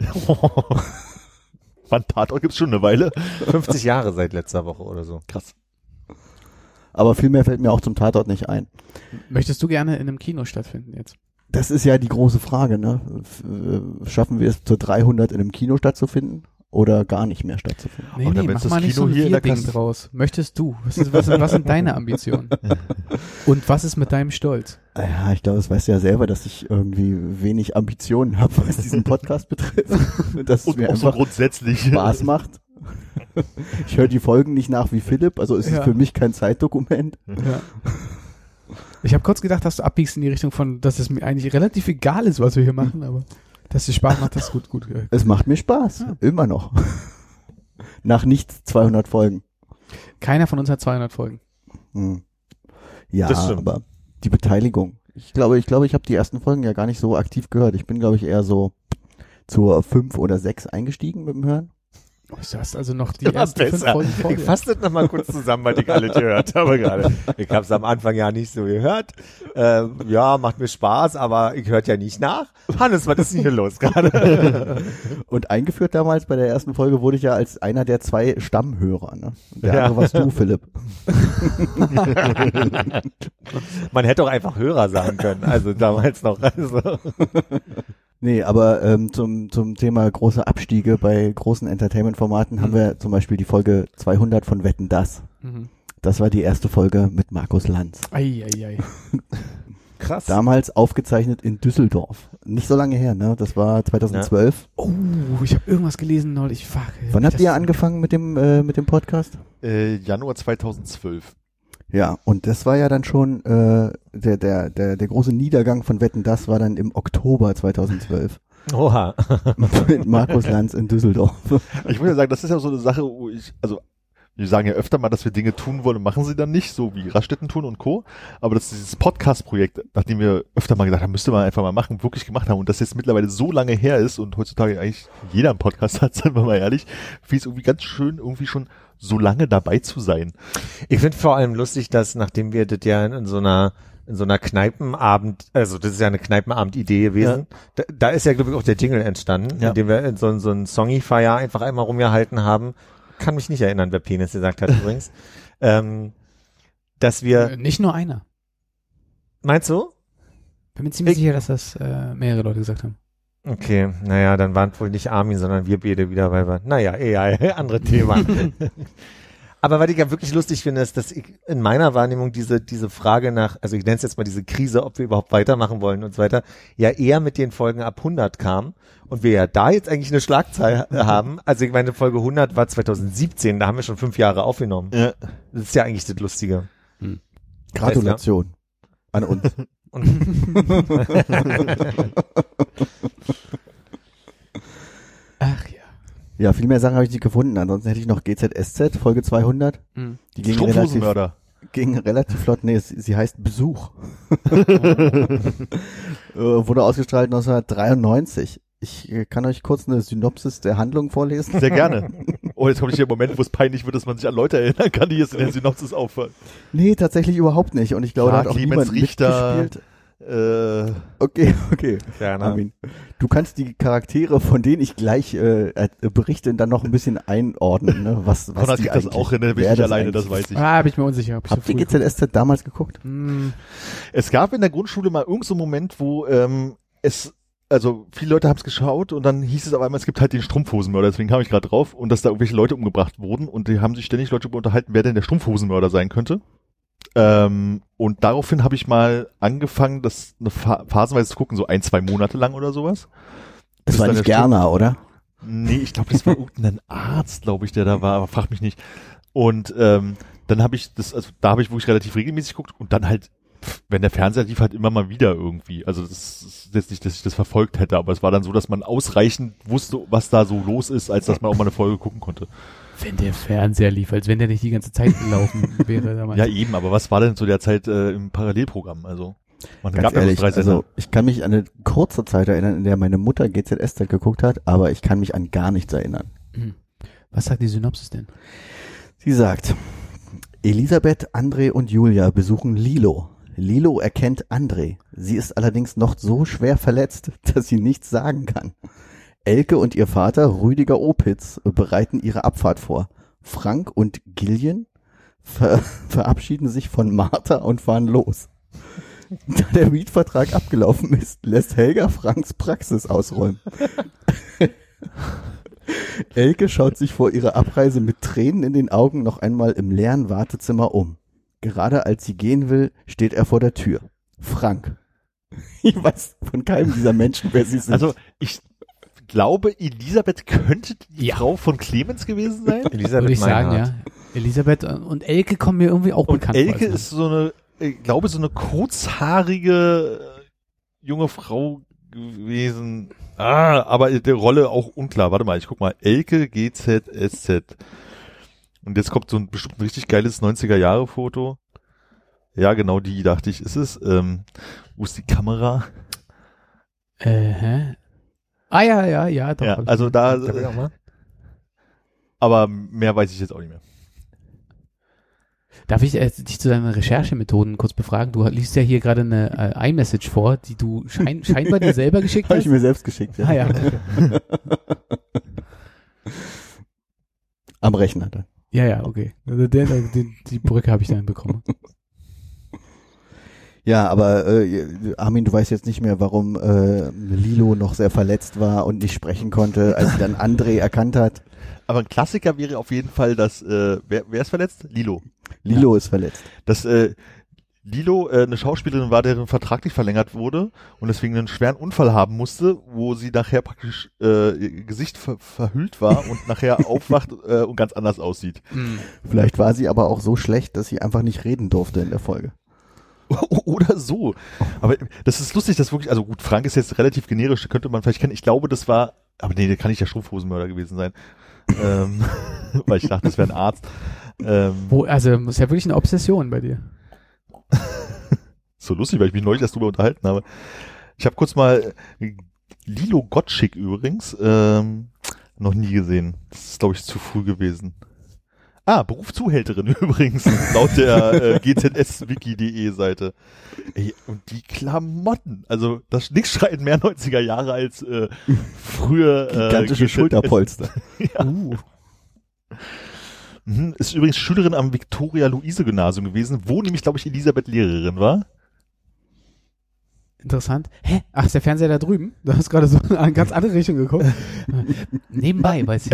Speaker 4: Wann Tatort gibt's schon eine Weile?
Speaker 2: 50 Jahre seit letzter Woche oder so.
Speaker 4: Krass.
Speaker 5: Aber viel mehr fällt mir auch zum Tatort nicht ein.
Speaker 3: Möchtest du gerne in einem Kino stattfinden jetzt?
Speaker 5: Das ist ja die große Frage, ne? F- äh, Schaffen wir es zur 300 in einem Kino stattzufinden oder gar nicht mehr stattzufinden?
Speaker 3: Nee,
Speaker 4: Oder
Speaker 3: nee,
Speaker 4: wenn's
Speaker 3: mach
Speaker 4: das
Speaker 3: mal nicht so
Speaker 4: Kino
Speaker 3: ein
Speaker 4: hier in der
Speaker 3: Bierding
Speaker 4: Kasse-
Speaker 3: draus. Möchtest du? Was, ist, was, sind- was sind deine Ambitionen? Und was ist mit deinem Stolz?
Speaker 5: Ah Ja, ich glaube, das weißt du ja selber, dass ich irgendwie wenig Ambitionen habe, was diesen Podcast betrifft. Und dass es
Speaker 4: Und
Speaker 5: mir
Speaker 4: auch so
Speaker 5: einfach
Speaker 4: grundsätzlich.
Speaker 5: Spaß macht. Ich höre die Folgen nicht nach wie Philipp, also es ist
Speaker 3: Ja.
Speaker 5: für mich kein Zeitdokument.
Speaker 3: Ja. Ich habe kurz gedacht, dass du abbiegst in die Richtung von, dass es mir eigentlich relativ egal ist, was wir hier machen,
Speaker 5: Hm.
Speaker 3: aber dass es Spaß macht, das ist gut, gut. äh,
Speaker 5: Es macht mir Spaß,
Speaker 3: Ja.
Speaker 5: immer noch. Nach nicht 200 Folgen.
Speaker 3: Keiner von uns hat 200 Folgen.
Speaker 5: Hm. Ja,
Speaker 2: Das stimmt.
Speaker 5: aber die Beteiligung. Ich glaube, ich glaube, ich habe die ersten Folgen ja gar nicht so aktiv gehört. Ich bin, glaube ich, eher so zur fünf oder sechs eingestiegen mit dem Hören.
Speaker 3: Oh, Du hast also noch die
Speaker 2: Immer
Speaker 3: ersten fünf
Speaker 2: besser.
Speaker 3: Folgen vor
Speaker 2: Ich
Speaker 3: dir.
Speaker 2: fasse das nochmal kurz zusammen, weil ich alle gehört habe gerade. Ich habe es am Anfang ja nicht so gehört. Ähm, ja, macht mir Spaß, aber ich hört ja nicht nach. Hannes, was ist denn hier los gerade?
Speaker 5: Und eingeführt damals bei der ersten Folge wurde ich ja als einer der zwei Stammhörer. Ne? Und Der
Speaker 2: Ja.
Speaker 5: andere warst du, Philipp.
Speaker 2: Man hätte auch einfach Hörer sagen können, also damals noch. Also.
Speaker 5: Nee, aber ähm, zum, zum Thema große Abstiege bei großen Entertainment-Formaten haben wir zum Beispiel die Folge 200 von Wetten Das.
Speaker 3: Mhm.
Speaker 5: Das war die erste Folge mit Markus Lanz.
Speaker 3: Ei, ei, ei.
Speaker 2: Krass.
Speaker 5: Damals aufgezeichnet in Düsseldorf. Nicht so lange her, ne? Das war 2012.
Speaker 3: Oh, ich habe irgendwas gelesen neulich. Fuck. ey,
Speaker 5: Wann habt
Speaker 3: das-
Speaker 5: ihr angefangen mit dem, äh, mit dem Podcast?
Speaker 4: Äh, Januar 2012.
Speaker 5: Ja, und das war ja dann schon äh, der, der, der, der große Niedergang von Wetten, das war dann im Oktober 2012
Speaker 2: Oha.
Speaker 5: mit Markus Lanz in Düsseldorf.
Speaker 4: Ich muss ja sagen, das ist ja so eine Sache, wo ich, also wir sagen ja öfter mal, dass wir Dinge tun wollen und machen sie dann nicht, so wie Raststätten tun und Co. Aber dass dieses Podcast-Projekt, nachdem wir öfter mal gedacht haben, müsste man einfach mal machen, wirklich gemacht haben und das jetzt mittlerweile so lange her ist und heutzutage eigentlich jeder einen Podcast hat, seien wir mal ehrlich, wie es irgendwie ganz schön irgendwie schon so lange dabei zu sein.
Speaker 2: Ich finde vor allem lustig, dass nachdem wir das ja in so einer in so einer Kneipenabend, also das ist ja eine Kneipenabend-Idee gewesen. Da, da ist ja, glaube ich, auch der Jingle entstanden,
Speaker 4: Ja.
Speaker 2: indem wir in so, so ein Songify einfach einmal rumgehalten haben. Kann mich nicht erinnern, wer Penis gesagt hat übrigens. ähm, dass
Speaker 3: Äh,
Speaker 2: wir,
Speaker 3: Nicht nur einer.
Speaker 2: meinst du?
Speaker 3: Bin mir ziemlich
Speaker 2: Ich-
Speaker 3: sicher, dass das äh, mehrere Leute gesagt haben.
Speaker 2: Okay, naja, dann waren wohl nicht Armin, sondern wir beide wieder, weil wir, naja, egal, andere Thema. Aber was ich ja wirklich lustig finde, ist, dass ich in meiner Wahrnehmung diese, diese Frage nach, also ich nenne es jetzt mal diese Krise, ob wir überhaupt weitermachen wollen und so weiter, ja eher mit den Folgen ab 100 kam und wir ja da jetzt eigentlich eine Schlagzeile haben. Also ich meine, Folge 100 war 2017, da haben wir schon fünf Jahre aufgenommen.
Speaker 4: Ja.
Speaker 2: Das ist ja eigentlich das Lustige.
Speaker 5: Gratulation an uns.
Speaker 2: Und
Speaker 3: Ach ja.
Speaker 5: Ja, viel mehr Sachen habe ich nicht gefunden. Ansonsten hätte ich noch GZSZ, Folge 200.
Speaker 3: Mhm.
Speaker 5: Die ging relativ,
Speaker 4: Strumpfhosenmörder.
Speaker 5: ging relativ flott. Nee, es, sie heißt Besuch. äh, wurde ausgestrahlt 1993. Ich äh, kann euch kurz eine Synopsis der Handlung vorlesen.
Speaker 4: Sehr gerne. Oh, jetzt komme ich hier im Moment, wo es peinlich wird, dass man sich an Leute erinnern kann, die jetzt in der Synopsis auffallen.
Speaker 5: Nee, tatsächlich überhaupt nicht. Und ich glaube,
Speaker 4: Ja,
Speaker 5: da hat auch
Speaker 4: Clemens
Speaker 5: niemand
Speaker 4: Richter.
Speaker 5: mitgespielt.
Speaker 4: Äh,
Speaker 5: Okay, okay.
Speaker 2: Ferner.
Speaker 5: Armin, du kannst die Charaktere, von denen ich gleich äh, äh, berichte, dann noch ein bisschen einordnen. Ne? Was, was
Speaker 4: Konrad
Speaker 5: die
Speaker 4: kriegt das
Speaker 5: eigentlich-
Speaker 4: auch hin, ne? bin ich
Speaker 5: wer
Speaker 4: nicht alleine, das
Speaker 5: eigentlich
Speaker 4: weiß
Speaker 5: ist.
Speaker 4: ich.
Speaker 3: Ah, bin ich mir unsicher. Ob ich
Speaker 5: Habt
Speaker 3: so
Speaker 5: ihr
Speaker 3: früh gucke.
Speaker 5: GZSZ damals geguckt?
Speaker 3: Hm.
Speaker 4: Es gab in der Grundschule mal irgendeinen so einen Moment, wo ähm, es, also viele Leute haben es geschaut und dann hieß es auf einmal, es gibt halt den Strumpfhosenmörder, deswegen kam ich gerade drauf und dass da irgendwelche Leute umgebracht wurden und die haben sich ständig Leute darüber unterhalten, wer denn der Strumpfhosenmörder sein könnte. Ähm, und daraufhin habe ich mal angefangen, das eine Pha phasenweise zu gucken, so ein, zwei Monate lang oder sowas.
Speaker 5: Das
Speaker 4: Bis
Speaker 5: war
Speaker 4: dann
Speaker 5: nicht
Speaker 4: der Strom-
Speaker 5: Gerner, oder?
Speaker 4: Nee, ich glaube, das war irgendein Arzt, glaube ich, der da war, aber frag mich nicht. Und ähm, dann habe ich das, also da habe ich wirklich relativ regelmäßig geguckt und dann halt, pff, wenn der Fernseher lief, halt immer mal wieder irgendwie. Also das ist jetzt nicht, dass ich das verfolgt hätte, aber es war dann so, dass man ausreichend wusste, was da so los ist, als dass man auch mal eine Folge gucken konnte.
Speaker 3: Wenn der Fernseher lief, als wenn der nicht die ganze Zeit gelaufen wäre damals.
Speaker 4: Ja, eben, aber was war denn zu der Zeit äh, im Parallelprogramm? Also man
Speaker 5: Ganz
Speaker 4: ja ne? bloß
Speaker 5: ehrlich,
Speaker 4: Sender.
Speaker 5: also ich kann mich an eine kurze Zeit erinnern, in der meine Mutter GZSZ geguckt hat, aber ich kann mich an gar nichts erinnern.
Speaker 3: Was sagt die Synopsis denn?
Speaker 5: Sie sagt, Elisabeth, André und Julia besuchen Lilo. Lilo erkennt André. Sie ist allerdings noch so schwer verletzt, dass sie nichts sagen kann. Elke und ihr Vater Rüdiger Opitz bereiten ihre Abfahrt vor. Frank und Gillian ver verabschieden sich von Martha und fahren los. Da der Mietvertrag abgelaufen ist, lässt Helga Franks Praxis ausräumen. Elke schaut sich vor ihrer Abreise mit Tränen in den Augen noch einmal im leeren Wartezimmer um. Gerade als sie gehen will, steht er vor der Tür. Frank. Ich weiß von keinem dieser Menschen, wer sie sind.
Speaker 4: Also ich glaube, Elisabeth könnte die
Speaker 3: Ja.
Speaker 4: Frau von Clemens gewesen sein.
Speaker 2: Elisabeth
Speaker 3: Würde ich sagen,
Speaker 2: Meinhardt.
Speaker 3: ja. Elisabeth äh, und Elke kommen mir irgendwie auch
Speaker 4: Und
Speaker 3: bekannt
Speaker 4: Elke
Speaker 3: vor. ne?
Speaker 4: ist so eine, ich glaube, so eine kurzhaarige äh, junge Frau gewesen. Ah, aber die Rolle auch unklar. Warte mal, ich guck mal. Elke GZSZ. Und jetzt kommt so ein bestimmt ein richtig geiles 90er-Jahre-Foto. Ja, genau die dachte ich, ist es. Ähm, wo ist die Kamera?
Speaker 3: Äh, hä? Ah ja, ja, ja, doch.
Speaker 4: Ja, also da,
Speaker 2: Darf ich auch mal?
Speaker 4: aber mehr weiß ich jetzt auch nicht mehr.
Speaker 3: Darf ich äh, dich zu deinen Recherchemethoden kurz befragen? Du liest ja hier gerade eine äh, iMessage vor, die du schein scheinbar dir selber geschickt
Speaker 5: Habe ich
Speaker 3: hast.
Speaker 5: mir selbst geschickt. Ja.
Speaker 3: Ah ja.
Speaker 5: Am Rechner dann.
Speaker 3: Ja, ja, okay. Also den, äh, den, die Brücke habe ich dann bekommen.
Speaker 5: Ja, aber äh, Armin, du weißt jetzt nicht mehr, warum äh, Lilo noch sehr verletzt war und nicht sprechen konnte, als sie dann André erkannt hat.
Speaker 4: Aber ein Klassiker wäre auf jeden Fall, dass, äh, wer, wer ist verletzt? Lilo.
Speaker 5: Lilo ist verletzt.
Speaker 4: dass äh, Lilo äh, eine Schauspielerin war, deren Vertrag nicht verlängert wurde und deswegen einen schweren Unfall haben musste, wo sie nachher praktisch äh, ihr Gesicht ver verhüllt war und nachher aufwacht äh, und ganz anders aussieht.
Speaker 3: Hm.
Speaker 5: Vielleicht war sie aber auch so schlecht, dass sie einfach nicht reden durfte in der Folge.
Speaker 4: Oder so. Aber das ist lustig, dass wirklich, also gut, Frank ist jetzt relativ generisch, könnte man vielleicht kennen. Ich glaube, das war, aber nee, der kann nicht der Strumpfhosenmörder gewesen sein. ähm, weil ich dachte, das wäre ein Arzt. Ähm,
Speaker 3: Wo, also ist ja wirklich eine Obsession bei dir.
Speaker 4: So lustig, weil ich mich neulich erst drüber unterhalten habe. Ich habe kurz mal äh, Lilo Gottschick übrigens ähm, noch nie gesehen. Das ist, glaube ich, zu früh gewesen. Ah, Beruf Zuhälterin übrigens, laut der äh, gzswiki.de-Seite. E Ey, und die Klamotten. Also, das nichts schreit mehr 90er Jahre als äh, früher. Äh,
Speaker 5: Gigantische
Speaker 4: GZS.
Speaker 5: Schulterpolster.
Speaker 3: Uh.
Speaker 4: Mhm, Ist übrigens Schülerin am Victoria-Luise-Gymnasium gewesen, wo nämlich, glaube ich, Elisabeth Lehrerin war.
Speaker 3: Interessant. Hä? Ach, ist der Fernseher da drüben? Du hast gerade so in eine ganz andere Richtung geguckt. Nebenbei, weiß ich.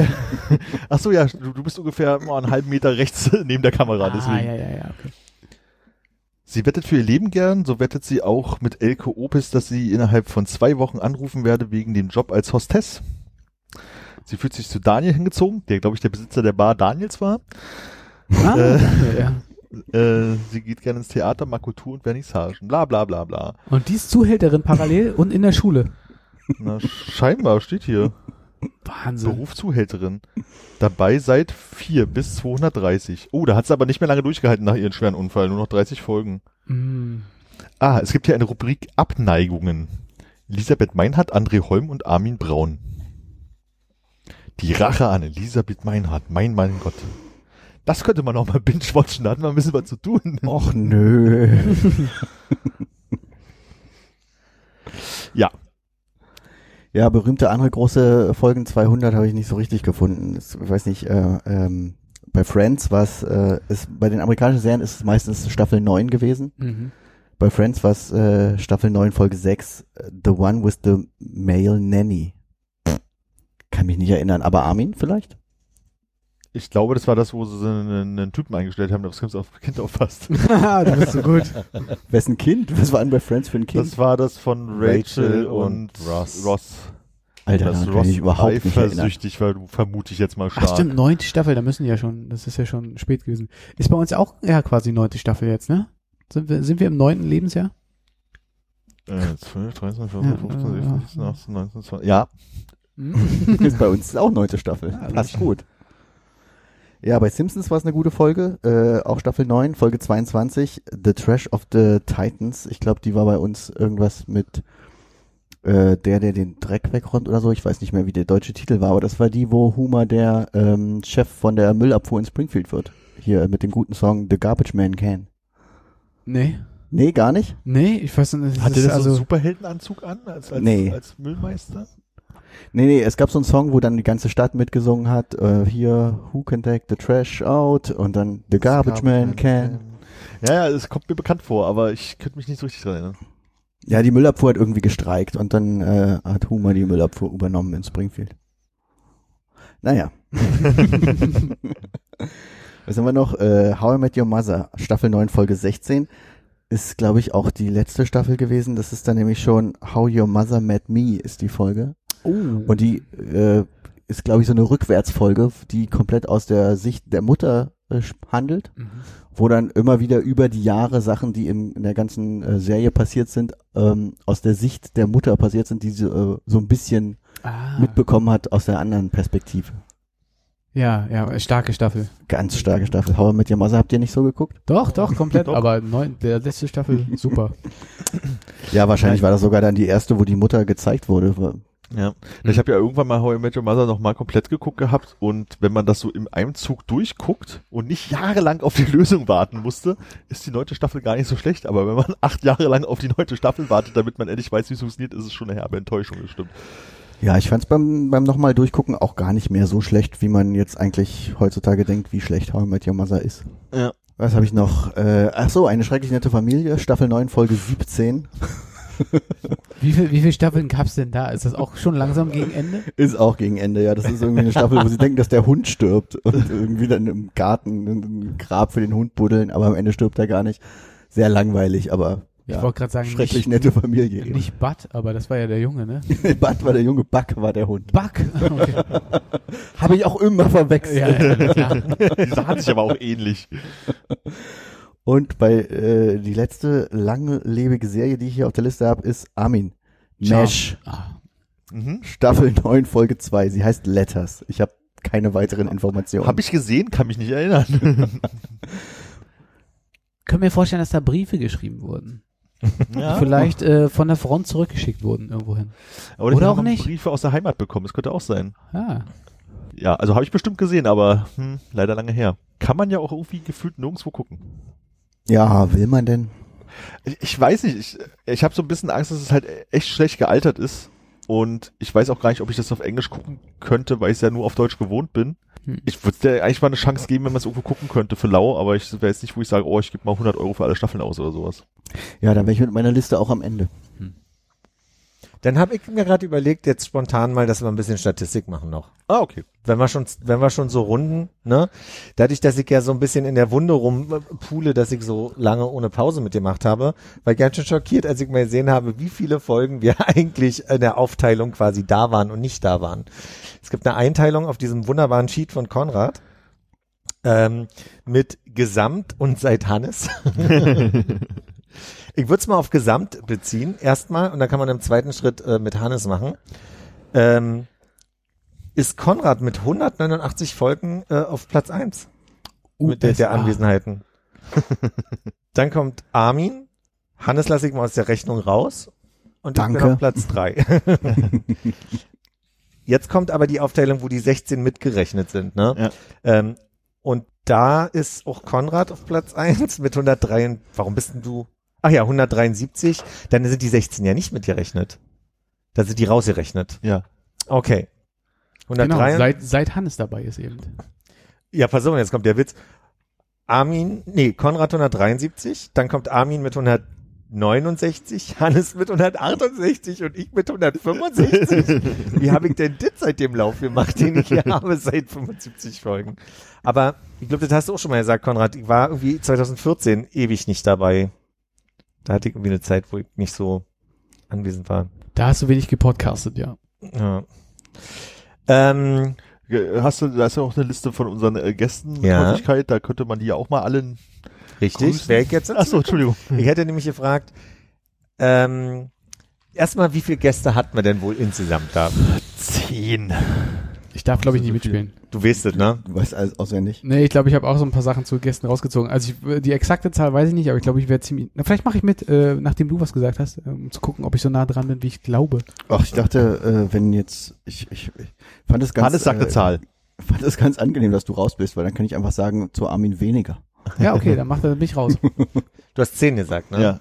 Speaker 4: Ach so, ja, du, du bist ungefähr oh, einen halben Meter rechts neben der Kamera, deswegen.
Speaker 3: Ah, ja, ja, ja, okay.
Speaker 4: Sie wettet für ihr Leben gern, so wettet sie auch mit Elke Opis, dass sie innerhalb von zwei Wochen anrufen werde wegen dem Job als Hostess. Sie fühlt sich zu Daniel hingezogen, der, glaube ich, der Besitzer der Bar Daniels war.
Speaker 3: Ah,
Speaker 4: Äh.
Speaker 3: ja, ja.
Speaker 4: Äh, sie geht gerne ins Theater, mag Kultur und Vernissagen. Bla bla bla bla.
Speaker 3: Und die ist Zuhälterin parallel und in der Schule.
Speaker 4: Na, scheinbar steht hier.
Speaker 3: Wahnsinn.
Speaker 4: Beruf Zuhälterin. Dabei seit 4 bis 230. Oh, da hat sie aber nicht mehr lange durchgehalten nach ihrem schweren Unfall. Nur noch 30 Folgen.
Speaker 3: Mm.
Speaker 4: Ah, es gibt hier eine Rubrik Abneigungen. Elisabeth Meinhardt, André Holm und Armin Braun. Die Rache an Elisabeth Meinhardt, mein mein Gott. Das könnte man auch mal binge-watchen, da hat man ein bisschen was zu tun.
Speaker 5: Och nö.
Speaker 4: Ja.
Speaker 5: Ja, berühmte andere große Folgen 200 habe ich nicht so richtig gefunden. Das- Ich weiß nicht, äh, ähm, bei Friends war es, äh, ist, bei den amerikanischen Serien ist es meistens Staffel 9 gewesen.
Speaker 3: Mhm.
Speaker 5: Bei Friends war es äh, Staffel 9, Folge 6, äh, The One with the Male Nanny. Kann mich nicht erinnern, aber Armin vielleicht?
Speaker 4: Ich glaube, das war das, wo sie einen, einen Typen eingestellt haben, der aufs Kind auf- Kind aufpasst.
Speaker 3: Ah, du bist so gut.
Speaker 5: Wessen Kind? Was war denn bei Friends für ein Kind?
Speaker 4: Das war das von Rachel,
Speaker 2: Rachel
Speaker 4: und,
Speaker 2: und Ross.
Speaker 4: Ross.
Speaker 5: Alter,
Speaker 4: das
Speaker 5: daran kann ich überhaupt nicht erinnern.
Speaker 4: eifersüchtig war, vermute ich jetzt mal stark.
Speaker 3: Ach stimmt, neunte Staffel, da müssen die ja schon, das ist ja schon spät gewesen. Ist bei uns auch ja quasi neunte Staffel jetzt, ne? Sind wir, sind wir im neunten Lebensjahr?
Speaker 4: Äh, 12, 13, 14, 15, 16, 17, 18, 19, 20. Ja,
Speaker 3: Hm?
Speaker 5: Ist bei uns auch neunte Staffel.
Speaker 3: Ja,
Speaker 5: Passt gut. Ja, bei Simpsons war es eine gute Folge, äh, auch Staffel 9, Folge 22, The Trash of the Titans. Ich glaube, die war bei uns irgendwas mit äh, der, der den Dreck wegräumt oder so, ich weiß nicht mehr, wie der deutsche Titel war, aber das war die, wo Homer der ähm, Chef von der Müllabfuhr in Springfield wird. Hier mit dem guten Song The Garbage Man Can.
Speaker 3: Nee.
Speaker 5: Nee, gar nicht?
Speaker 3: Nee, ich weiß nicht. das
Speaker 4: Hat der
Speaker 3: ist
Speaker 4: das so einen
Speaker 3: also,
Speaker 4: Superheldenanzug an als, als,
Speaker 5: Nee.
Speaker 4: als Müllmeister?
Speaker 5: Nee, nee, es gab so einen Song, wo dann die ganze Stadt mitgesungen hat, äh, hier, Who can take the trash out? Und dann The Garbage Man Can.
Speaker 4: Ja, ja, es kommt mir bekannt vor, aber ich könnte mich nicht so richtig dran erinnern.
Speaker 5: Ja, die Müllabfuhr hat irgendwie gestreikt und dann äh, hat Homer die Müllabfuhr übernommen in Springfield. Naja. Was haben wir noch? Äh, How I Met Your Mother, Staffel 9, Folge 16. Ist, glaube ich, auch die letzte Staffel gewesen. Das ist dann nämlich schon How Your Mother Met Me ist die Folge.
Speaker 3: oh.
Speaker 5: Und die äh, ist, glaube ich, so eine Rückwärtsfolge, die komplett aus der Sicht der Mutter äh, sch- handelt
Speaker 3: Mhm.
Speaker 5: wo dann immer wieder über die Jahre Sachen, die in, in der ganzen äh, Serie passiert sind, ähm, aus der Sicht der Mutter passiert sind, die sie äh, so ein bisschen
Speaker 3: Ah.
Speaker 5: mitbekommen hat aus der anderen Perspektive.
Speaker 3: Ja, ja, starke Staffel.
Speaker 5: Ganz starke Staffel. Hauer mit Your Mother habt ihr nicht so geguckt?
Speaker 3: Doch, doch, komplett.
Speaker 4: Doch.
Speaker 3: Aber neun, der letzte Staffel, super.
Speaker 5: Ja, wahrscheinlich war das sogar dann die erste, wo die Mutter gezeigt wurde. Wa-
Speaker 4: Ja. Ich habe ja irgendwann mal How I Met Your Mother noch mal komplett geguckt gehabt und wenn man das so im Einzug durchguckt und nicht jahrelang auf die Lösung warten musste, ist die neunte Staffel gar nicht so schlecht. Aber wenn man acht Jahre lang auf die neunte Staffel wartet, damit man endlich weiß, wie es funktioniert, ist es schon eine herbe Enttäuschung, das stimmt.
Speaker 5: Ja, ich fand es beim, beim nochmal durchgucken auch gar nicht mehr so schlecht, wie man jetzt eigentlich heutzutage denkt, wie schlecht Hauer mit Your Mother ist.
Speaker 4: Ja.
Speaker 5: Was habe ich noch? Äh, ach so, eine schrecklich nette Familie, Staffel 9, Folge 17.
Speaker 3: Wie viel, wie viel Staffeln gab's denn da? Ist das auch schon langsam gegen Ende?
Speaker 5: Ist auch gegen Ende, ja. Das ist irgendwie eine Staffel, wo sie denken, dass der Hund stirbt und irgendwie dann im Garten ein Grab für den Hund buddeln, aber am Ende stirbt er gar nicht. Sehr langweilig, aber
Speaker 3: Ich
Speaker 5: ja,
Speaker 3: wollte gerade sagen,
Speaker 5: schrecklich nette Familie.
Speaker 3: nicht, nicht Bud, aber das war ja der Junge, ne?
Speaker 5: Bud war der junge, Buck war der Hund.
Speaker 3: Buck. Okay.
Speaker 5: Habe ich auch immer verwechselt.
Speaker 3: Ja, ja, klar.
Speaker 4: Die sahen sich aber auch ähnlich.
Speaker 5: Und bei äh, die letzte langlebige Serie, die ich hier auf der Liste habe, ist Armin.
Speaker 3: Charm.
Speaker 5: Mesh,
Speaker 3: Ah,
Speaker 4: Mhm.
Speaker 5: Staffel 9, Folge 2. Sie heißt Letters. Ich habe keine weiteren Informationen.
Speaker 4: Habe ich gesehen, kann mich nicht erinnern.
Speaker 3: Können wir vorstellen, dass da Briefe geschrieben wurden.
Speaker 4: Ja.
Speaker 3: Vielleicht äh, von der Front zurückgeschickt wurden irgendwohin.
Speaker 4: Oder, die
Speaker 3: Oder
Speaker 4: haben
Speaker 3: auch nicht.
Speaker 4: Briefe aus der Heimat bekommen, das könnte auch sein.
Speaker 3: Ja.
Speaker 4: Ja, also habe ich bestimmt gesehen, aber hm, leider lange her. Kann man ja auch irgendwie gefühlt nirgendwo gucken.
Speaker 5: ja, will man denn?
Speaker 4: Ich, ich weiß nicht, ich, ich habe so ein bisschen Angst, dass es halt echt schlecht gealtert ist. Und ich weiß auch gar nicht, ob ich das auf Englisch gucken könnte, weil ich es ja nur auf Deutsch gewohnt bin.
Speaker 3: Hm.
Speaker 4: Ich würde dir eigentlich mal eine Chance geben, wenn man es irgendwo gucken könnte für lau, aber ich wäre jetzt nicht, wo ich sage, oh, ich gebe mal 100 Euro für alle Staffeln aus oder sowas.
Speaker 5: Ja, dann wäre ich mit meiner Liste auch am Ende.
Speaker 2: Dann habe ich mir gerade überlegt, jetzt spontan mal, dass wir ein bisschen Statistik machen noch.
Speaker 4: Ah, okay.
Speaker 2: wenn wir schon, wenn wir schon so runden, ne? Dadurch, dass ich ja so ein bisschen in der Wunde rumpule, dass ich so lange ohne Pause mitgemacht habe, war ich ganz schön schockiert, als ich mal gesehen habe, wie viele Folgen wir eigentlich in der Aufteilung quasi da waren und nicht da waren. Es gibt eine Einteilung auf diesem wunderbaren Sheet von Konrad. Ähm, mit Gesamt und seit Hannes. ich würde es mal auf Gesamt beziehen, erstmal, und dann kann man im zweiten Schritt äh, mit Hannes machen. Ähm, ist Konrad mit 189 Folgen äh, auf Platz 1 mit der, der
Speaker 3: USA.
Speaker 2: Anwesenheiten. Dann kommt Armin. Hannes lasse ich mal aus der Rechnung raus. Und ich bin
Speaker 5: Danke.
Speaker 2: auf Platz 3. Jetzt kommt aber die Aufteilung, wo die 16 mitgerechnet sind. Ne?
Speaker 4: Ja.
Speaker 2: Ähm, und da ist auch Konrad auf Platz 1 mit 103. Warum bist denn du? Ach ja, 173. Dann sind die 16 ja nicht mitgerechnet. Da sind die rausgerechnet.
Speaker 4: Ja.
Speaker 2: Okay.
Speaker 3: Genau,
Speaker 2: 103.
Speaker 3: seit, seit Hannes dabei ist eben.
Speaker 2: ja, pass auf, jetzt kommt der Witz. Armin, nee, Konrad 173, dann kommt Armin mit 169, Hannes mit 168 und ich mit 165. Wie habe ich denn das seit dem Lauf gemacht, den ich hier habe seit 75 Folgen? Aber ich glaube, das hast du auch schon mal gesagt, Konrad. Ich war irgendwie 2014 ewig nicht dabei. Da hatte ich irgendwie eine Zeit, wo ich nicht so anwesend war.
Speaker 3: Da hast du wenig gepodcastet, ja.
Speaker 2: Ja. Ähm,
Speaker 4: Ge- Hast du, da ist ja auch eine Liste von unseren äh, Gästen mit
Speaker 2: Ja.
Speaker 4: Häufigkeit, da könnte man die ja auch mal alle.
Speaker 2: richtig.
Speaker 4: Grüßen.
Speaker 2: Wer ich jetzt
Speaker 4: Achso, Entschuldigung.
Speaker 3: Mhm.
Speaker 2: Ich hätte nämlich gefragt, ähm, erstmal, wie viele Gäste hatten wir denn wohl insgesamt da?
Speaker 4: Zehn.
Speaker 3: Ich darf, glaube ich,
Speaker 4: Das
Speaker 3: nicht
Speaker 4: ist so viel.
Speaker 3: mitspielen.
Speaker 2: Du weißt es, ne?
Speaker 5: Du weißt also, alles auswendig.
Speaker 3: Nee, ich glaube, ich habe auch so ein paar Sachen zu gestern rausgezogen. Also ich, die exakte Zahl weiß ich nicht, aber ich glaube, ich werde ziemlich. Na, vielleicht mache ich mit, äh, nachdem du was gesagt hast, äh, um zu gucken, ob ich so nah dran bin, wie ich glaube.
Speaker 5: Ach, ich dachte, äh, wenn jetzt, ich, ich, ich fand es ganz,
Speaker 4: Hannes sagt eine
Speaker 5: äh,
Speaker 4: Zahl.
Speaker 5: fand es ganz angenehm, dass du raus bist, weil dann kann ich einfach sagen, zu Armin weniger.
Speaker 3: Ja, okay, dann macht er mich raus.
Speaker 2: Du hast zehn gesagt, ne?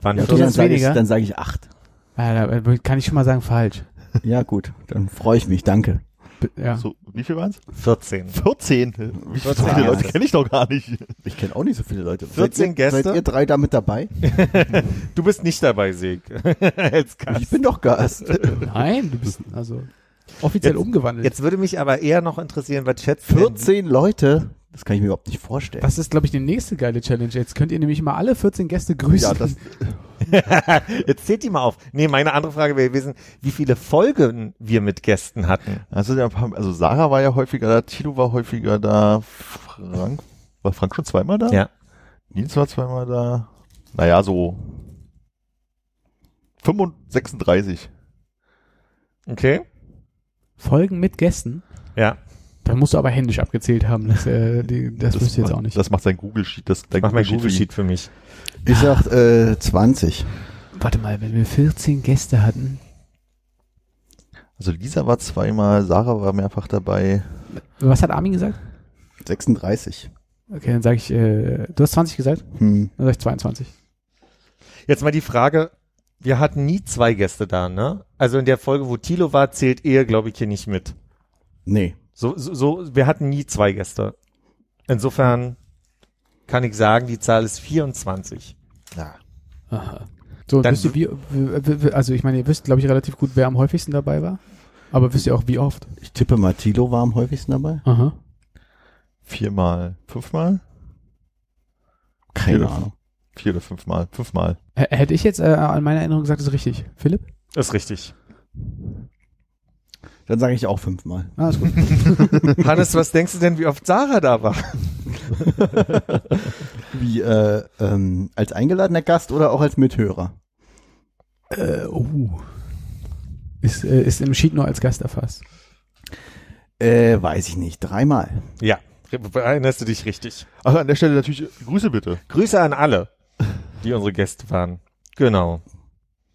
Speaker 2: Waren
Speaker 3: Ja,
Speaker 5: okay, dann
Speaker 3: hast
Speaker 5: sage ich,
Speaker 3: weniger?
Speaker 5: dann sage ich acht.
Speaker 3: Ja, da äh, kann ich schon mal sagen, falsch.
Speaker 5: Ja gut, dann freue ich mich, danke.
Speaker 3: B- Ja.
Speaker 4: So, wie viel waren's?
Speaker 2: 14.
Speaker 4: 14. Wie viele
Speaker 5: 14.
Speaker 4: Leute kenne ich doch gar nicht.
Speaker 5: Ich kenne auch nicht so viele Leute.
Speaker 2: 14
Speaker 5: seid ihr,
Speaker 2: Gäste?
Speaker 5: Seid ihr drei damit dabei?
Speaker 2: Du bist nicht dabei, Sieg. Als Gast.
Speaker 5: Ich bin doch Gast.
Speaker 3: Nein, du bist also offiziell
Speaker 2: Jetzt-
Speaker 3: umgewandelt.
Speaker 2: Jetzt würde mich aber eher noch interessieren, was schätzt denn-
Speaker 5: 14 Leute? Das kann ich mir überhaupt nicht vorstellen.
Speaker 3: Das ist, glaube ich, die nächste geile Challenge. Jetzt könnt ihr nämlich mal alle 14 Gäste grüßen.
Speaker 5: Ja, das-
Speaker 2: Jetzt zählt die mal auf. Nee, meine andere Frage wäre gewesen, wie viele Folgen wir mit Gästen hatten.
Speaker 4: Also, ja, ein paar- also Sarah war ja häufiger da, Tilo war häufiger da, Frank, war Frank schon zweimal da?
Speaker 2: Ja.
Speaker 4: Nils war zweimal da. Naja, so 35, 36.
Speaker 2: Okay?
Speaker 3: Folgen mit Gästen.
Speaker 2: Ja.
Speaker 3: Da musst du aber händisch abgezählt haben. Das, äh, die, das, wüsste ich jetzt
Speaker 4: macht-
Speaker 3: auch nicht.
Speaker 4: Das macht sein Google Sheet. Das, dein
Speaker 2: Mach mal
Speaker 4: für
Speaker 2: Google
Speaker 4: ihn.
Speaker 2: Sheet für mich.
Speaker 5: Ich sag äh, 20.
Speaker 3: Warte mal, wenn wir 14 Gäste hatten.
Speaker 4: Also Lisa war zweimal, Sarah war mehrfach dabei.
Speaker 3: Was hat Armin gesagt?
Speaker 5: 36.
Speaker 3: Okay, dann sage ich, äh, du hast 20 gesagt?
Speaker 5: Hm.
Speaker 3: Dann sage ich 22.
Speaker 2: Jetzt mal die Frage, wir hatten nie zwei Gäste da, ne? Also in der Folge, wo Tilo war, zählt er, glaube ich, hier nicht mit.
Speaker 5: Nee.
Speaker 2: So, so, so, wir hatten nie zwei Gäste. Insofern kann ich sagen, die Zahl ist 24.
Speaker 4: Ja.
Speaker 3: Aha. So,
Speaker 2: Dann-
Speaker 3: wisst ihr, wie, w- w- also ich meine, ihr wisst, glaube ich, relativ gut, wer am häufigsten dabei war. Aber wisst ihr auch, wie oft?
Speaker 5: Ich tippe mal, Thilo war am häufigsten dabei.
Speaker 3: Aha.
Speaker 4: Viermal, fünfmal?
Speaker 5: Keine
Speaker 4: Vier-
Speaker 5: Ahnung.
Speaker 4: Vier oder fünfmal? Fünfmal.
Speaker 3: H hätte ich jetzt äh, an meiner Erinnerung gesagt, ist richtig. Philipp?
Speaker 2: Ist richtig.
Speaker 5: Dann sage ich auch fünfmal.
Speaker 3: Ah, ist gut.
Speaker 2: Hannes, was denkst du denn, wie oft Sarah da war?
Speaker 5: Wie äh, ähm, als eingeladener Gast oder auch als Mithörer?
Speaker 3: äh, oh. Ist, äh, ist im Sheet nur als Gast erfasst.
Speaker 5: Äh, weiß ich nicht. Dreimal.
Speaker 2: Ja, erinnerst du dich richtig.
Speaker 4: Also an der Stelle natürlich äh, Grüße bitte.
Speaker 2: Grüße an alle, die unsere Gäste waren. Genau.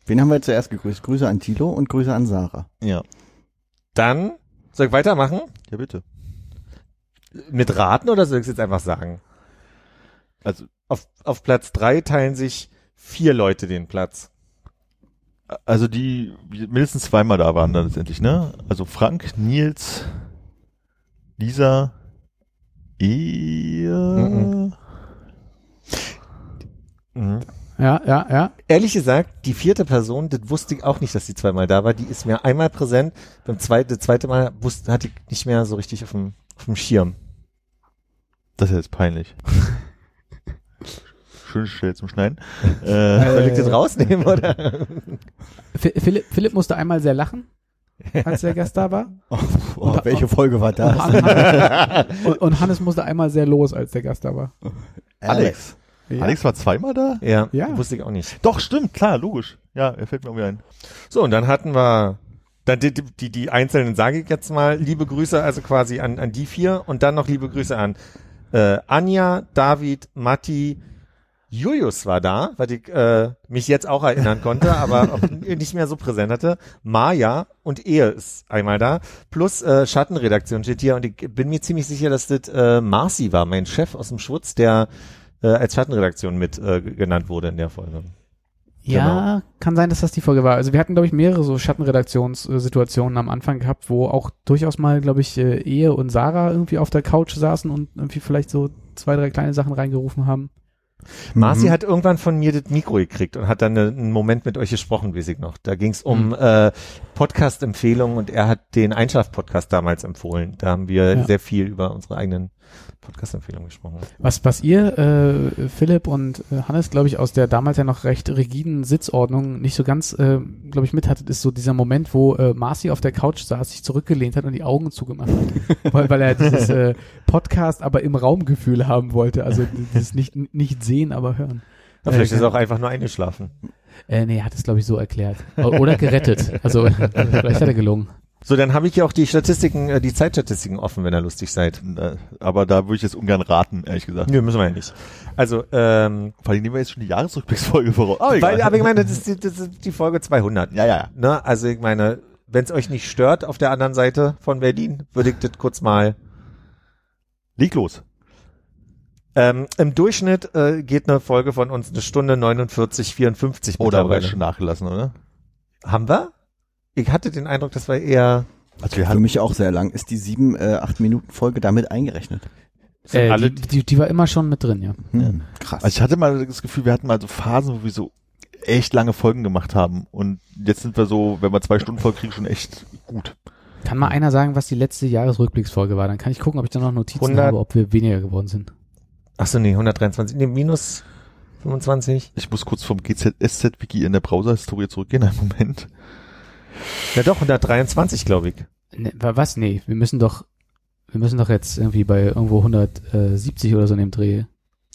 Speaker 5: Wen haben wir zuerst gegrüßt? Grüße an Thilo und Grüße an Sarah.
Speaker 4: Ja.
Speaker 2: Dann soll ich weitermachen?
Speaker 4: Ja, bitte.
Speaker 2: Mit raten oder soll ich es jetzt einfach sagen?
Speaker 4: Also,
Speaker 2: Auf, auf Platz drei teilen sich vier Leute den Platz.
Speaker 4: also die die mindestens zweimal da waren dann letztendlich, ne? Also Frank, Nils, Lisa, E. ihr.
Speaker 2: Mhm.
Speaker 3: Ja, ja, ja.
Speaker 2: Ehrlich gesagt, die vierte Person, das wusste ich auch nicht, dass sie zweimal da war. Die ist mir einmal präsent. Beim zweiten, das zweite Mal wusste, hatte ich nicht mehr so richtig auf dem, auf dem Schirm.
Speaker 4: Das ist jetzt peinlich. Schöne Stelle zum Schneiden.
Speaker 3: Äh,
Speaker 4: äh,
Speaker 2: Soll ich das rausnehmen, oder?
Speaker 3: F Philipp, Philipp musste einmal sehr lachen, als der Gast da war.
Speaker 5: Oh,
Speaker 3: Und da-
Speaker 5: welche Folge war
Speaker 3: Und,
Speaker 5: das?
Speaker 3: Han- Hannes, und, und Hannes musste einmal sehr los, als der Gast da war.
Speaker 4: Alex.
Speaker 3: Ja.
Speaker 4: Alex war zweimal da?
Speaker 2: Äh, Ja,
Speaker 3: Ja.
Speaker 2: wusste ich auch nicht.
Speaker 4: Doch, stimmt, klar, logisch. Ja, er fällt mir auch wieder ein.
Speaker 2: So, und dann hatten wir dann die, die- die, die einzelnen, sage ich jetzt mal, liebe Grüße also quasi an, an die vier und dann noch liebe Grüße an äh, Anja, David, Matti, Julius war da, weil ich äh, mich jetzt auch erinnern konnte, aber auch nicht mehr so präsent hatte. Maja und Ehe ist einmal da, plus äh, Schattenredaktion steht hier und ich bin mir ziemlich sicher, dass das äh, Marci war, mein Chef aus dem Schutz, der äh, als Schattenredaktion mit äh, genannt wurde in der Folge.
Speaker 3: Ja, kann sein, dass das die Folge war. Also wir hatten, glaube ich, mehrere so Schattenredaktionssituationen am Anfang gehabt, wo auch durchaus mal, glaube ich, äh, Ehe und Sarah irgendwie auf der Couch saßen und irgendwie vielleicht so zwei, drei kleine Sachen reingerufen haben.
Speaker 2: Marci
Speaker 5: Mhm.
Speaker 2: hat irgendwann von mir das Mikro gekriegt und hat dann ne- einen Moment mit euch gesprochen, weiß ich noch. Da ging es um äh, Podcast-Empfehlungen und er hat den Einschlaf-Podcast damals empfohlen. Da haben wir
Speaker 3: Ja.
Speaker 2: sehr viel über unsere eigenen Podcast-Empfehlungen gesprochen.
Speaker 3: Was, was ihr, äh, Philipp und äh, Hannes, glaube ich, aus der damals ja noch recht rigiden Sitzordnung nicht so ganz, äh, glaube ich, mithattet, ist so dieser Moment, wo äh, Marci auf der Couch saß, sich zurückgelehnt hat und die Augen zugemacht hat, weil, weil er dieses äh, Podcast aber im Raumgefühl haben wollte, also das nicht, nicht sehen, aber hören.
Speaker 2: Na, vielleicht
Speaker 3: Äh,
Speaker 2: ist er auch einfach nur eingeschlafen.
Speaker 3: Äh, nee, er hat es, glaube ich, so erklärt. O- Oder gerettet. Also, vielleicht hat er gelungen.
Speaker 2: So, dann habe ich ja auch die Statistiken, äh, die Zeitstatistiken offen, wenn ihr lustig seid.
Speaker 4: Na, Aber da würde ich jetzt ungern raten, ehrlich gesagt.
Speaker 2: Nö, müssen wir ja nicht. Also, ähm,
Speaker 4: Vor allem nehmen wir jetzt schon die Jahresrückblicksfolge voraus. Aber Oh, egal.
Speaker 2: weil, aber ich meine, das ist, die, das ist die Folge 200.
Speaker 4: ja, ja, ja.
Speaker 2: Ne? Also ich meine, wenn es euch nicht stört auf der anderen Seite von Berlin, würde ich das kurz mal.
Speaker 4: Leg los.
Speaker 2: Ähm, Im Durchschnitt äh, geht eine Folge von uns eine Stunde 49, 54
Speaker 4: Oh, da haben wir
Speaker 2: mittlerweile.
Speaker 4: jetzt schon nachgelassen, oder?
Speaker 2: Haben wir? Ich hatte den Eindruck, das war eher
Speaker 4: Also wir
Speaker 5: Für mich auch sehr lang. Ist die sieben, äh, acht Minuten Folge damit eingerechnet?
Speaker 4: sind
Speaker 3: Äh,
Speaker 4: alle,
Speaker 3: die, die, die war immer schon mit drin, ja.
Speaker 5: Hm, krass.
Speaker 4: also ich hatte mal das Gefühl, wir hatten mal so Phasen, wo wir so echt lange Folgen gemacht haben. Und jetzt sind wir so, wenn wir zwei Stunden voll kriegen, schon echt gut.
Speaker 3: Kann mal einer sagen, was die letzte Jahresrückblicksfolge war? Dann kann ich gucken, ob ich da noch Notizen
Speaker 2: 100
Speaker 3: habe, ob wir weniger geworden sind.
Speaker 2: Ach so, nee, 123, nee, minus 25.
Speaker 4: Ich muss kurz vom GZSZ-Wiki in der Browser-Historie zurückgehen, einen Moment.
Speaker 2: Ja doch, 123, glaube ich.
Speaker 3: Ne, wa- was? Nee, wir müssen doch, wir müssen doch jetzt irgendwie bei irgendwo 170 oder so in dem Dreh.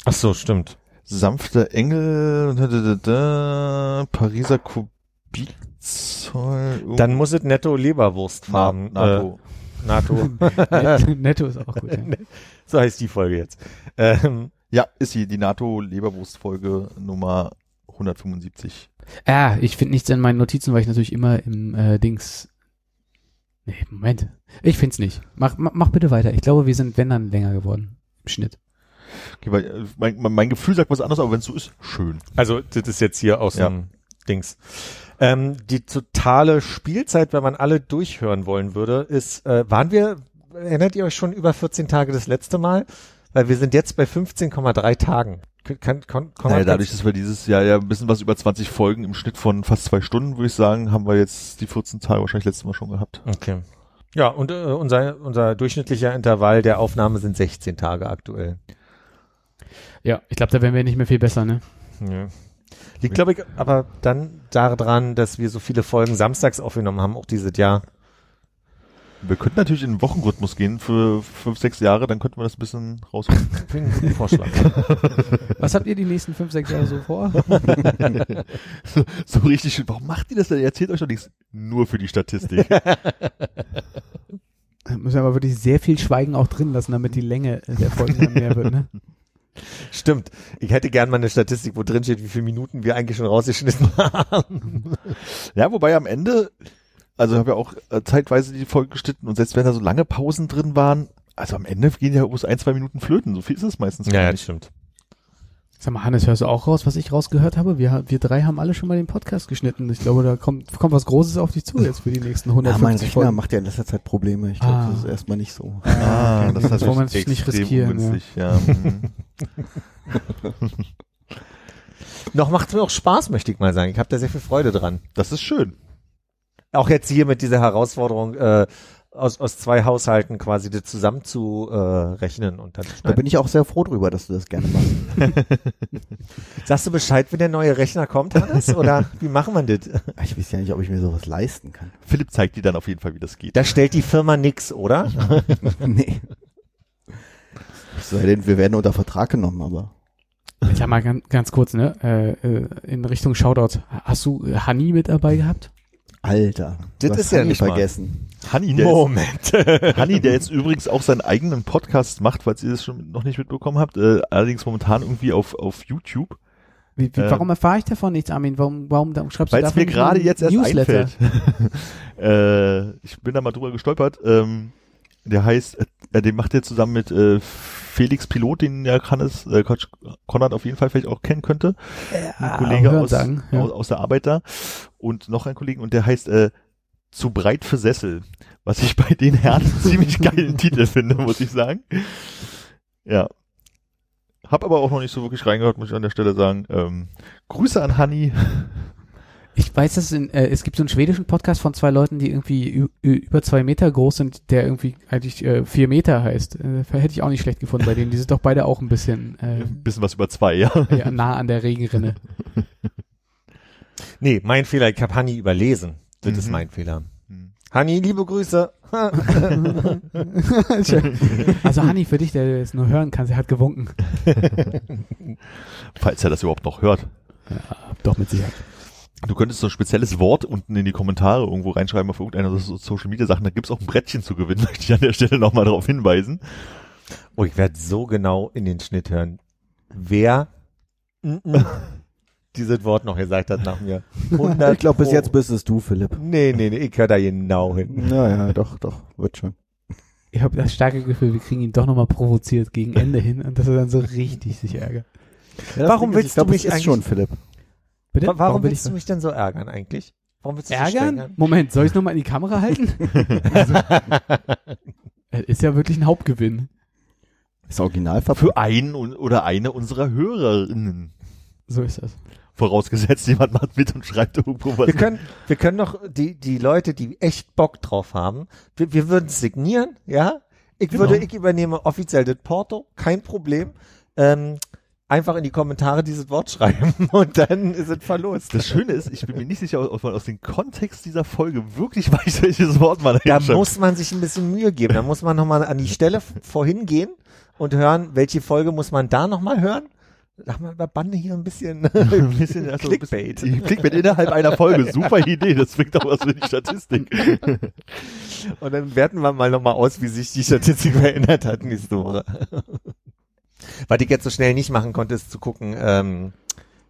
Speaker 2: Ach so, stimmt.
Speaker 4: Sanfter Engel, da, da, da, da, Pariser Kubikzoll. oh,
Speaker 2: Dann muss es netto Leberwurstfarben.
Speaker 4: Na- NATO.
Speaker 2: Äh, NATO.
Speaker 3: Netto ist auch gut, ja.
Speaker 2: so heißt die Folge jetzt. Ähm,
Speaker 4: Ja, ist sie, die NATO-Leberwurst-Folge Nummer 175.
Speaker 3: Ah, ich finde nichts in meinen Notizen, weil ich natürlich immer im äh, Dings. Nee, Moment. Ich find's nicht. Mach, mach, mach bitte weiter. Ich glaube, wir sind, wenn dann, länger geworden. Im Schnitt.
Speaker 4: Okay, weil äh, mein, mein- mein Gefühl sagt was anderes, aber wenn es so ist, schön.
Speaker 2: also, das ist jetzt hier aus
Speaker 4: Ja.
Speaker 2: dem Dings. Ähm, die totale Spielzeit, wenn man alle durchhören wollen würde, ist, äh, waren wir, erinnert ihr euch schon über 14 Tage das letzte Mal? Weil wir sind jetzt bei 15,3 Tagen. Kann, kann, kann, kann
Speaker 4: Naja, dadurch, dass wir dieses Jahr ja ein bisschen was über 20 Folgen im Schnitt von fast zwei Stunden, würde ich sagen, haben wir jetzt die 14 Tage wahrscheinlich letztes Mal schon gehabt.
Speaker 2: Okay. Ja, und äh, unser, unser durchschnittlicher Intervall der Aufnahme sind 16 Tage aktuell.
Speaker 3: Ja, ich glaube, da wären wir nicht mehr viel besser, ne?
Speaker 2: Ja. Liegt, glaube ich, aber dann daran, dass wir so viele Folgen samstags aufgenommen haben, auch dieses Jahr.
Speaker 4: Wir könnten natürlich in den Wochenrhythmus gehen für fünf, sechs Jahre, dann könnten wir das ein bisschen rausholen.
Speaker 2: Finde ich einen guten Vorschlag.
Speaker 3: Was habt ihr die nächsten fünf, sechs Jahre so vor?
Speaker 4: so richtig schön. Warum macht ihr das denn? Ihr Erzählt euch doch nichts. Nur für die Statistik.
Speaker 3: Müssen wir aber wirklich sehr viel Schweigen auch drin lassen, damit die Länge der Folgen dann mehr wird, ne?
Speaker 2: Stimmt. Ich hätte gern mal eine Statistik, wo drin steht, wie viele Minuten wir eigentlich schon rausgeschnitten haben.
Speaker 4: Ja, wobei am Ende, also haben wir auch äh, zeitweise die Folge geschnitten und selbst wenn da so lange Pausen drin waren, also am Ende gehen ja bloß ein, zwei Minuten flöten. So viel ist es meistens. gar nicht.
Speaker 2: stimmt.
Speaker 3: Sag mal, Hannes, hörst du auch raus, was ich rausgehört habe? Wir, ha- wir drei haben alle schon mal den Podcast geschnitten. Ich glaube, da kommt, kommt was Großes auf dich zu jetzt für die nächsten
Speaker 5: ah, mein
Speaker 3: 150
Speaker 5: Rechner
Speaker 3: Folgen.
Speaker 5: macht ja in letzter Zeit Probleme. Ich glaube,
Speaker 3: Ah.
Speaker 5: das ist erstmal nicht so.
Speaker 4: Ah, das ist
Speaker 3: Das wollen wir
Speaker 4: natürlich
Speaker 3: natürlich nicht
Speaker 4: extrem
Speaker 3: riskieren,
Speaker 4: ungünstig. Ja. mhm.
Speaker 2: Noch macht es mir auch Spaß, möchte ich mal sagen. Ich habe da sehr viel Freude dran.
Speaker 4: Das ist schön.
Speaker 2: Auch jetzt hier mit dieser Herausforderung, äh, aus, aus zwei Haushalten quasi das zusammenzurechnen und dann zu
Speaker 5: Da
Speaker 2: schneiden.
Speaker 5: bin ich auch sehr froh drüber, dass du das gerne machst.
Speaker 2: Sagst du Bescheid, wenn der neue Rechner kommt, Hannes? Oder wie machen wir das?
Speaker 5: Ich weiß ja nicht, ob ich mir sowas leisten kann.
Speaker 4: Philipp zeigt dir dann auf jeden Fall, wie das geht.
Speaker 2: Da stellt die Firma nix, oder?
Speaker 5: nee. Es sei denn, wir werden unter Vertrag genommen, aber.
Speaker 3: Sag mal ganz, ganz kurz, ne? Äh, äh, in Richtung Shoutout. Hast du äh, Hani mit dabei gehabt?
Speaker 5: Alter, du
Speaker 2: Das
Speaker 5: hast
Speaker 2: ist ja
Speaker 5: Hanni
Speaker 2: nicht mal-
Speaker 5: vergessen.
Speaker 4: Hanni, der, jetzt,
Speaker 2: Moment.
Speaker 4: Hanni, der jetzt übrigens auch seinen eigenen Podcast macht, falls ihr das schon noch nicht mitbekommen habt, äh, allerdings momentan irgendwie auf, auf YouTube,
Speaker 3: Wie, wie,
Speaker 4: Äh,
Speaker 3: warum erfahre ich davon nichts, Armin? Warum, warum da- schreibst
Speaker 4: weil
Speaker 3: du
Speaker 4: es
Speaker 3: davon
Speaker 4: mir gerade
Speaker 3: nicht
Speaker 4: jetzt
Speaker 3: einen
Speaker 4: erst
Speaker 3: Newsletter?
Speaker 4: einfällt. äh, ich bin da mal drüber gestolpert. Ähm, der heißt, äh, den macht er zusammen mit äh, Felix Pilot, den ja Hannes, äh, Quatsch, Konrad auf jeden Fall vielleicht auch kennen könnte.
Speaker 3: Ah,
Speaker 4: ein Kollege
Speaker 3: hören
Speaker 4: aus,
Speaker 3: sagen, ja.
Speaker 4: aus, aus der Arbeit da und noch ein Kollegen und der heißt äh, zu breit für Sessel, was ich bei den Herren einen ziemlich geilen Titel finde, muss ich sagen. Ja. Hab aber auch noch nicht so wirklich reingehört, muss ich an der Stelle sagen. Ähm, Grüße an Hanni.
Speaker 3: Ich weiß, dass in, äh, es gibt so einen schwedischen Podcast von zwei Leuten, die irgendwie ü- ü- über zwei Meter groß sind, der irgendwie eigentlich äh, vier Meter heißt. Äh, hätte ich auch nicht schlecht gefunden bei denen. Die sind doch beide auch ein bisschen
Speaker 4: Ein
Speaker 3: äh,
Speaker 4: bisschen was über zwei, ja.
Speaker 3: ja, nah an der Regenrinne.
Speaker 2: Nee, mein Fehler, ich habe Hanni überlesen. Das
Speaker 4: Mhm.
Speaker 2: ist mein Fehler.
Speaker 4: Mhm.
Speaker 2: Hanni, liebe Grüße.
Speaker 3: also Hanni, für dich, der es nur hören kann, sie hat gewunken.
Speaker 4: Falls er das überhaupt noch hört.
Speaker 3: Doch, mit Sicherheit.
Speaker 4: Du könntest so ein spezielles Wort unten in die Kommentare irgendwo reinschreiben auf irgendeiner so Social Media Sachen. Da gibt's auch ein Brettchen zu gewinnen, möchte ich an der Stelle nochmal darauf hinweisen.
Speaker 2: Oh, ich werde so genau in den Schnitt hören. Wer mm, mm, dieses Wort noch gesagt hat nach mir. 100
Speaker 5: Ich glaube, bis
Speaker 2: Pro.
Speaker 5: jetzt bist es du, Philipp.
Speaker 2: Nee, nee, nee, ich höre da genau hin.
Speaker 5: Naja, doch, doch, wird schon.
Speaker 3: Ich habe das starke Gefühl, wir kriegen ihn doch nochmal provoziert gegen Ende hin und dass er dann so richtig sich ärgert.
Speaker 5: das
Speaker 2: Warum
Speaker 5: Ding
Speaker 2: willst
Speaker 5: ich glaub,
Speaker 2: du
Speaker 5: es
Speaker 2: mich
Speaker 5: ist schon,
Speaker 2: eigentlich-
Speaker 5: Philipp?
Speaker 3: Bitte?
Speaker 2: Wa- Warum,
Speaker 3: bin
Speaker 2: willst du mich denn so ärgern eigentlich? Warum willst du so
Speaker 3: ärgern?
Speaker 2: streng
Speaker 3: Moment, soll ich es nochmal in die Kamera halten?
Speaker 2: sein?
Speaker 3: Das ist ja wirklich ein Hauptgewinn.
Speaker 5: Ist original
Speaker 4: Für einen un- oder eine unserer Hörerinnen.
Speaker 3: So ist das.
Speaker 4: Vorausgesetzt, jemand macht mit und schreibt irgendwo was.
Speaker 2: wir können, wir können noch die, die Leute, die echt Bock drauf haben, wir, wir würden signieren, ja? Ich
Speaker 4: Genau.
Speaker 2: würde, ich übernehme offiziell das Porto, kein Problem. Ähm, einfach in die Kommentare dieses Wort schreiben und dann ist es verlost.
Speaker 4: Das Schöne ist, ich bin mir nicht sicher, ob man aus dem Kontext dieser Folge wirklich weiß, welches Wort man
Speaker 2: Da
Speaker 4: hinschreibt.
Speaker 2: muss man sich ein bisschen Mühe geben. Da muss man nochmal an die Stelle v- vorhin gehen und hören, welche Folge muss man da nochmal hören. Sag mal, überbande hier ein bisschen,
Speaker 4: ein bisschen, also ein bisschen-
Speaker 2: Clickbait.
Speaker 4: Clickbait innerhalb einer Folge. Super Idee. Das bringt auch was für die Statistik.
Speaker 2: Und dann werten wir mal nochmal aus, wie sich die Statistik verändert hat nächste Woche. Was ich jetzt so schnell nicht machen konnte, ist zu gucken, ähm,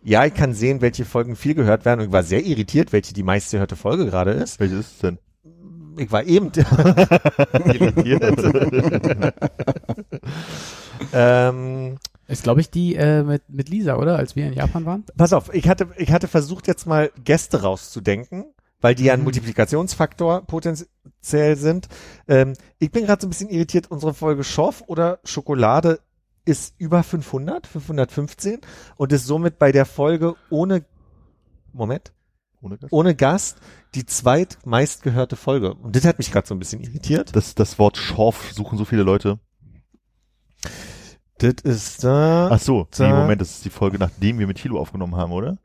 Speaker 2: ja, ich kann sehen, welche Folgen viel gehört werden und ich war sehr irritiert, welche die meistgehörte Folge gerade ist.
Speaker 4: Welches ist es denn?
Speaker 2: Ich war eben irritiert. ähm,
Speaker 3: Ist, glaube ich, die äh, mit, mit Lisa, oder? Als wir in Japan waren?
Speaker 2: pass auf, ich hatte, ich hatte versucht, jetzt mal Gäste rauszudenken, weil die ja ein Multiplikationsfaktor potenziell sind. Ähm, ich bin gerade so ein bisschen irritiert, unsere Folge Schorf oder Schokolade ist über 500, 515 und ist somit bei der Folge ohne, Moment,
Speaker 4: Ohne Gast?
Speaker 2: ohne Gast die zweitmeistgehörte Folge. Und das hat mich gerade so ein bisschen irritiert.
Speaker 4: Das, das Wort Schorf suchen so viele Leute.
Speaker 2: Das ist, äh,
Speaker 4: Ach so, nee,
Speaker 2: Da-
Speaker 4: Moment, das ist die Folge, nachdem wir mit Tilo aufgenommen haben, oder?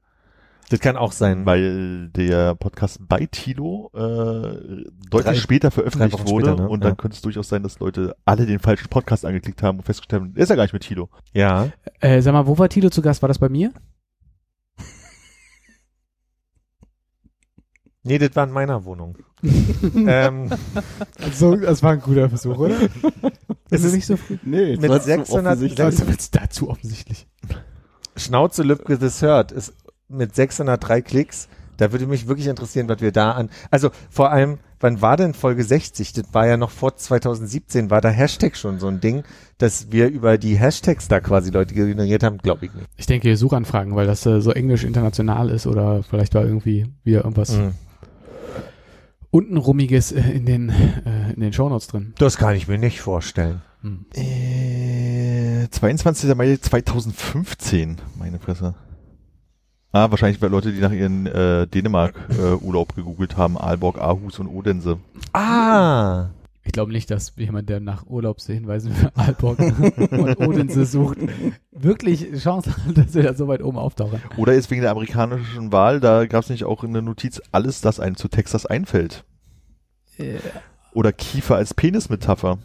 Speaker 2: das kann auch sein.
Speaker 4: Weil der Podcast bei Tilo äh, deutlich
Speaker 2: Drei-
Speaker 4: später veröffentlicht
Speaker 2: drei Wochen
Speaker 4: wurde
Speaker 2: später, ne?
Speaker 4: und dann
Speaker 2: Ja.
Speaker 4: könnte es durchaus sein, dass Leute alle den falschen Podcast angeklickt haben und festgestellt haben, der ist ja gar nicht mit Tilo.
Speaker 2: Ja.
Speaker 3: Äh, sag mal, wo war Tilo zu Gast? War das bei mir?
Speaker 2: Nee, das war in meiner Wohnung. ähm,
Speaker 3: Also, das war ein guter Versuch, oder?
Speaker 2: es ist
Speaker 3: nicht so früh.
Speaker 5: Nee,
Speaker 2: mit 600
Speaker 3: Also, dazu offensichtlich.
Speaker 2: Schnauze Lübke The Third ist mit 603 Klicks. Da würde mich wirklich interessieren, was wir da an. Also vor allem, wann war denn Folge 60? Das war ja noch vor 2017, war da Hashtag schon so ein Ding, dass wir über die Hashtags da quasi Leute generiert haben, glaube ich nicht.
Speaker 3: Ich denke, Suchanfragen, weil das äh, so englisch international ist oder vielleicht war irgendwie wieder irgendwas
Speaker 2: Mhm.
Speaker 3: untenrummiges äh, in den, äh, in den Shownotes drin.
Speaker 2: Das kann ich mir nicht vorstellen.
Speaker 3: Hm.
Speaker 4: Äh, 22. Mai 2015, meine Fresse. Ah, wahrscheinlich weil Leute, die nach ihren äh, Dänemark-Urlaub gegoogelt haben, Aalborg, Aarhus und Odense.
Speaker 2: Ah!
Speaker 3: Ich glaube nicht, dass jemand, der nach Urlaubshinweisen für Aalborg und Odense sucht, wirklich Chance hat, dass er da so weit oben auftaucht.
Speaker 4: Oder ist wegen der amerikanischen Wahl, da gab es nicht auch in der Notiz alles, das einem zu Texas einfällt.
Speaker 3: Äh,
Speaker 4: Oder Kiefer als Penismetapher.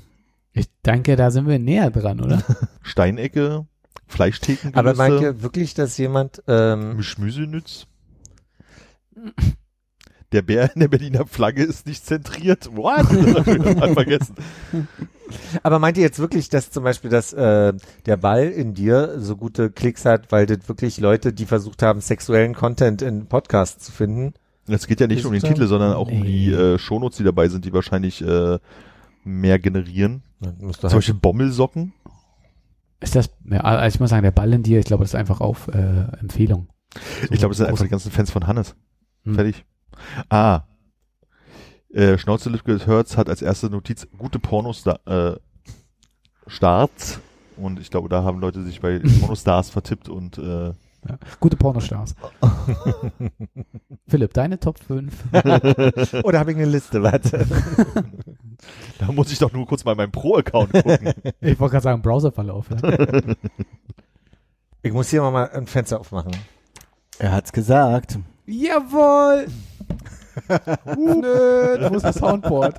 Speaker 3: Ich denke, da sind wir näher dran, oder?
Speaker 4: Steinecke, Fleischtheken,
Speaker 2: Aber meint ihr wirklich, dass jemand ähm,
Speaker 4: Mischmüsenütz? Der Bär in der Berliner Flagge ist nicht zentriert. What? Das hab ich total vergessen.
Speaker 2: Aber meint ihr jetzt wirklich, dass zum Beispiel dass, äh, der Ball in dir so gute Klicks hat, weil das wirklich Leute, die versucht haben, sexuellen Content in Podcasts zu finden?
Speaker 4: Es geht ja nicht
Speaker 2: Ist
Speaker 4: um den
Speaker 2: da-
Speaker 4: Titel, sondern auch um
Speaker 3: Nee.
Speaker 4: die äh, Shownotes, die dabei sind, die wahrscheinlich äh, mehr generieren.
Speaker 2: Dann musst du halt-
Speaker 4: Solche Bommelsocken.
Speaker 3: Ist das, ja, also ich muss sagen, der Ball in dir, ich glaube, das ist einfach auf äh, Empfehlung.
Speaker 4: Ich glaube, das sind
Speaker 3: groß-
Speaker 4: einfach die ganzen Fans von Hannes.
Speaker 3: Hm.
Speaker 4: Fertig. Ah. Äh, Schnauze Lütke Hertz hat als erste Notiz gute Pornos äh, Starts. Und ich glaube, da haben Leute sich bei Pornostars vertippt und äh,
Speaker 3: Ja. Gute Pornostars. Philipp, deine Top 5.
Speaker 2: Oder habe ich eine Liste? Warte.
Speaker 4: da muss ich doch nur kurz mal meinen Pro-Account gucken.
Speaker 3: Ich wollte gerade sagen, Browserverlauf. Ja.
Speaker 2: Ich muss hier mal ein Fenster aufmachen.
Speaker 5: Er hat's gesagt.
Speaker 3: Jawohl! Nö, wo ist das Soundboard?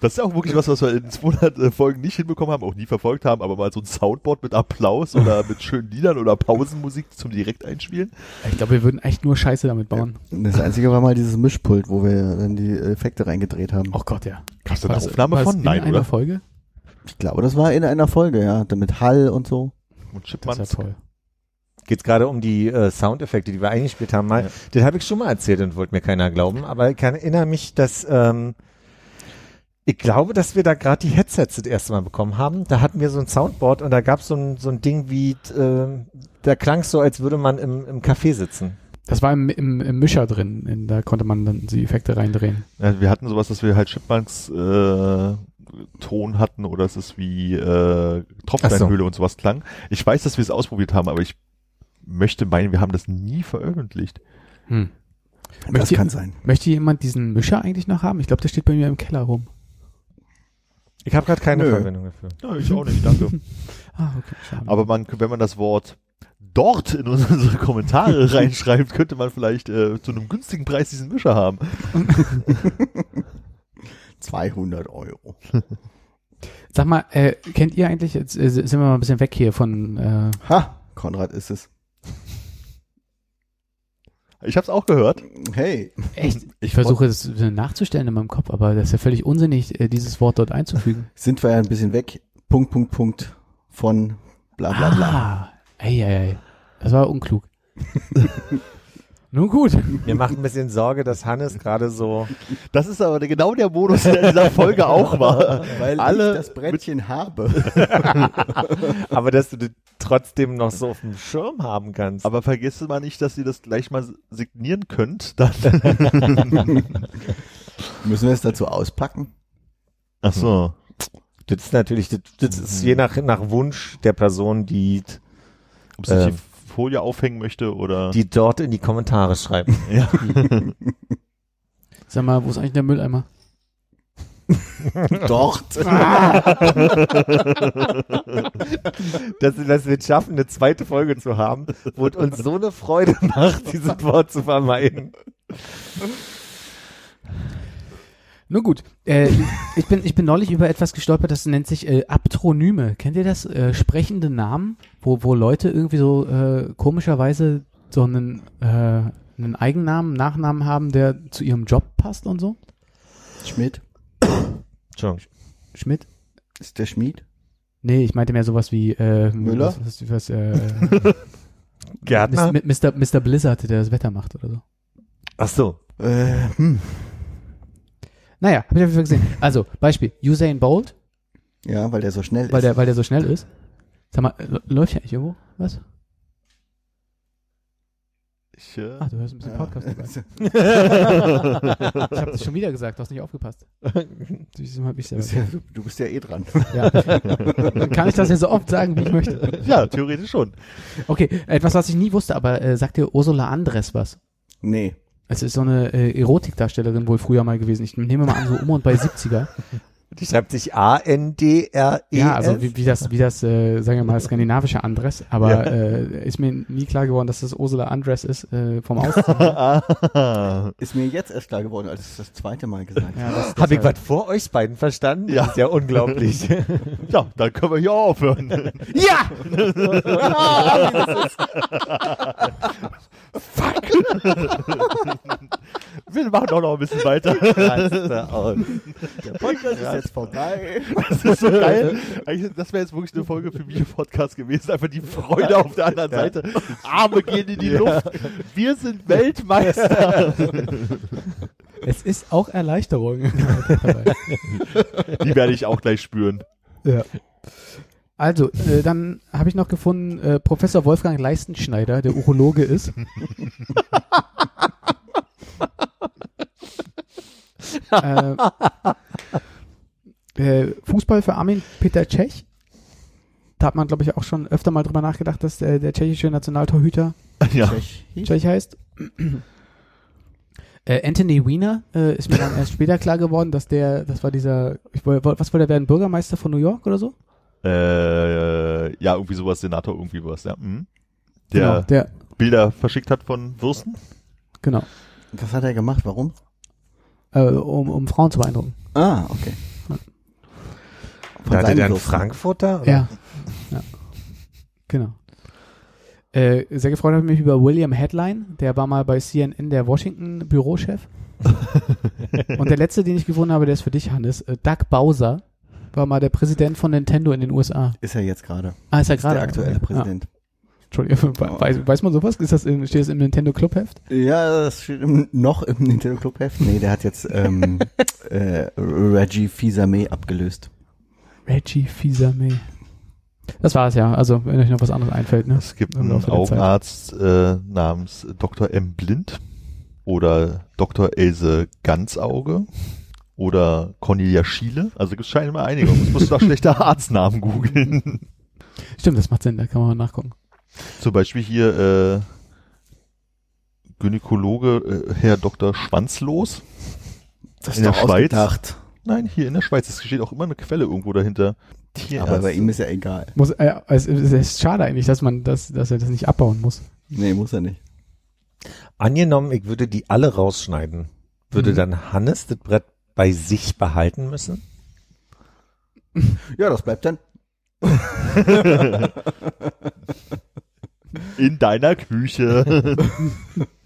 Speaker 4: Das ist ja auch wirklich was, was wir in 200 äh, Folgen nicht hinbekommen haben, auch nie verfolgt haben, aber mal so ein Soundboard mit Applaus oder mit schönen Liedern oder Pausenmusik zum direkt einspielen.
Speaker 3: Ich glaube, wir würden echt nur Scheiße damit bauen.
Speaker 5: Das einzige war mal dieses Mischpult, wo wir dann die Effekte reingedreht haben.
Speaker 3: Oh Gott, ja.
Speaker 4: Gab's da eine
Speaker 3: Was-
Speaker 4: Aufnahme
Speaker 3: was
Speaker 4: von?
Speaker 3: in
Speaker 4: Nein,
Speaker 3: einer
Speaker 4: oder?
Speaker 3: Folge?
Speaker 5: Ich glaube, das war in einer Folge, ja. Dann mit Hall und so.
Speaker 4: Und
Speaker 3: Das ist
Speaker 4: Chipmunks.
Speaker 3: ja toll.
Speaker 2: Geht's gerade um die äh, Soundeffekte, die wir eingespielt haben. Mal,
Speaker 4: Ja.
Speaker 2: Den habe ich schon mal erzählt und wollte mir keiner glauben, aber ich kann, erinnere mich, dass ähm, ich glaube, dass wir da gerade die Headsets das erste Mal bekommen haben. Da hatten wir so ein Soundboard und da gab so es ein, so ein Ding wie, äh, da klang so, als würde man im, im Café sitzen.
Speaker 3: Das war im, im, im Mischer drin. In, da konnte man dann die Effekte reindrehen.
Speaker 4: Ja, wir hatten sowas, dass wir halt Chipmunks äh, Ton hatten oder es ist wie äh, Tropfsteinhöhle und sowas klang. Ich weiß, dass wir es ausprobiert haben, aber ich möchte meinen, wir haben das nie veröffentlicht.
Speaker 3: Hm.
Speaker 5: das
Speaker 3: Möchte,
Speaker 5: kann sein.
Speaker 3: möchte jemand diesen Mischer eigentlich noch haben? Ich glaube, der steht bei mir im Keller rum.
Speaker 2: Ich habe gerade keine
Speaker 5: Nö.
Speaker 2: Verwendung dafür.
Speaker 4: Ja, ich auch nicht, danke.
Speaker 3: Ah, okay, schade.
Speaker 4: Aber man, wenn man das Wort dort in unsere Kommentare reinschreibt, könnte man vielleicht äh, zu einem günstigen Preis diesen Mischer haben.
Speaker 5: 200 Euro.
Speaker 3: Sag mal, äh, kennt ihr eigentlich, jetzt äh, sind wir mal ein bisschen weg hier von, äh,
Speaker 5: Ha, Konrad ist es.
Speaker 4: Ich hab's auch gehört.
Speaker 5: Hey.
Speaker 3: echt, ich versuche das ein bisschen nachzustellen in meinem Kopf, aber das ist ja völlig unsinnig, äh, dieses Wort dort einzufügen.
Speaker 5: Sind wir ja ein bisschen weg. Punkt, Punkt, Punkt von bla bla bla.
Speaker 3: Ah, ey, ey, ey. Das war unklug. Nun gut.
Speaker 2: Mir macht ein bisschen Sorge, dass Hannes gerade so
Speaker 4: Das ist aber genau der Modus, der in dieser Folge auch war.
Speaker 5: Weil
Speaker 4: Alle
Speaker 5: ich das Brettchen habe.
Speaker 2: Aber dass du das trotzdem noch so auf dem Schirm haben kannst.
Speaker 4: Aber vergesst mal nicht, dass ihr das gleich mal signieren könnt. Dann
Speaker 5: Müssen wir es dazu auspacken?
Speaker 4: Ach so.
Speaker 2: das ist natürlich, das, das ist je nach, nach Wunsch der Person, die,
Speaker 4: Ob sie sich
Speaker 2: Ähm.
Speaker 4: die Folie aufhängen möchte oder.
Speaker 2: die dort in die Kommentare schreiben.
Speaker 4: ja.
Speaker 3: Sag mal, wo ist eigentlich der Mülleimer?
Speaker 5: Dort.
Speaker 3: Ah.
Speaker 2: Dass, dass wir es schaffen, eine zweite Folge zu haben, wo es uns so eine Freude macht, dieses Wort zu vermeiden.
Speaker 3: Nun gut, äh, ich, bin, ich bin neulich über etwas gestolpert, das nennt sich äh, Aptronyme. Kennt ihr das? Äh, sprechende Namen, wo, wo Leute irgendwie so äh, komischerweise so einen, äh, einen Eigennamen, Nachnamen haben, der zu ihrem Job passt und so?
Speaker 5: Schmidt.
Speaker 2: Entschuldigung.
Speaker 3: Schmidt?
Speaker 5: Ist der Schmied?
Speaker 3: Nee, ich meinte mehr sowas wie äh,
Speaker 5: Müller?
Speaker 3: Was, was, was, äh,
Speaker 2: Gärtner?
Speaker 3: Mis- Mr. Mr. Blizzard, der das Wetter macht oder so.
Speaker 2: Ach so.
Speaker 5: Äh, hm.
Speaker 3: Naja, hab ich auf jeden Fall gesehen. Also, Beispiel, Usain Bolt,
Speaker 5: Ja, weil der so schnell
Speaker 3: weil
Speaker 5: ist.
Speaker 3: der, weil der so schnell ist. Sag mal, äh, läuft ja eigentlich irgendwo? Was?
Speaker 4: Ich, äh,
Speaker 3: Ah, du hörst ein bisschen Podcast dabei. Ich habe das schon wieder gesagt, du hast nicht aufgepasst. Diesmal hab ich's
Speaker 5: Du bist
Speaker 3: selber.
Speaker 5: ja, du bist ja eh dran.
Speaker 3: Ja. Dann kann ich das ja so oft sagen, wie ich möchte.
Speaker 4: ja, theoretisch schon.
Speaker 3: Okay, etwas, was ich nie wusste, aber äh, sagt dir Ursula Andres was?
Speaker 5: Nee.
Speaker 3: Es ist so eine äh, Erotikdarstellerin wohl früher mal gewesen. Ich nehme mal an, so um und bei 70er.
Speaker 2: Die schreibt sich A-N-D-R-E.
Speaker 3: Ja, also wie, wie das, wie das, äh, sagen wir mal, skandinavische Andres. Aber äh, ist mir nie klar geworden, dass das Ursula Andres ist äh, vom Aus.
Speaker 4: Ah.
Speaker 5: Ist mir jetzt erst klar geworden, als ich es das zweite Mal gesagt habe.
Speaker 3: Ja, das- halt
Speaker 2: Habe ich
Speaker 3: deshalb.
Speaker 2: was vor euch beiden verstanden?
Speaker 4: Ja.
Speaker 2: Das ist ja unglaublich.
Speaker 4: Ja, dann können wir hier auch aufhören.
Speaker 2: ja!
Speaker 4: Wir machen doch noch ein bisschen weiter.
Speaker 5: Der Podcast ist jetzt vorbei.
Speaker 4: Das ist so geil. Eigentlich, das wäre jetzt wirklich eine Folge für Videopodcast gewesen. Einfach die Freude auf der anderen Seite. Arme gehen in die Luft. Wir sind Weltmeister.
Speaker 3: Es ist auch Erleichterung. dabei.
Speaker 4: Die werde ich auch gleich spüren.
Speaker 3: Ja. Also, äh, dann habe ich noch gefunden, äh, Professor Wolfgang Leistenschneider, der Urologe ist. äh, äh, Fußball für Armin Peter Cech. Da hat man, glaube ich, auch schon öfter mal drüber nachgedacht, dass äh, der, der tschechische Nationaltorhüter
Speaker 4: Ja.
Speaker 3: Tschech heißt. Äh, Anthony Weiner äh, ist mir dann erst später klar geworden, dass der, das war dieser, ich, woll- was wollte er werden, Bürgermeister von New York oder so?
Speaker 4: Äh, ja, irgendwie sowas, Senator, irgendwie was, ja. Mhm. Der
Speaker 3: Genau, der,
Speaker 4: Bilder verschickt hat von Würsten.
Speaker 3: genau.
Speaker 5: Was hat er gemacht? Warum?
Speaker 3: Äh, um, um Frauen zu beeindrucken.
Speaker 5: Ah, okay.
Speaker 3: Ja.
Speaker 5: Von
Speaker 2: da hat er
Speaker 5: seinem ne?
Speaker 2: dann
Speaker 5: Kloster.
Speaker 2: Frankfurter? Oder?
Speaker 3: Ja. ja. Genau. Äh, sehr gefreut habe ich mich über William Headline, der war mal bei CNN der Washington-Bürochef. Und der letzte, den ich gefunden habe, der ist für dich, Hannes. Äh, Doug Bowser war mal der Präsident von Nintendo in den USA.
Speaker 5: Ist er jetzt gerade.
Speaker 3: Ah, ist er
Speaker 5: Ist der
Speaker 3: gerade.
Speaker 5: aktuelle Präsident.
Speaker 3: Ja, Entschuldigung, we- weiß, weiß man sowas? Ist das in, steht das im Nintendo Clubheft?
Speaker 5: Ja, das steht im, noch im Nintendo Club Heft. Nee, der hat jetzt ähm, äh, Reggie Fils-Aimé abgelöst.
Speaker 3: Reggie Fils-Aimé. Das war's ja. Also, wenn euch noch was anderes einfällt, ne?
Speaker 4: Es gibt
Speaker 3: Im
Speaker 4: einen
Speaker 3: Laufe der
Speaker 4: Augenarzt äh, namens Dr. M. Blind oder Dr. Else Ganzauge oder Cornelia Schiele. Also es scheinen immer einige. Man muss da schlechte Arztnamen googeln.
Speaker 3: Stimmt, das macht Sinn, da kann man mal nachgucken.
Speaker 4: Zum Beispiel hier äh, Gynäkologe äh, Herr Dr. Schwanzlos.
Speaker 5: Das
Speaker 4: In der Schweiz?
Speaker 5: ausgedacht.
Speaker 4: Nein, hier in der Schweiz. Es steht auch immer eine Quelle irgendwo dahinter. Tierärzte.
Speaker 5: Aber bei ihm ist ja egal.
Speaker 3: Muss, äh, es es ist schade eigentlich, dass man das, dass er das nicht abbauen muss.
Speaker 5: Nee, muss er nicht.
Speaker 2: Angenommen, ich würde die alle rausschneiden. Würde
Speaker 3: Mhm.
Speaker 2: dann Hannes das Brett bei sich behalten müssen?
Speaker 5: Ja, das bleibt dann.
Speaker 4: in deiner Küche.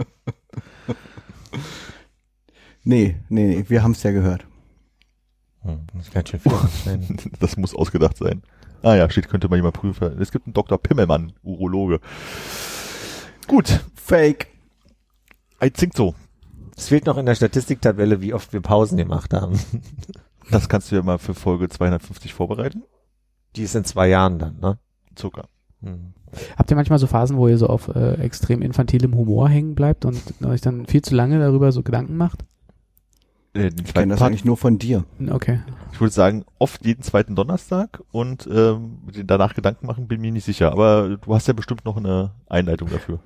Speaker 5: Nee, nee, nee wir haben es ja gehört.
Speaker 2: Hm, das ist ganz schön viel rausschneiden.
Speaker 4: das muss ausgedacht sein. Ah ja, steht, könnte man jemand prüfen. Es gibt einen Dr. Pimmelmann, Urologe. Gut,
Speaker 5: Fake.
Speaker 4: I think so.
Speaker 2: Es fehlt noch in der Statistiktabelle, wie oft wir Pausen gemacht haben.
Speaker 4: Das kannst du ja mal für Folge 250 vorbereiten.
Speaker 2: Die ist in zwei Jahren dann, ne?
Speaker 4: Zucker.
Speaker 2: Hm.
Speaker 3: Habt ihr manchmal so Phasen, wo ihr so auf äh, extrem infantilem Humor hängen bleibt und euch dann viel zu lange darüber so Gedanken macht?
Speaker 4: Äh, den
Speaker 5: Ich kenne
Speaker 4: zweiten
Speaker 5: das
Speaker 4: Part,
Speaker 5: eigentlich nur von dir.
Speaker 3: Okay.
Speaker 4: ich würde sagen, oft jeden zweiten Donnerstag und ähm, den danach Gedanken machen, bin mir nicht sicher. Aber du hast ja bestimmt noch eine Einleitung dafür.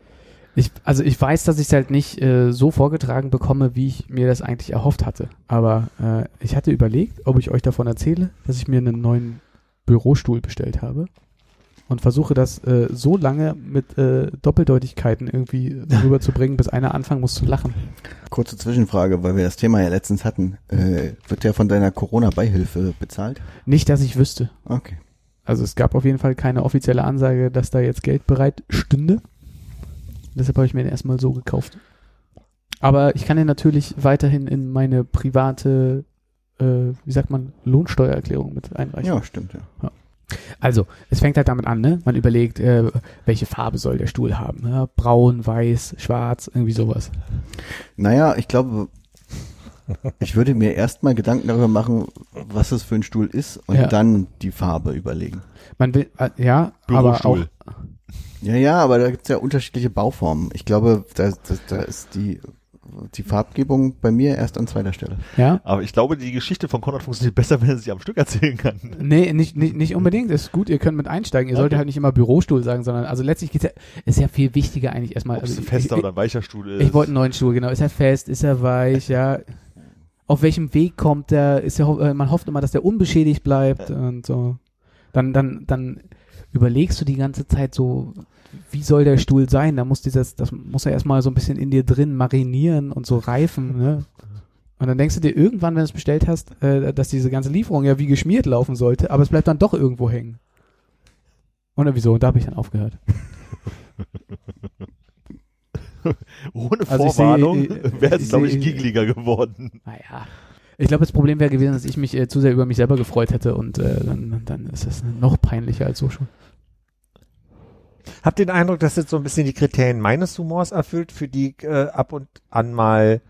Speaker 3: Ich, also ich weiß, dass ich es halt nicht äh, so vorgetragen bekomme, wie ich mir das eigentlich erhofft hatte. Aber äh, ich hatte überlegt, ob ich euch davon erzähle, dass ich mir einen neuen Bürostuhl bestellt habe und versuche das äh, so lange mit äh, Doppeldeutigkeiten irgendwie rüberzubringen, bis einer anfangen muss zu lachen.
Speaker 5: Kurze Zwischenfrage, weil wir das Thema ja letztens hatten. Äh, wird der von deiner Corona-Beihilfe bezahlt?
Speaker 3: Nicht, dass ich wüsste.
Speaker 5: Okay.
Speaker 3: Also es gab auf jeden Fall keine offizielle Ansage, dass da jetzt Geld bereit stünde. Deshalb habe ich mir den erstmal so gekauft. Aber ich kann den natürlich weiterhin in meine private, äh, wie sagt man, Lohnsteuererklärung mit einreichen.
Speaker 5: Ja, stimmt, ja.
Speaker 3: Also, es fängt halt damit an, ne? Man überlegt, äh, welche Farbe soll der Stuhl haben. Ne? Braun, weiß, schwarz, irgendwie sowas.
Speaker 5: Naja, ich glaube, ich würde mir erstmal Gedanken darüber machen, was es für ein Stuhl ist und
Speaker 3: Ja.
Speaker 5: dann die Farbe überlegen.
Speaker 3: Man will, äh, ja, aber auch,
Speaker 4: Bürostuhl.
Speaker 5: Ja, ja, aber da gibt's ja unterschiedliche Bauformen. Ich glaube, da, da, da ist die, die Farbgebung bei mir erst an zweiter Stelle.
Speaker 3: ja.
Speaker 4: Aber ich glaube, die Geschichte von Konrad funktioniert besser, wenn er sie am Stück erzählen kann.
Speaker 3: Nee, nicht, nicht, nicht unbedingt. Ist gut, ihr könnt mit einsteigen. Ihr solltet halt nicht immer Bürostuhl sagen, sondern also letztlich geht's ja, ist ja viel wichtiger eigentlich erstmal.
Speaker 4: Ob es
Speaker 3: also
Speaker 4: ein
Speaker 3: ich-
Speaker 4: fester
Speaker 3: ich,
Speaker 4: oder ein weicher Stuhl ist.
Speaker 3: Ich wollte einen neuen Stuhl, genau. Ist er fest? Ist er weich? Ja. Auf welchem Weg kommt er? Ist er ho- äh, man hofft immer, dass der unbeschädigt bleibt und so. Dann, dann, dann überlegst du die ganze Zeit so, wie soll der Stuhl sein? Da muss dieses, das muss er erstmal so ein bisschen in dir drin marinieren und so reifen, ne? Und dann denkst du dir irgendwann, wenn du es bestellt hast, äh, dass diese ganze Lieferung ja wie geschmiert laufen sollte, aber es bleibt dann doch irgendwo hängen. Oder wieso? Und da habe ich dann aufgehört.
Speaker 4: Ohne
Speaker 3: Also ich sehe-
Speaker 4: Vorwarnung
Speaker 3: ich-
Speaker 4: wäre es,
Speaker 3: ich
Speaker 4: glaube ich,
Speaker 3: sehe-
Speaker 4: Gigliger geworden.
Speaker 3: Naja. Ich glaube, das Problem wäre gewesen, dass ich mich äh, zu sehr über mich selber gefreut hätte und äh, dann, dann ist das noch peinlicher als so schon.
Speaker 2: Hab den Eindruck, dass das so ein bisschen die Kriterien meines Humors erfüllt, für die ich äh, ab und an mal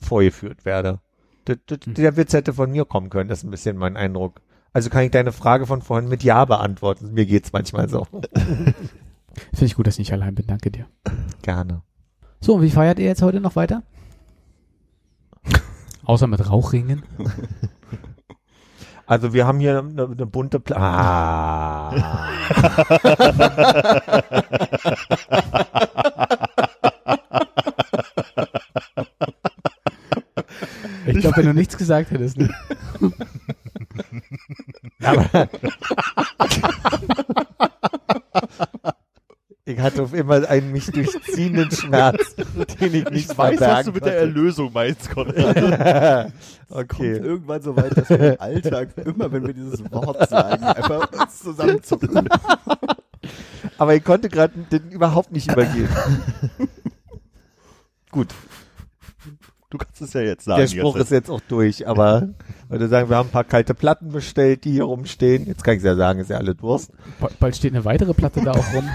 Speaker 2: vorgeführt werde. D d- der Witz hätte von mir kommen können, das ist ein bisschen mein Eindruck. Also kann ich deine Frage von vorhin mit Ja beantworten. Mir geht's manchmal so.
Speaker 3: Finde ich gut, dass ich nicht allein bin. Danke dir.
Speaker 2: Gerne.
Speaker 3: So, und wie feiert ihr jetzt heute noch weiter? Außer mit Rauchringen.
Speaker 2: Also wir haben hier eine, eine bunte Pla ah.
Speaker 3: Ich glaube, wenn du nichts gesagt hättest. Ne?
Speaker 2: Aber ich hatte auf einmal einen mich durchziehenden Schmerz, den ich nicht verbergen
Speaker 4: Erlösung meinst, Konrad.
Speaker 2: konnte.
Speaker 5: Kommt
Speaker 2: okay.
Speaker 5: irgendwann so weit, dass wir im Alltag, immer wenn wir dieses Wort sagen, einfach uns zusammenzucken.
Speaker 2: Aber ich konnte gerade den überhaupt nicht übergehen. Gut,
Speaker 4: Du kannst es ja jetzt sagen.
Speaker 2: der Spruch
Speaker 4: jetzt.
Speaker 2: ist jetzt auch durch, aber würde sagen, wir haben ein paar kalte Platten bestellt, die hier rumstehen. Jetzt kann ich ja sagen, ist ja alle Durst.
Speaker 3: Ba- Bald steht eine weitere Platte da auch rum.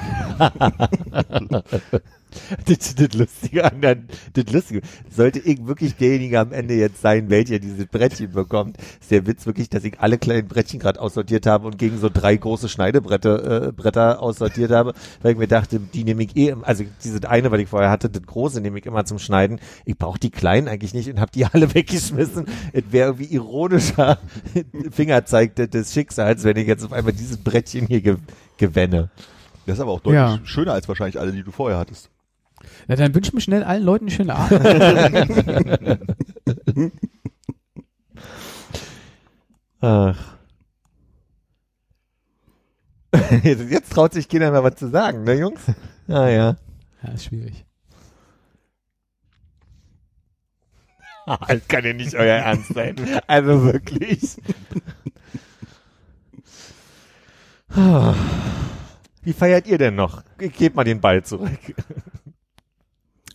Speaker 2: das, das Lustige an der, das Lustige, sollte ich wirklich derjenige am Ende jetzt sein, welcher dieses Brettchen bekommt, ist der Witz wirklich, dass ich alle kleinen Brettchen gerade aussortiert habe und gegen so drei große Schneidebretter äh, Bretter aussortiert habe, weil ich mir dachte, die nehme ich eh, im- also dieses eine, weil ich vorher hatte, das große nehme ich immer zum Schneiden. Ich brauche die kleinen eigentlich nicht und habe die alle weggeschmissen. Es wäre irgendwie ironischer Fingerzeig des- des Schicksals, wenn ich jetzt auf einmal dieses Brettchen hier ge gewinne.
Speaker 4: Das ist aber auch deutlich
Speaker 3: Ja.
Speaker 4: schöner als wahrscheinlich alle, die du vorher hattest.
Speaker 3: Na, dann wünschen wir schnell allen Leuten einen schönen Abend.
Speaker 2: Ach. Jetzt traut sich keiner mehr was zu sagen, ne, Jungs? Ah ja.
Speaker 3: Ja, ist schwierig.
Speaker 2: Das kann ja nicht euer Ernst sein. Also wirklich. Wie feiert ihr denn noch? Gebt mal den Ball zurück.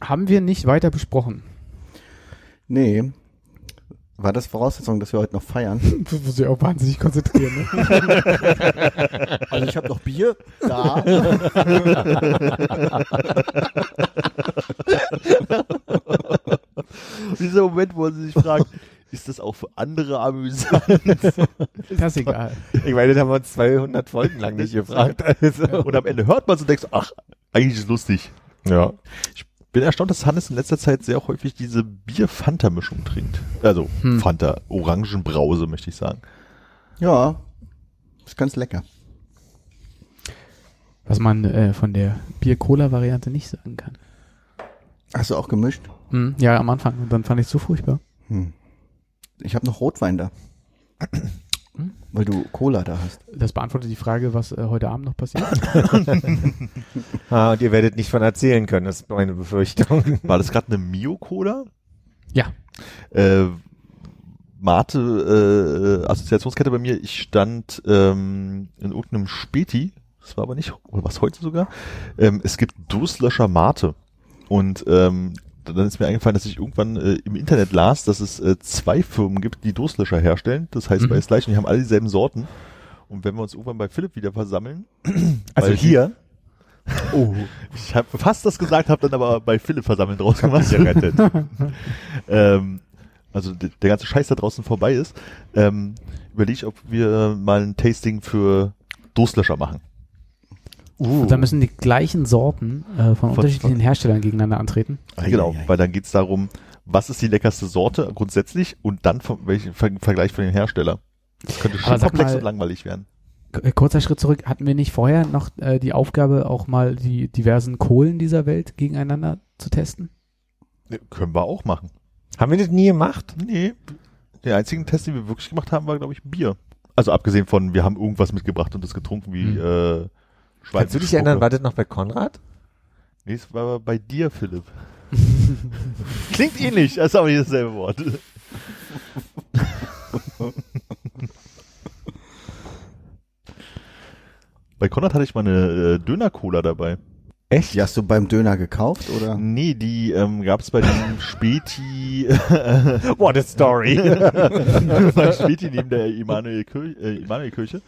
Speaker 3: Haben wir nicht weiter besprochen.
Speaker 5: Nee. War das Voraussetzung, dass wir heute noch feiern?
Speaker 3: Du musst dich auch wahnsinnig konzentrieren. Ne?
Speaker 5: Also ich habe noch Bier da.
Speaker 4: Dieser Moment, wo sie sich fragt, ist das auch für andere amüsant?
Speaker 3: Das ist egal.
Speaker 2: Ich meine, das haben wir uns 200 Folgen lang nicht gefragt. Also.
Speaker 4: Und am Ende hört man so und denkt, so, ach, eigentlich ist es lustig.
Speaker 2: Ja.
Speaker 4: Bin erstaunt, dass Hannes in letzter Zeit sehr häufig diese Bier-Fanta-Mischung trinkt. Also
Speaker 3: Hm.
Speaker 4: Fanta, Orangenbrause, möchte ich sagen.
Speaker 5: ja. Ist ganz lecker.
Speaker 3: Was man äh, von der Bier-Cola-Variante nicht sagen kann.
Speaker 5: Hast du auch gemischt?
Speaker 3: Hm, ja, am Anfang. Und dann fand ich es so furchtbar.
Speaker 5: Hm. Ich habe noch Rotwein da.
Speaker 3: Hm?
Speaker 5: Weil du Cola da hast.
Speaker 3: Das beantwortet die Frage, was äh, heute Abend noch passiert.
Speaker 2: Ah, und ihr werdet nicht von erzählen können, das ist meine Befürchtung.
Speaker 4: War das gerade eine Mio-Cola?
Speaker 3: ja.
Speaker 4: äh, Mate, äh, Assoziationskette bei mir, ich stand ähm, in irgendeinem Späti, das war aber nicht, oder was heute sogar, ähm, es gibt Durstlöscher Mate. Und ähm, dann ist mir eingefallen, dass ich irgendwann äh, im Internet las, dass es äh, zwei Firmen gibt, die Durstlöscher herstellen. Das heißt
Speaker 3: Mhm.
Speaker 4: bei es gleich, und die haben alle dieselben Sorten. Und wenn wir uns irgendwann bei Philipp wieder versammeln,
Speaker 2: Also
Speaker 4: weil die-
Speaker 2: hier,
Speaker 4: Oh. Ich habe fast das gesagt, habe dann aber bei Philipp versammelt draus gemacht. Gerettet. ähm, also d- der ganze Scheiß da draußen vorbei ist, ähm, überlege ich, ob wir mal ein Tasting für Durstlöscher machen.
Speaker 3: Und Da müssen die gleichen Sorten äh, Uh. von unterschiedlichen Herstellern gegeneinander antreten.
Speaker 4: genau,
Speaker 5: Eieiei.
Speaker 4: weil dann geht's darum, was ist die leckerste Sorte grundsätzlich und dann von welchen Ver Vergleich von dem Hersteller. Das könnte schon
Speaker 3: Aber sag
Speaker 4: komplex
Speaker 3: mal-
Speaker 4: und langweilig werden.
Speaker 3: K- äh, Kurzer Schritt zurück. Hatten wir nicht vorher noch äh, die Aufgabe, auch mal die diversen Kohlen dieser Welt gegeneinander zu testen?
Speaker 4: Ne, Können wir auch machen.
Speaker 2: haben wir das nie gemacht?
Speaker 4: Nee, den einzigen Test, den wir wirklich gemacht haben, war, glaube ich, Bier. Also abgesehen von, wir haben irgendwas mitgebracht und das getrunken wie
Speaker 3: Hm.
Speaker 4: äh, Schweizer
Speaker 2: Kannst du dich erinnern,
Speaker 4: Spucke.
Speaker 2: war das noch bei Konrad?
Speaker 4: Nee, es war aber bei dir, Philipp. Klingt ähnlich, das ist aber nicht dasselbe Wort. Bei Konrad hatte ich mal eine äh, Döner-Cola dabei.
Speaker 2: Echt?
Speaker 5: Die hast du beim Döner gekauft oder?
Speaker 4: Nee, die ähm, gab es bei dem Späti, äh,
Speaker 2: What a story.
Speaker 4: beim Späti neben der Emanuelkirche. Äh, Emanuelkirche.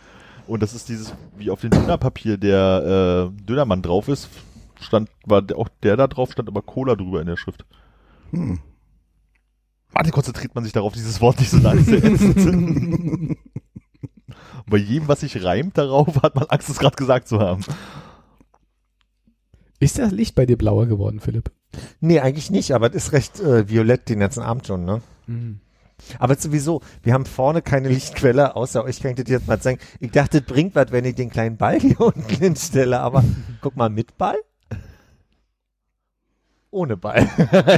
Speaker 4: Und das ist dieses, wie auf dem Dönerpapier der äh, Dönermann drauf ist, stand, war der- auch der da drauf, stand aber Cola drüber in der Schrift.
Speaker 5: Hm.
Speaker 4: Warte, konzentriert man sich darauf, dieses Wort nicht so lange zu ätzen. Bei jedem, was sich reimt darauf, hat man Angst, es gerade gesagt zu haben.
Speaker 3: Ist das Licht bei dir blauer geworden, Philipp?
Speaker 2: nee, eigentlich nicht, aber es ist recht äh, violett den ganzen Abend schon, ne?
Speaker 3: Mhm.
Speaker 2: Aber sowieso, wir haben vorne keine Lichtquelle, außer euch kann ich das jetzt mal zeigen. Ich dachte, es bringt was, wenn ich den kleinen Ball hier unten hinstelle, aber guck mal, mit Ball? Ohne Ball.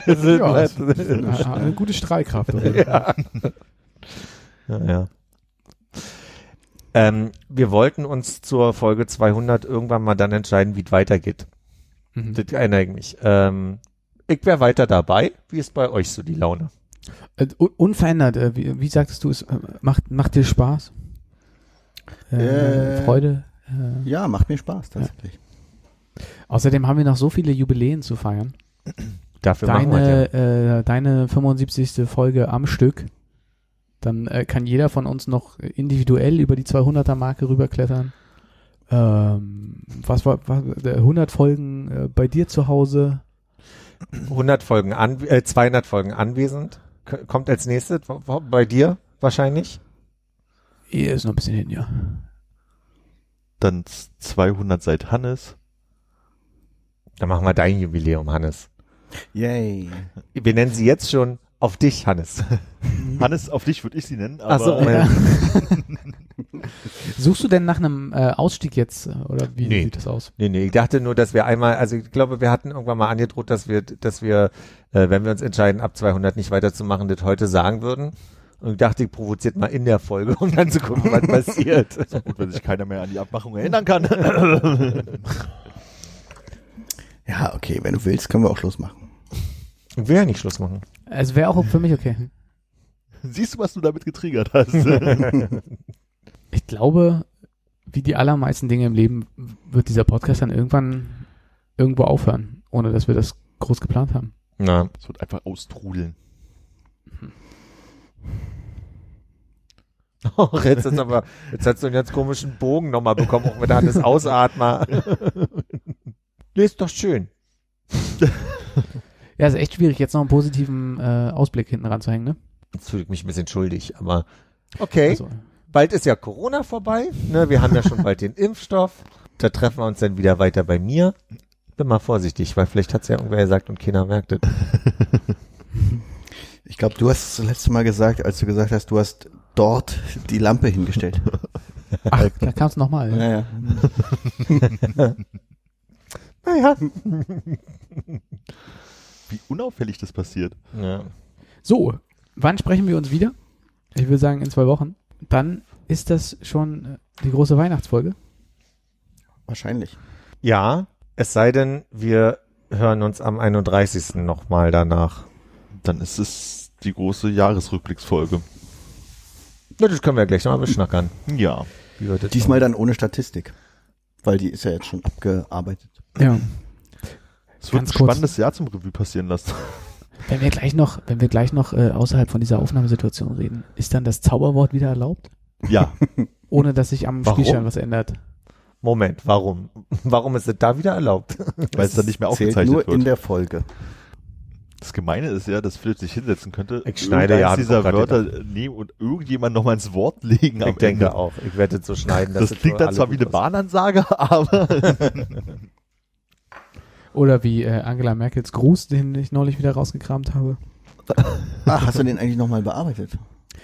Speaker 2: also,
Speaker 3: Ja,
Speaker 2: ja,
Speaker 3: das ist eine, eine gute Strahlkraft. Oder?
Speaker 2: ja. ja, ja. Ähm, wir wollten uns zur Folge 200 irgendwann mal dann entscheiden, wie es weitergeht.
Speaker 3: Mhm.
Speaker 2: Das erinnere ich mich. Ähm, ich wäre weiter dabei. Wie ist bei euch so die Laune?
Speaker 3: Äh, un- unverändert, äh, wie, wie sagtest du es, äh, macht, macht dir Spaß? Äh,
Speaker 5: Äh,
Speaker 3: Freude? Äh,
Speaker 5: Ja, macht mir Spaß tatsächlich.
Speaker 3: außerdem haben wir noch so viele Jubiläen zu feiern.
Speaker 2: Dafür machen wir das
Speaker 3: Deine, äh, deine 75. Folge am Stück. Dann äh, kann jeder von uns noch individuell über die 200er-Marke rüberklettern. Ähm, was war, was, äh, 100 Folgen äh, bei dir zu Hause?
Speaker 2: ja. 100 Folgen an, äh, 200 Folgen anwesend. K kommt als nächstes wo- wo- bei dir wahrscheinlich.
Speaker 3: Hier ist noch ein bisschen hin, ja.
Speaker 4: Dann 200 seit Hannes.
Speaker 2: Dann machen wir dein Jubiläum, Hannes.
Speaker 5: Yay.
Speaker 2: Wir nennen sie jetzt schon auf dich, Hannes.
Speaker 4: Hannes, auf dich würde ich sie nennen, aber
Speaker 2: Ach so,
Speaker 3: Ja.
Speaker 2: äh,
Speaker 3: Suchst du denn nach einem äh, Ausstieg jetzt? äh, Oder wie
Speaker 2: Nee.
Speaker 3: sieht das aus?
Speaker 2: Nee, nee, ich dachte nur, dass wir einmal, also ich glaube, wir hatten irgendwann mal angedroht, dass wir, dass wir, äh, wenn wir uns entscheiden, ab 200 nicht weiterzumachen, das heute sagen würden. Und ich dachte, ich provoziert mal in der Folge, um dann zu gucken, was passiert.
Speaker 4: gut, wenn sich keiner mehr an die Abmachung erinnern kann.
Speaker 5: Ja, okay, wenn du willst, können wir auch Schluss machen.
Speaker 2: Ich will ja nicht Schluss machen.
Speaker 3: Es wäre auch für mich okay.
Speaker 4: Siehst du, was du damit getriggert hast?
Speaker 3: Ich glaube, wie die allermeisten Dinge im Leben wird dieser Podcast dann irgendwann irgendwo aufhören, ohne dass wir das groß geplant haben.
Speaker 2: Na,
Speaker 4: Es wird einfach austrudeln.
Speaker 2: Och, jetzt ist aber, jetzt hast du einen ganz komischen Bogen nochmal bekommen, auch mit Hannes Ausatmer. Nee, ist doch schön.
Speaker 3: Ja, ist echt schwierig, jetzt noch einen positiven äh, Ausblick hinten ranzuhängen, ne?
Speaker 2: Jetzt fühle ich mich ein bisschen schuldig, aber okay.
Speaker 3: Also,
Speaker 2: Bald ist ja Corona vorbei. Ne? Wir haben ja schon bald den Impfstoff. Da treffen wir uns dann wieder weiter bei mir. Bin mal vorsichtig, weil vielleicht hat's ja irgendwer gesagt und keiner merkt es.
Speaker 5: Ich glaube, du hast das letzte Mal gesagt, als du gesagt hast, du hast dort die Lampe hingestellt.
Speaker 3: ach, da kam es nochmal. Ja.
Speaker 5: ja.
Speaker 2: Naja.
Speaker 4: Wie unauffällig das passiert.
Speaker 2: Ja.
Speaker 3: So, wann sprechen wir uns wieder? Ich würde sagen, in zwei Wochen. Dann ist das schon äh, die große Weihnachtsfolge.
Speaker 5: Wahrscheinlich.
Speaker 2: ja, es sei denn, wir hören uns am 31. nochmal danach.
Speaker 4: Dann ist es die große Jahresrückblicksfolge.
Speaker 2: Na, das können wir ja gleich nochmal beschnackern.
Speaker 4: Ja.
Speaker 2: Wie wir das
Speaker 5: Diesmal dann ohne Statistik. Weil die ist ja jetzt schon abgearbeitet.
Speaker 3: Ja.
Speaker 4: Es wird
Speaker 3: Ganz
Speaker 4: ein
Speaker 3: kurz.
Speaker 4: spannendes Jahr zum Revue passieren lassen.
Speaker 3: Wenn wir gleich noch, wenn wir gleich noch äh, außerhalb von dieser Aufnahmesituation reden, ist dann das Zauberwort wieder erlaubt?
Speaker 4: Ja.
Speaker 3: Ohne dass sich am
Speaker 2: Warum?
Speaker 3: Spielschein was ändert.
Speaker 2: machen. Moment, warum? Warum ist es da wieder erlaubt?
Speaker 4: Weil es dann nicht mehr
Speaker 5: Zählt
Speaker 4: aufgezeichnet
Speaker 5: nur in
Speaker 4: wird.
Speaker 5: der Folge.
Speaker 4: Das Gemeine ist ja, dass Philipp sich hinsetzen könnte,
Speaker 2: Ich schneide ja,
Speaker 4: irgendeins
Speaker 2: hab ich auch
Speaker 4: dieser
Speaker 2: grad
Speaker 4: Wörter nehmen und irgendjemand nochmal ins Wort legen
Speaker 2: Ich
Speaker 4: am
Speaker 2: denke
Speaker 4: Ende.
Speaker 2: auch. Ich werde es so schneiden, dass
Speaker 4: Das klingt dann zwar wie eine Bahnansage, aber
Speaker 3: Oder wie äh, Angela Merkels Gruß, den ich neulich wieder rausgekramt habe.
Speaker 5: Ach, Ah, hast du den eigentlich nochmal bearbeitet?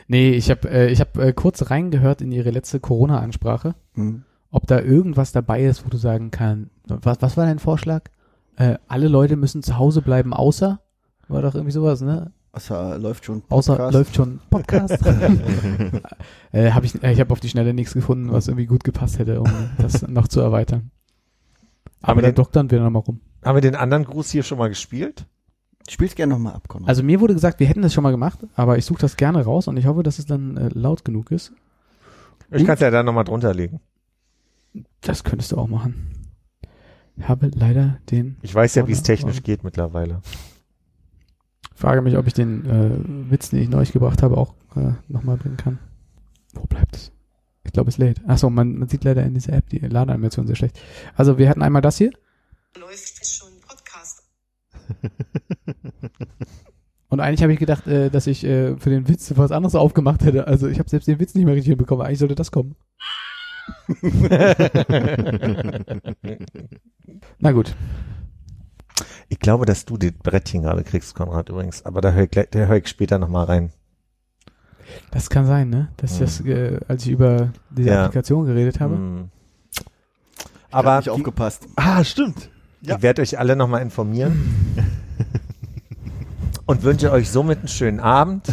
Speaker 3: Nee, ich habe äh, ich hab, äh, kurz reingehört in ihre letzte Corona-Ansprache,
Speaker 5: Hm.
Speaker 3: ob da irgendwas dabei ist, wo du sagen kannst, was, was war dein Vorschlag? Äh, alle Leute müssen zu Hause bleiben, außer, war doch irgendwie sowas, ne?
Speaker 5: Also, läuft schon
Speaker 3: Außer
Speaker 5: Podcast.
Speaker 3: läuft schon Podcast. äh, hab ich äh, ich habe auf die Schnelle nichts gefunden, was irgendwie gut gepasst hätte, um das noch zu erweitern.
Speaker 2: Haben
Speaker 3: Aber
Speaker 2: wir
Speaker 3: da
Speaker 2: den-
Speaker 3: doktern wir nochmal rum.
Speaker 2: Haben wir den anderen Gruß hier schon mal gespielt?
Speaker 5: Spiel's gerne nochmal ab, Konrad.
Speaker 3: Also mir wurde gesagt, wir hätten das schon mal gemacht, aber ich suche das gerne raus und ich hoffe, dass es dann äh, laut genug ist.
Speaker 2: Ich kann es ja da nochmal drunter legen.
Speaker 3: Das könntest du auch machen. Ich habe leider den.
Speaker 2: Ich weiß Oh, ja, wie es technisch
Speaker 3: Wunderbar.
Speaker 2: geht mittlerweile.
Speaker 3: Frage mich, ob ich den äh, Witz, den ich neulich gebracht habe, auch äh, nochmal bringen kann. Wo bleibt es? Ich glaube, es lädt. Achso, man, man sieht leider in dieser App die Ladeanimation sehr schlecht. Also wir hatten einmal das hier
Speaker 6: läuft schon Podcast.
Speaker 3: und eigentlich habe ich gedacht, äh, dass ich äh, für den Witz was anderes aufgemacht hätte. Also ich habe selbst den Witz nicht mehr richtig hinbekommen. Eigentlich sollte das kommen. Na gut.
Speaker 2: Ich glaube, dass du das Brettchen gerade kriegst, Konrad, übrigens. Aber da höre ich, gleich- da hör ich später nochmal rein.
Speaker 3: Das kann sein, ne? Dass ich das, äh, als ich über diese
Speaker 2: Ja.
Speaker 3: Applikation geredet habe.
Speaker 2: Hm.
Speaker 5: Ich hab
Speaker 2: Aber
Speaker 5: nicht
Speaker 2: ich,
Speaker 5: aufgepasst.
Speaker 4: ah, stimmt. Ja.
Speaker 2: ich werde euch alle nochmal informieren. Und wünsche euch somit einen schönen Abend.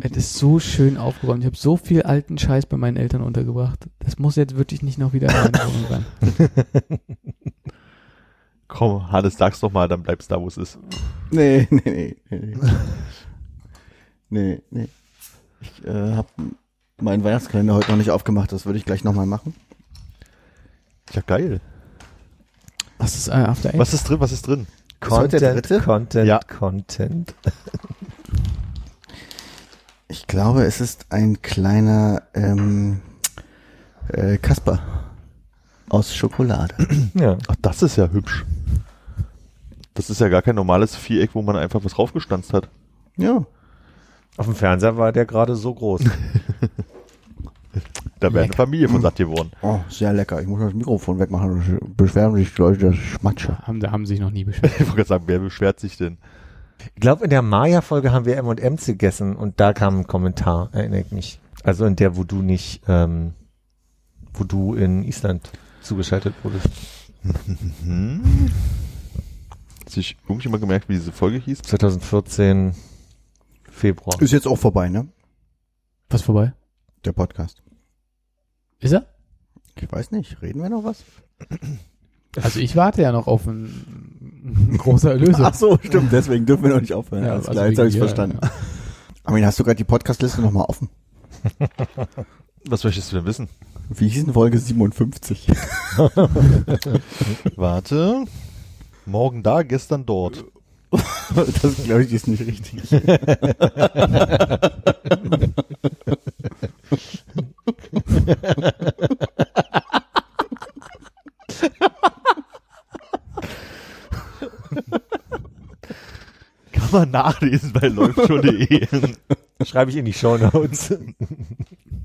Speaker 3: Es ist so schön aufgeräumt. Ich habe so viel alten Scheiß bei meinen Eltern untergebracht. Das muss jetzt wirklich nicht noch wieder in meine Wohnung rein.
Speaker 4: Komm, Hannes, sag's doch mal, dann bleib's da, wo es ist.
Speaker 5: Nee, nee, nee. Nee, nee. nee. Ich äh, habe meinen Weihnachtskalender heute noch nicht aufgemacht. Das würde ich gleich nochmal machen.
Speaker 4: Ja, geil.
Speaker 3: Was ist äh, After Eight?
Speaker 4: Was ist drin? Was ist drin?
Speaker 5: Ist heute der dritte?
Speaker 2: Content,
Speaker 4: Ja.
Speaker 2: Content.
Speaker 5: Ich glaube, es ist ein kleiner ähm, äh, Kasper aus Schokolade.
Speaker 2: Ja.
Speaker 4: Ach, das ist ja hübsch. Das ist ja gar kein normales Viereck, wo man einfach was raufgestanzt hat.
Speaker 5: ja.
Speaker 2: Auf dem Fernseher war der gerade so groß.
Speaker 4: Da wäre eine Familie von satt geworden.
Speaker 5: Oh, sehr lecker. Ich muss das Mikrofon wegmachen. sonst Beschweren sich die Leute, dass ich schmatsche.
Speaker 3: Haben, da haben sich noch nie beschwert.
Speaker 4: Ich wollte gerade sagen, wer beschwert sich denn?
Speaker 2: Ich glaube, in der Maya-Folge haben wir M&M's gegessen und da kam ein Kommentar, erinnere ich mich. Also in der, wo du nicht, ähm, wo du in Island zugeschaltet wurdest.
Speaker 4: Hm? Hat sich irgendjemand gemerkt, wie diese Folge hieß?
Speaker 2: 2014 Februar.
Speaker 5: Ist jetzt auch vorbei, ne?
Speaker 3: Was vorbei?
Speaker 5: Der Podcast.
Speaker 3: Ist er?
Speaker 5: Ich weiß nicht. Reden wir noch was?
Speaker 3: Also ich warte ja noch auf ein, ein großer Erlöser.
Speaker 5: Ach so, stimmt. Deswegen dürfen wir noch nicht aufhören.
Speaker 3: Ja,
Speaker 5: Alles
Speaker 3: also
Speaker 5: klar, jetzt
Speaker 3: wegen
Speaker 5: habe ich
Speaker 3: dir,
Speaker 5: verstanden. Armin, hast du gerade die Podcastliste nochmal offen?
Speaker 4: Was möchtest du denn wissen?
Speaker 5: Wie hieß denn Folge 57?
Speaker 4: Warte. Morgen da, gestern dort.
Speaker 5: Das glaube ich ist nicht richtig.
Speaker 4: Kann man nachlesen bei läuftschon.de.
Speaker 2: Schreibe ich in die Show Notes.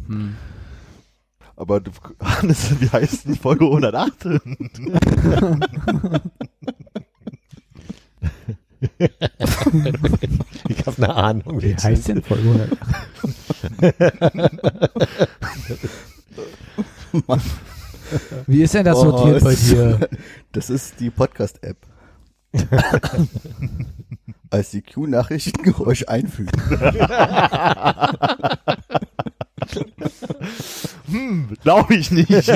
Speaker 3: Hm.
Speaker 4: Aber du- Hannes, wie heißt denn Folge 108?
Speaker 2: Ich habe eine Ahnung.
Speaker 3: Wie heißt denn Folge 100?
Speaker 5: Mann.
Speaker 3: Wie ist denn das sortiert bei
Speaker 5: es-
Speaker 3: dir?
Speaker 5: Oh, Das ist die Podcast-App. Als die Q-Nachrichtengeräusch einfügen.
Speaker 4: Hm, glaube ich nicht. Das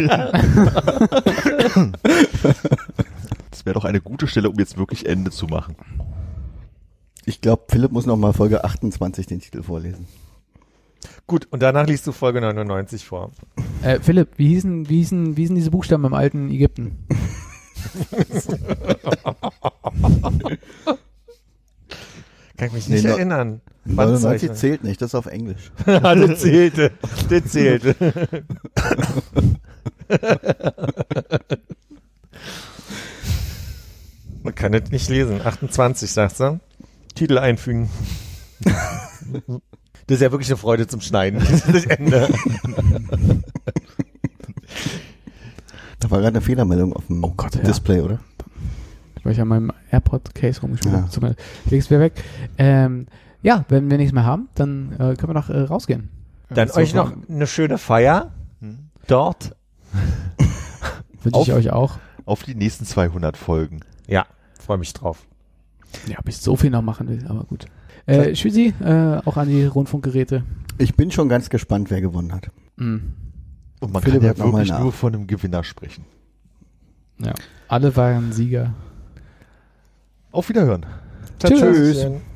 Speaker 4: wäre doch eine gute Stelle, um jetzt wirklich Ende zu machen.
Speaker 5: Ich glaube, Philipp muss nochmal Folge 28 den Titel vorlesen.
Speaker 2: Gut, und danach liest du Folge 99 vor.
Speaker 3: Äh, Philipp, wie hießen, wie, hießen, wie hießen diese Buchstaben im alten Ägypten?
Speaker 2: Kann ich mich
Speaker 5: Nee,
Speaker 2: nicht
Speaker 5: no-
Speaker 2: erinnern.
Speaker 5: 99
Speaker 2: Wandzeichen.
Speaker 5: zählt nicht, das ist auf Englisch.
Speaker 2: Ah, das zählte. Das zählte. Man kann das nicht lesen. 28, sagst du? Titel einfügen. Das ist ja wirklich eine Freude zum Schneiden. Das Ende.
Speaker 5: Da war gerade eine Fehlermeldung auf dem
Speaker 3: Oh ja.
Speaker 5: Display, oder?
Speaker 3: Weil ich an meinem AirPod-Case rumgespielt
Speaker 5: Ja.
Speaker 3: habe. Tut mir leid. Leg's wieder weg. Ähm, ja, wenn wir nichts mehr haben, dann äh, können wir noch äh, rausgehen.
Speaker 2: Dann
Speaker 3: Das
Speaker 2: euch
Speaker 3: ist
Speaker 2: noch eine schöne Feier. Hm? Dort.
Speaker 3: Wünsche ich
Speaker 4: auf-
Speaker 3: euch auch.
Speaker 4: Auf die nächsten 200 Folgen.
Speaker 2: Ja, freue mich drauf.
Speaker 3: Ja, ob ich so viel noch machen will, aber gut. Äh, Tschüssi, äh, auch an die Rundfunkgeräte.
Speaker 5: Ich bin schon ganz gespannt, wer gewonnen hat.
Speaker 3: Mhm.
Speaker 4: Und man
Speaker 5: Philipp
Speaker 4: kann ja
Speaker 5: hat noch mal
Speaker 4: wirklich
Speaker 5: nach.
Speaker 4: nur von einem Gewinner sprechen.
Speaker 3: Ja. Alle waren Sieger.
Speaker 4: Auf Wiederhören.
Speaker 3: Tschüss.
Speaker 2: Tschüsschen.